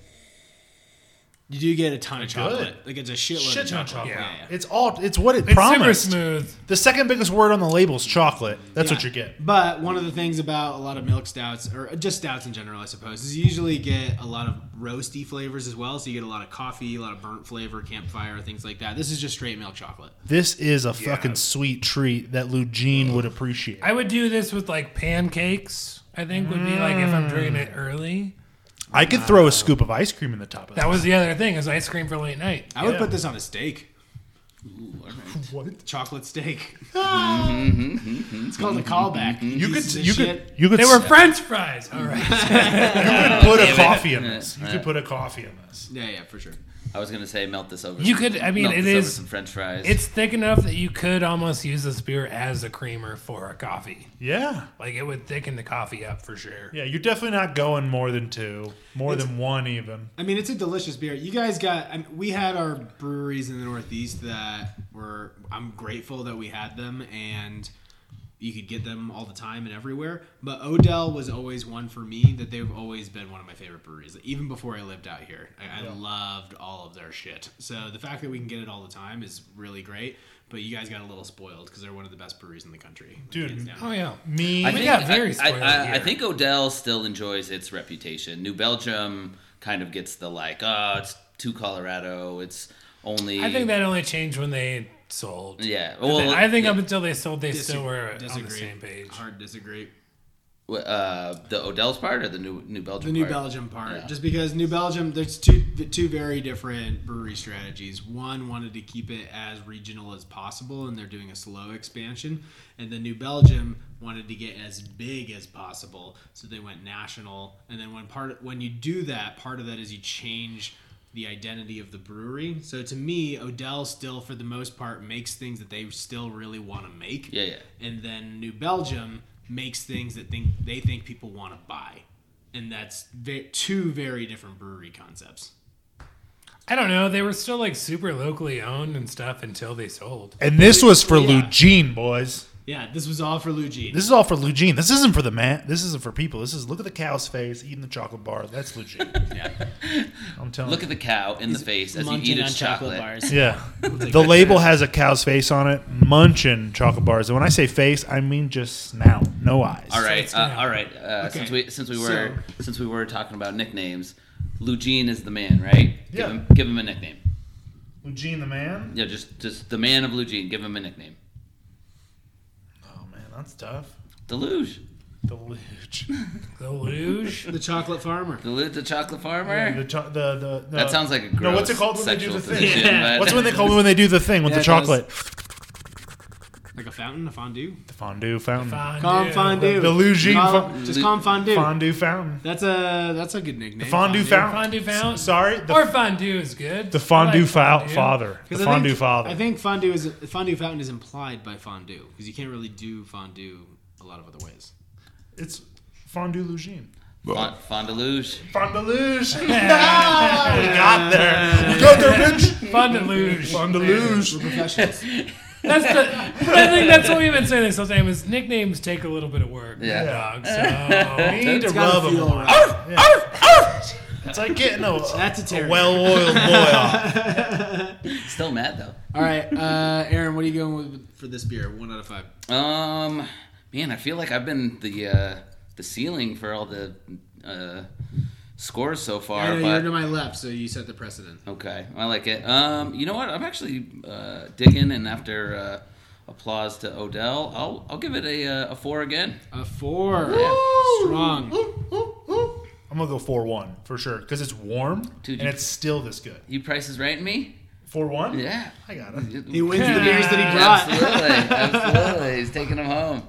S4: You do get a ton of chocolate. Like it's a shitload
S6: Shit
S4: of
S6: ton
S4: chocolate.
S6: of chocolate.
S4: Yeah, yeah.
S6: It's all. It's what it
S1: It's
S6: promised.
S1: super smooth.
S6: The second biggest word on the label is chocolate. That's what
S4: Yeah.
S6: you get.
S4: But one of the things about a lot of milk stouts, or just stouts in general, I suppose, is you usually get a lot of roasty flavors as well. So you get a lot of coffee, a lot of burnt flavor, campfire, things like that. This is just straight milk chocolate.
S6: This is a fucking sweet treat that Lou Jean would appreciate.
S1: I would do this with like pancakes. I think would be like if I'm drinking it
S6: Mm.
S1: early.
S6: I could throw a scoop of ice cream in the top of that.
S1: That was the other thing is ice cream for late night.
S4: I would put this on a steak,
S6: What?
S4: chocolate steak. it's called a callback.
S6: You could.
S4: piece of
S6: You
S4: shit.
S6: could. You could.
S1: They were
S6: s-
S1: French fries. All right.
S6: put a coffee in this. You could put a coffee in this.
S4: Yeah, yeah, for sure.
S5: I was gonna say melt this over.
S1: You
S5: some-
S1: could- I mean,
S5: melt
S1: it
S5: this over
S1: is-
S5: some French fries.
S1: It's thick enough that you could almost use this beer as a creamer for a coffee.
S6: Yeah.
S1: Like it would thicken the coffee up for sure.
S6: Yeah. You're definitely not going more than two, more than one even.
S4: I mean, it's a delicious beer. You guys got. I mean, we had our breweries in the Northeast that were. I'm grateful that we had them, and you could get them all the time and everywhere. But Odell was always one for me that they've always been one of my favorite breweries, even before I lived out here. I, I loved all of their shit. So the fact that we can get it all the time is really great. But you guys got a little spoiled because they're one of the best breweries in the country, like,
S6: Dude,
S4: hands down.
S1: Oh yeah.
S6: Me.
S5: I
S1: We
S5: think,
S1: got very
S5: I,
S1: spoiled
S5: I, I, I
S1: here.
S5: think Odell still enjoys its reputation. New Belgium kind of gets the like, oh, it's too Colorado. It's only.
S1: I think that only changed when they sold.
S5: Yeah. Well,
S1: I think up until they sold, they still were on
S4: Disagree.
S1: the same page.
S4: Hard disagree.
S5: uh, the Odell's part or the New New Belgium.
S4: The New
S5: part?
S4: Belgium part,
S5: Yeah.
S4: just because New Belgium, there's two two very different brewery strategies. One wanted to keep it as regional as possible, and they're doing a slow expansion. And the New Belgium wanted to get as big as possible, so they went national. And then when part when you do that, part of that is you change the identity of the brewery. So to me, Odell still, for the most part, makes things that they still really want to make
S5: Yeah, yeah.
S4: and then New Belgium makes things that think they think people want to buy, and that's ve- two very different brewery concepts.
S1: I don't know. They were still like super locally owned and stuff until they sold.
S6: And this was for
S4: Yeah.
S6: Lou Jean, boys.
S4: Yeah, this was all for Luigi.
S6: This is all for Lugene. This isn't for the man. This isn't for people. This is look at the cow's face eating the chocolate bar. That's Lugene. yeah. I'm telling
S5: Look at the cow in the face as you eat
S4: Munching on
S5: its
S4: chocolate,
S5: chocolate.
S6: you.
S4: bars.
S6: Yeah. the label has a cow's face on it, munching chocolate bars. And when I say face, I mean just snout, no eyes.
S5: All right,
S1: it's
S5: uh,
S1: now.
S5: all right. Uh, Since we since we were since we were talking about nicknames, Lugene is the man, right?
S6: Yeah.
S5: Give him give him a nickname.
S6: Lugene the man.
S5: Yeah, just just the man of Lugene. Give him a nickname.
S6: Oh man, that's tough.
S5: Deluge.
S6: The luge.
S1: The luge.
S4: The chocolate farmer.
S5: Deluge the chocolate farmer.
S6: The cho- the, the, the-
S5: That sounds like a gross
S6: uh, No, what's it called when they do
S5: sexual
S6: the thing?
S5: position.
S4: Yeah.
S5: but-
S6: What's when they call me when they do the thing with
S4: Yeah,
S6: the
S4: it
S6: chocolate?
S4: Like a fountain, a fondue.
S6: The fondue fountain.
S1: Fondue.
S4: Calm fondue.
S6: The Luigi
S4: Call-
S6: fo-
S4: Just calm fondue.
S6: Fondue fountain.
S4: That's a that's a good nickname.
S6: Fondue fountain.
S1: Fondue fountain.
S6: S- Sorry. The,
S1: or fondue is good.
S6: the fondue,
S1: I like
S6: fa- father. The
S4: 'Cause I
S6: fondue
S4: think-
S6: father.
S4: I think fondue is fondue fountain is implied by fondue because you can't really do fondue a lot of other ways.
S6: it's fondue Lugene.
S5: Fond, Fond du Luge.
S6: Fondue luge. we got there. We got there, bitch.
S1: Fondue luge.
S6: Fondue luge.
S4: We're professionals.
S1: That's the. But I think that's what we've been saying this whole time is nicknames take a little bit of work.
S5: Yeah.
S1: Dog, so.
S6: We need to
S4: gotta
S6: rub 'em
S4: feel
S6: a lot. Yeah. It's like getting a,
S4: That's a terrier.
S6: well-oiled boy off.
S5: Still mad though.
S4: All right, uh, Aaron, what are you going with for this beer? One out of five.
S5: Um, man, I feel like I've been the uh, the ceiling for all the uh, scores so
S4: I
S5: far.
S4: know
S5: but
S4: you're to my left, so you set the precedent.
S5: Okay, I like it. Um, you know what? I'm actually uh, digging, and after uh, applause to Odell, I'll I'll give it a uh, a four again.
S4: A four.
S5: Yeah.
S4: Strong.
S6: I'm gonna go four one for sure because it's warm
S5: Dude,
S6: and
S5: you-
S6: it's still this good.
S5: You price is right, me?
S6: Four one.
S5: Yeah.
S6: I got it.
S4: He wins the beers that he brought.
S5: Absolutely, absolutely. He's taking them home.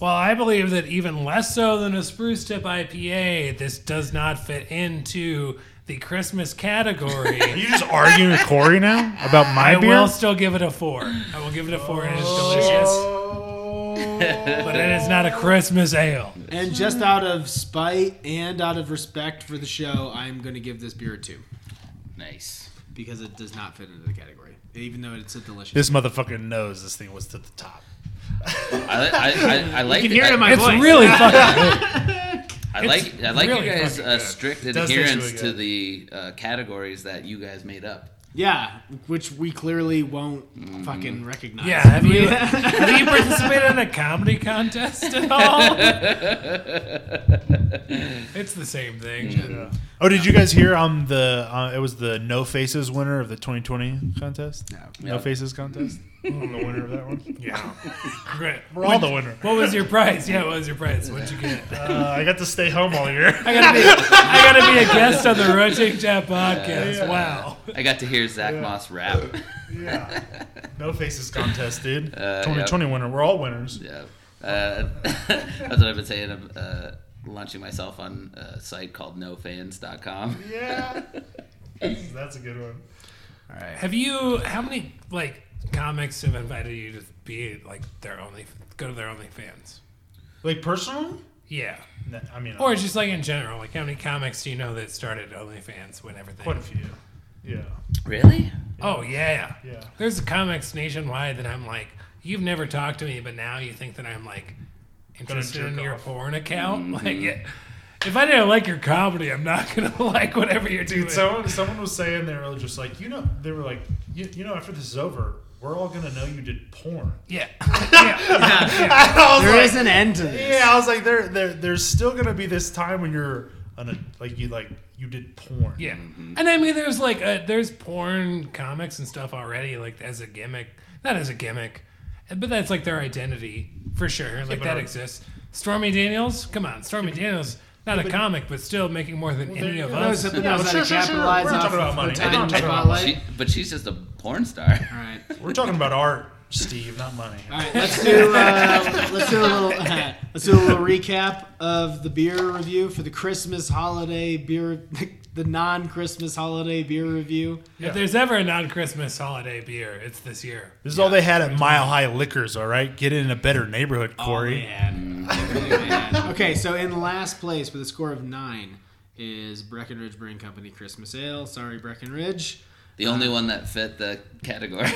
S1: Well, I believe that even less so than a spruce tip IPA, this does not fit into the Christmas
S6: Are
S1: category.
S6: you just arguing with Corey now about my
S1: I
S6: beer?
S1: will still give it a four. I will give it a four. It is delicious,
S6: Oh.
S1: but it is not a Christmas ale.
S4: And just out of spite and out of respect for the show, I'm going to give this beer a two
S5: Nice.
S4: because it does not fit into the category, even though it's a delicious.
S6: This motherfucker knows this thing was to the top.
S5: I, li- I, I, I like.
S4: you can hear it in my
S5: I,
S1: It's
S4: voice.
S1: really fucking.
S5: I like. I like
S1: really
S5: you guys'
S1: fucking
S5: uh,
S6: good.
S5: strict
S6: It does taste
S5: adherence
S6: really
S5: to the uh, categories that you guys made up.
S4: Yeah, which we clearly won't fucking recognize.
S1: Yeah, have you have you participated in a comedy contest at all? it's the same thing.
S6: Oh, did you guys hear? Um, the uh, it was the No Faces winner of the 2020 contest. No,
S5: Yeah.
S6: Faces contest. I'm the winner of that one.
S1: Yeah, great.
S6: We're all the winner.
S1: What was your prize? Yeah, what was your prize? What'd you get?
S6: Uh, I got to stay home all year.
S1: I gotta be, I gotta be a guest on the Rotating Chat podcast. Wow.
S5: I got to hear Zach Moss rap.
S6: yeah. No Faces contest, dude.
S5: yeah.
S6: 2020 winner. We're all winners.
S5: Yeah. Uh, that's what I've been saying. I'm uh, launching myself on a site called nofans.com.
S6: Yeah. That's a good one.
S1: Have you? How many like comics have invited you to be like their only go to their only fans?
S6: Like personally,
S1: Yeah,
S6: No, I mean, uh,
S1: or just like in general, like how many comics do you know that started OnlyFans when everything?
S6: quite a few. Yeah.
S5: Really?
S1: Oh yeah,
S6: Yeah.
S1: There's comics nationwide that I'm like, you've never talked to me, but now you think that I'm like interested
S6: jerk
S1: in your
S6: off. Mm-hmm.
S1: porn account. Like, yeah. if I didn't like your comedy, I'm not gonna like whatever you're doing.
S6: Dude, someone someone was saying they were just like, you know, they were like, you, you know, after this is over, we're all gonna know you did porn.
S1: yeah, yeah.
S6: I was
S4: There
S6: like,
S4: is an end to this.
S6: yeah, I was like, there, there, there's still gonna be this time when you're an like you like you did porn.
S1: Yeah,
S6: Mm-hmm.
S1: and I mean, there's like uh there's porn comics and stuff already, like as a gimmick, not as a gimmick, but that's like their identity for sure. Like
S6: but
S1: that
S6: are-
S1: exists. Stormy Daniels, come on, Stormy Daniels, not a comic, but still making more than any
S6: there-
S1: of
S4: That was
S1: us.
S4: something
S6: Yeah,
S4: that was
S6: sure,
S4: how to
S6: sure, sure.
S4: capitalize
S6: We're not
S4: off
S6: talking
S4: of
S6: about money.
S4: the
S6: I
S4: time
S6: didn't talk about
S4: spotlight.
S5: She, but she's just a porn star.
S4: All right.
S6: We're talking about art, Steve, not money.
S4: All right, let's do uh, let's do a little let's do a little recap of the beer review for the Christmas holiday beer, the non-Christmas holiday beer review.
S1: If there's ever a non-Christmas holiday beer, it's this year.
S6: This is all they had at Mile High Liquors. All right, get in a better neighborhood,
S4: Oh,
S6: Corey.
S4: Okay, so in last place with a score of nine is Breckenridge Brewing Company Christmas Ale. Sorry, Breckenridge.
S5: The only one that fit the category.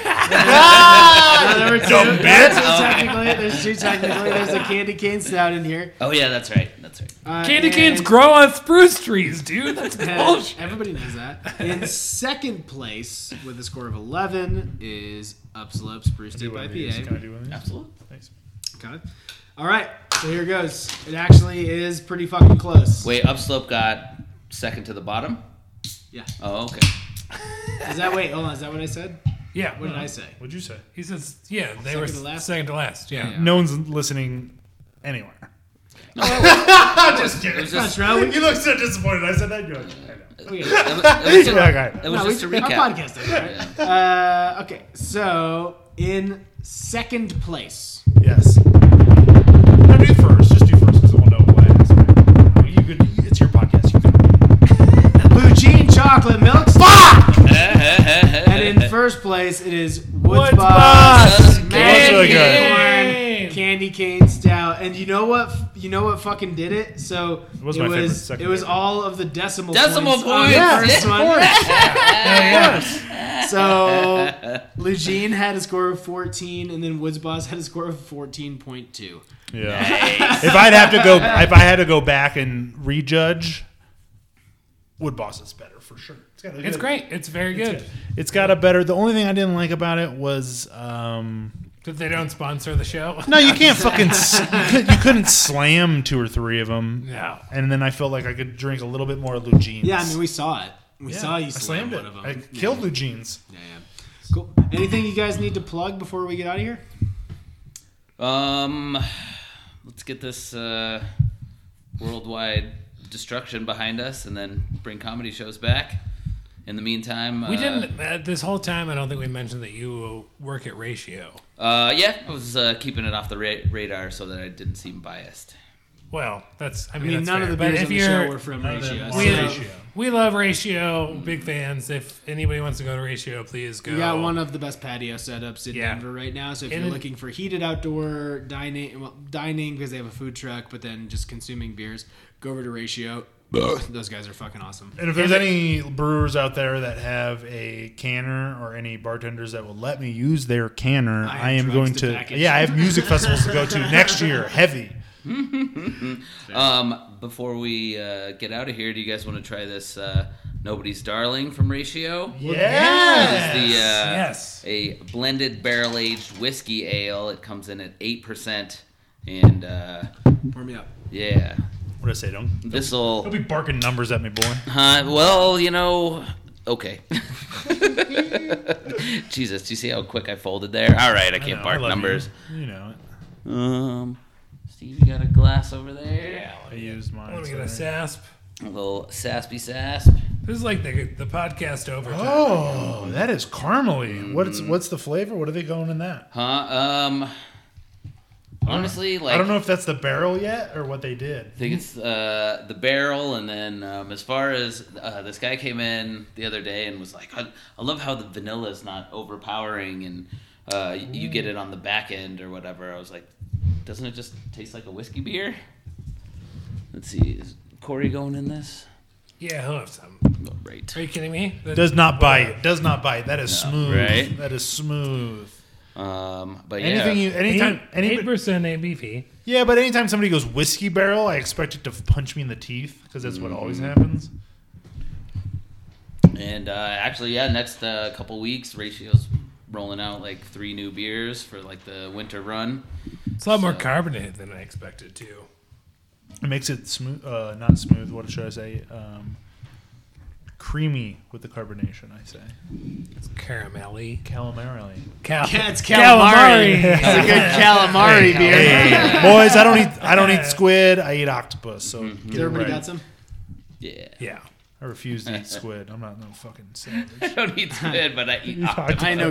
S4: Uh, there were two.
S6: Dumb
S4: There's two
S5: bitch.
S4: technically. There's two technically. There's a candy cane stout in here.
S5: oh yeah, that's right. That's right.
S4: Uh,
S1: Candy canes
S4: and-
S1: grow on spruce trees, dude. That's bullshit.
S4: Everybody knows that. In second place, with a score of 11, is Upslope Spruce
S6: Do
S4: Deep
S6: one of these. Can I
S4: IPA.
S6: do one of these?
S5: Absolutely.
S6: Thanks.
S4: Okay. All right, so here goes. It actually is pretty fucking close.
S5: Wait, upslope got second to the bottom.
S4: Yeah.
S5: Oh okay.
S4: Is that wait? Hold on. Is that what I said?
S1: Yeah.
S4: What did I say?
S6: What'd you say?
S1: He says, yeah, they
S4: Second
S1: were
S4: to last?
S1: second to last. Yeah.
S6: No one's listening anywhere. just
S5: It was
S6: kidding.
S5: just.
S4: That's right.
S6: You look so disappointed. I said that. You're like, I
S4: We,
S6: know.
S4: we,
S5: It was, it was just,
S6: Okay.
S5: it was
S4: no,
S5: just a
S4: we, our
S5: recap.
S4: podcast is, right? Uh, okay, so in second place,
S6: Yes. No, do first. Just do first because I want to know what it is. I mean, You could, it's your podcast. You could.
S4: Poutine Chocolate Milk. Fuck! and in first place, it is Woods
S1: Woods Boss.
S4: Boss Magic
S6: Really
S1: good.
S4: Corn Candy Cane Stout. And you know what? You know what fucking did it? So it was
S6: was my
S4: it
S6: favorite,
S4: was,
S6: second favorite.
S4: all of the decimal
S5: Decimal
S4: points. on the
S5: points, yeah,
S4: first
S5: of
S4: one.
S6: Yes.
S4: So Lugene had a score of 14, and then Woods Boss had a score of 14.2.
S6: Yeah. if I'd have to go, if I had to go back and rejudge, Wood Boss is better for sure. It's, got a
S1: It's
S6: good-
S1: great. It's very
S6: it's
S1: good.
S6: got- It's got a better. The only thing I didn't like about it was, um,
S1: That they don't sponsor the show.
S6: no, you can't fucking, s- you could- you couldn't slam two or three of them.
S1: No.
S6: And then I felt like I could drink a little bit more Lugene's.
S4: Yeah, I mean, we saw it. We
S6: Yeah,
S4: saw you
S6: I
S4: slam one
S6: slammed it.
S4: of them.
S6: I killed Lugene's.
S4: Yeah, yeah. Cool. Anything you guys need to plug before we get out of here?
S5: Um, let's get this uh, worldwide destruction behind us, and then bring comedy shows back. In the meantime,
S1: We
S5: uh,
S1: didn't. Uh, this whole time, I don't think we mentioned that you work at Ratio.
S5: Uh, yeah, I was uh, keeping it off the ra- radar so that I didn't seem biased.
S1: Well, that's. I
S4: I
S1: mean,
S4: mean,
S1: that's
S4: none
S1: fair.
S4: of the
S1: But
S4: beers
S1: if
S4: on the
S1: you're-
S4: show were from Ratio.
S1: We,
S4: so-
S6: Ratio.
S1: we love Ratio. Big fans. If anybody wants to go to Ratio, please go.
S4: We got one of the best patio setups in
S1: Yeah.
S4: Denver right now. So if
S1: And
S4: you're
S1: it-
S4: looking for heated outdoor dining, well, dining because they have a food truck, but then just consuming beers, go over to Ratio. Those guys are fucking awesome.
S6: And if there's any brewers out there that have a canner or any bartenders that will let me use their canner,
S4: have
S6: I, am
S4: drugs
S6: going
S4: to
S6: to.
S4: package.
S6: Yeah, I have music festivals to go to next year. Heavy.
S5: Um, before we uh, get out of here, do you guys want to try this uh, "Nobody's Darling" from Ratio?
S6: Yeah.
S5: This is the, uh,
S1: Yes.
S5: a blended barrel aged whiskey ale. It comes in at eight percent, and uh,
S4: Pour me up.
S5: yeah,
S6: What did I say? Don't.
S5: this'll
S6: Don't be barking numbers at me, boy.
S5: Uh, well, you know, okay. Jesus, do you see how quick I folded there? All right, I can't
S6: No, I
S5: bark
S6: love
S5: numbers.
S6: You, you know,
S5: Um, Steve, you got a glass over there?
S6: I used mine.
S1: I want to get a
S6: sorry.
S1: sasp.
S5: A little saspy sasp.
S1: This is like the the podcast over.
S6: Oh, that is
S5: Mm.
S6: caramely. What's what's the flavor? What are they going in that?
S5: Huh? Um, honestly, like
S6: I don't know if that's the barrel yet or what they did.
S5: I think it's uh, the barrel, and then um, as far as uh, this guy came in the other day and was like, I, I love how the vanilla is not overpowering, and uh, y- you get it on the back end or whatever. I was like, doesn't it just taste like a whiskey beer? Let's see, is Corey going in this?
S1: Yeah, he'll have some.
S5: Oh, right.
S1: Are you kidding me? The-
S6: Does not bite. Does not bite. That is smooth.
S5: right?
S6: That is smooth.
S5: Um, but yeah,
S6: Anything you anytime
S1: eight
S6: any,
S1: percent ABV.
S6: Yeah, but anytime somebody goes whiskey barrel, I expect it to f- punch me in the teeth because that's what always
S4: Mm-hmm.
S6: happens.
S5: and uh, actually, yeah, next uh, couple weeks, ratios rolling out like three new beers for like the winter run.
S1: It's a lot more carbonated than I expected too.
S6: It makes it smooth, uh, not smooth. What should I say? Um, creamy with the carbonation. I say
S1: It's caramelly.
S6: calamarily.
S1: Cal-
S4: Yeah, it's calamari.
S1: Calamari.
S4: It's a good calamari beer.
S6: Boys, I don't eat. I don't eat squid. I eat octopus. So
S4: Has
S6: get it
S4: everybody
S6: right.
S4: got some?
S5: Yeah,
S1: Yeah.
S6: I refuse to eat squid. I'm not no fucking savage.
S5: I don't eat squid, but I eat
S4: I know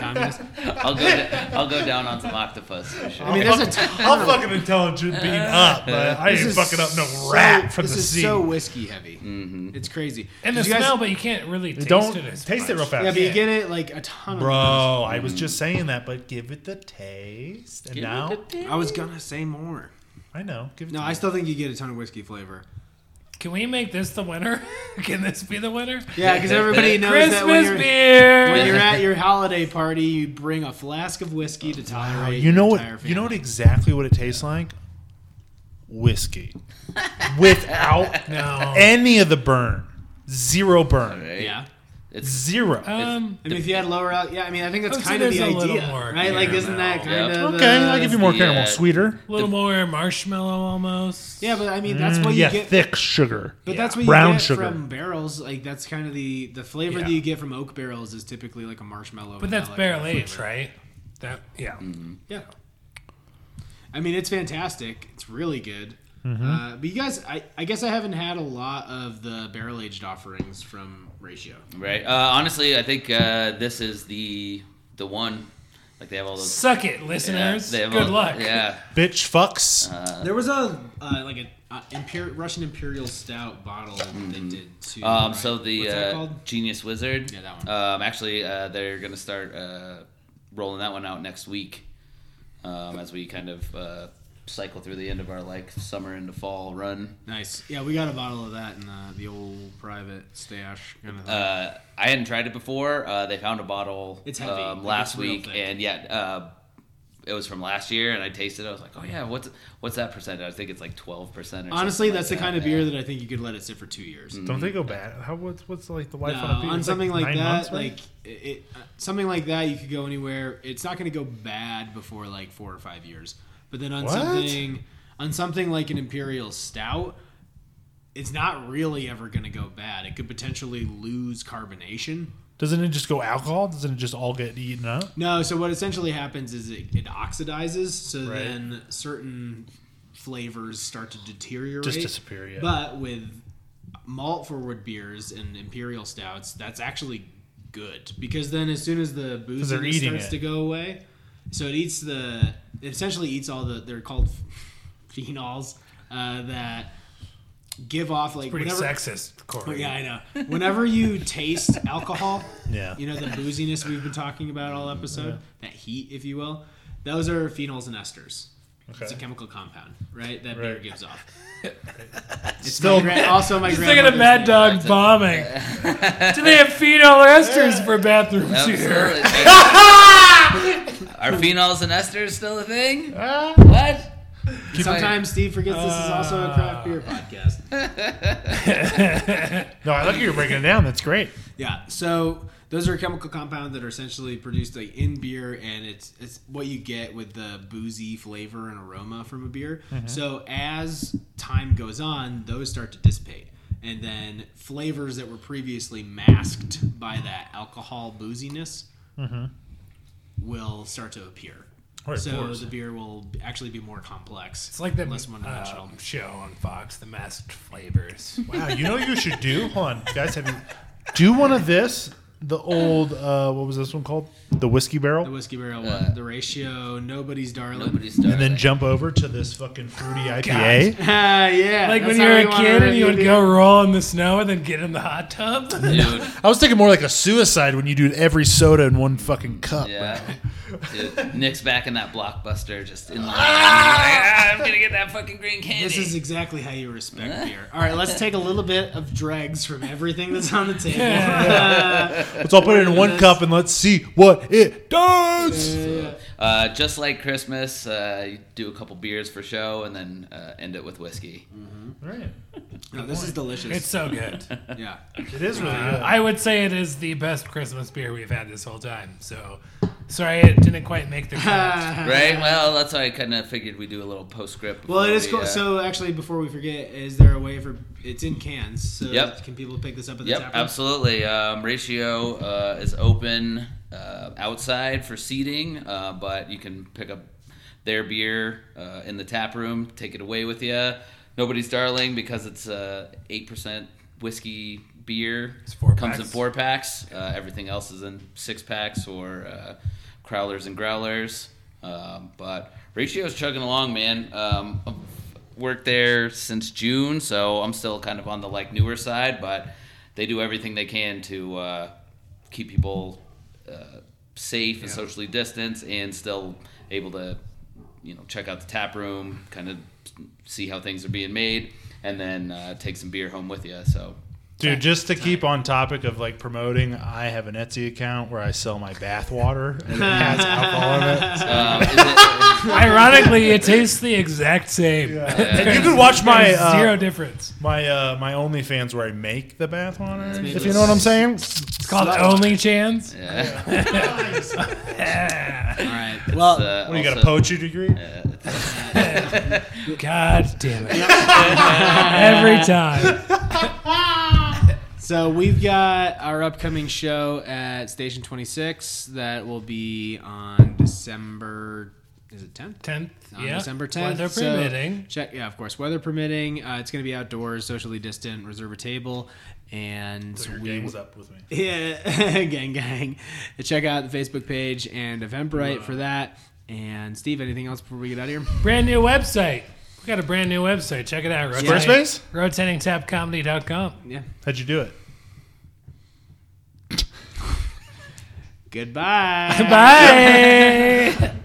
S4: communist.
S5: I'll go. d I'll go down on some octopus for sure.
S4: I mean, there's a ton
S6: I'm fucking intelligent being up. But I ain't
S4: This is
S6: fucking up
S4: so-
S6: no rat from
S4: this
S6: the
S4: is
S6: sea.
S4: so whiskey heavy. It's crazy.
S1: And the
S4: Did you guys-
S1: smell, but you can't really taste
S6: don't
S1: it. as
S6: taste it
S1: much.
S6: real fast.
S4: Yeah, but you get it like a ton of.
S6: Bro, I was just saying that, but give it the taste. And now
S4: I was gonna say more.
S6: I know. Give it
S4: No,
S6: to
S4: I
S6: me.
S4: still think you get a ton of whiskey flavor.
S1: Can we make this the winner? Can this be the winner?
S4: Yeah, because everybody knows that when
S1: Christmas
S4: you're,
S1: beer.
S4: when you're at your holiday party, you bring a flask of whiskey to tolerate.
S6: You know
S4: your
S6: what?
S4: entire
S6: You know what
S4: family.
S6: exactly what it tastes like. Whiskey, without
S1: No.
S6: any of the burn, zero burn,
S5: Right?
S4: Yeah.
S5: It's
S6: zero.
S4: Uh,
S1: Um,
S4: I mean, if you had lower out, yeah. I mean, I think that's
S1: Oh, so
S4: kind of the
S1: there's a little
S4: idea,
S1: more
S4: right? Like, isn't that
S5: caramel.
S4: kind
S5: Yeah.
S4: of
S6: okay,
S4: the-
S6: I'll give you more
S5: the,
S6: caramel,
S5: uh,
S6: sweeter.
S1: a little more marshmallow almost.
S4: Yeah, but I mean, that's what
S6: Mm, yeah,
S4: you get.
S6: thick sugar.
S4: But that's what you
S6: Brown
S4: get
S6: sugar.
S4: from barrels. Like that's kind of the the flavor
S6: Yeah.
S4: that you get from oak barrels is typically like Mm. a marshmallow.
S1: But that's
S4: vanilla kind
S1: barrel
S4: of flavor.
S1: aged, right? That yeah.
S4: Yeah. I mean, it's fantastic. It's really good.
S6: Mm-hmm.
S4: Uh, but you guys, I, I guess I haven't had a lot of the barrel aged offerings from Ratio.
S5: right. Uh, honestly, I think uh, this is the the one. Like they have all those.
S1: Suck it,
S5: yeah,
S1: listeners.
S5: they have
S1: Good
S5: all-
S1: luck.
S5: Yeah.
S6: Bitch fucks.
S4: There was a uh, like a uh, imper- Russian imperial stout bottle they did too.
S5: Um,
S4: right?
S5: so the
S4: What's that
S5: uh,
S4: called?
S5: Genius Wizard.
S4: Yeah, that one.
S5: Um, actually, uh, they're gonna start uh, rolling that one out next week, um, as we kind of uh, cycle through the end of our like summer into fall run.
S4: Nice. Yeah, we got a bottle of that in the, the old private stash. Kind of thing.
S5: Uh, I hadn't tried it before. Uh, they found a bottle
S4: It's heavy.
S5: um,
S4: Like,
S5: last
S4: it's real
S5: week,
S4: thick.
S5: and yeah, uh, it was from last year. And I tasted. it. I was like, oh yeah, what's what's that percentage? I think it's like twelve percent.
S4: Honestly, that's the kind of beer that I think you could let it sit for two years.
S6: Don't they go bad? How what's what's like the life
S4: No,
S6: on a beer?
S4: on
S6: It's
S4: something like,
S6: nine
S4: that,
S6: months, right?
S4: like it, it, uh, something like that, you could go anywhere. It's not going to go bad before like four or five years. But then on
S6: What?
S4: something, on something like an imperial stout, it's not really ever going to go bad. It could potentially lose carbonation.
S6: doesn't it just go alcohol? Doesn't it just all get eaten up?
S4: No, so what essentially happens is it, it oxidizes, so
S6: Right.
S4: then certain flavors start to deteriorate.
S6: Just disappear, yeah.
S4: But with malt forward beers and imperial stouts, that's actually good because then as soon as the booze
S6: they're
S4: in it
S6: eating
S4: starts
S6: it.
S4: to go away, so it eats the it essentially eats all the they're called phenols uh, that give off like
S1: Pretty
S4: whenever,
S1: sexist,
S4: Oh,
S1: Corey.
S4: yeah, I know. Whenever you taste alcohol,
S6: Yeah.
S4: you know the booziness we've been talking about all episode, that heat, if you will. Those are phenols and esters. It's a chemical compound, right? That beer
S6: Right.
S4: gives off. It's
S6: Still-
S4: my gra- also my
S1: Just thinking of Mad
S4: grandmother's
S1: Dog bombing. Do they have phenol esters for bathrooms here?
S5: Absolutely. Are phenols and esters still a thing?
S4: Uh,
S5: what?
S4: name. Sometimes Steve forgets this is also a craft beer
S1: Ah.
S4: podcast.
S6: No, I like how you're breaking it down. That's great.
S4: Yeah. So those are chemical compounds that are essentially produced like in beer, and it's it's what you get with the boozy flavor and aroma from a beer.
S1: Mm-hmm.
S4: So as time goes on, those start to dissipate, and then flavors that were previously masked by that alcohol booziness
S1: Mm-hmm.
S4: will start to appear.
S6: Or it
S4: so
S6: pours.
S4: the beer will actually be more complex.
S1: Oh, It's like that
S4: less one-dimensional.
S1: um, show on Fox, The Masked Flavors.
S6: Wow, you know what you should do? Hold on, guys. Have you do one of this? The old uh, what was this one called? The whiskey barrel,
S4: the whiskey barrel one, the ratio, nobody's darling.
S5: Nobody's done.
S6: and then jump over to this fucking fruity IPA.
S4: Ah, yeah.
S1: like when
S4: that's
S1: you
S4: how
S1: were
S4: we
S1: a
S4: wanna
S1: kid and you
S4: review
S1: would
S4: beer.
S1: go roll in the snow and then get in the hot tub.
S5: dude.
S6: I was thinking more like a suicide when you do every soda in one fucking cup.
S5: Yeah. Dude, Nick's back in that blockbuster just in line. Ah, I'm gonna get that fucking green candy.
S4: This is exactly how you respect beer. All right, let's take a little bit of dregs from everything that's on the table.
S6: Let's all put it in one cup and let's see what it does.
S5: uh, just like Christmas, uh, you do a couple beers for show and then uh, end it with whiskey.
S6: Right.
S4: no, this is delicious.
S1: it's so good.
S4: yeah.
S6: It is really good.
S1: I would say it is the best Christmas beer we've had this whole time. So sorry it didn't quite make the cut.
S5: Right? Well, that's why I kind of figured we do a little postscript.
S4: Well, it
S5: before
S4: is
S5: we,
S4: cool.
S5: uh,
S4: So actually, before we forget, is there a way for it's in cans? So
S5: Yep.
S4: can people pick this up at the
S5: Yep,
S4: tap room?
S5: absolutely. Um, ratio uh, is open uh, outside for seating, uh, but you can pick up their beer uh, in the tap room, take it away with you. Nobody's darling because it's uh, eight percent whiskey beer. It's
S1: four
S5: comes in
S1: packs.
S5: four packs. Uh, everything else is in six packs or uh, crowlers and growlers. Um, but ratio's chugging along, man. Um, I've worked there since June, so I'm still kind of on the like newer side, but they do everything they can to uh, keep people uh, safe and socially distanced, and still able to, you know, check out the tap room, kind of see how things are being made. and then uh, take some beer home with you. So
S6: Dude, just to keep on topic of like promoting, I have an Etsy account where I sell my bath water and it has alcohol in it.
S5: um, is it,
S1: Ironically, it tastes the exact same.
S6: And you can watch my
S1: There's zero
S6: uh,
S1: difference.
S6: my uh, my OnlyFans where I make the bath water. If you know what I'm saying.
S1: It's called Only Chance.
S5: yeah. all right. uh,
S4: Well,
S6: What do you got a poetry degree?
S1: God damn it. Every time.
S4: So we've got our upcoming show at Station 26 that will be on December. Is it 10th?
S1: 10th.
S4: On
S1: Yeah.
S4: December 10th.
S1: Weather
S4: So
S1: permitting.
S4: check, yeah, of course, weather permitting. Uh, it's going to be outdoors, socially distant, reserve a table, and
S6: Put your
S4: we-
S6: games up with me.
S4: yeah, gang, gang. Check out the Facebook page and Eventbrite for that. And Steve, anything else before we get out of here?
S1: Brand new website. We got a brand new website. Check it out. Rotating,
S6: Squarespace?
S1: RotatingTapComedy.com.
S4: Yeah.
S6: How'd you do it?
S4: Goodbye.
S1: Bye.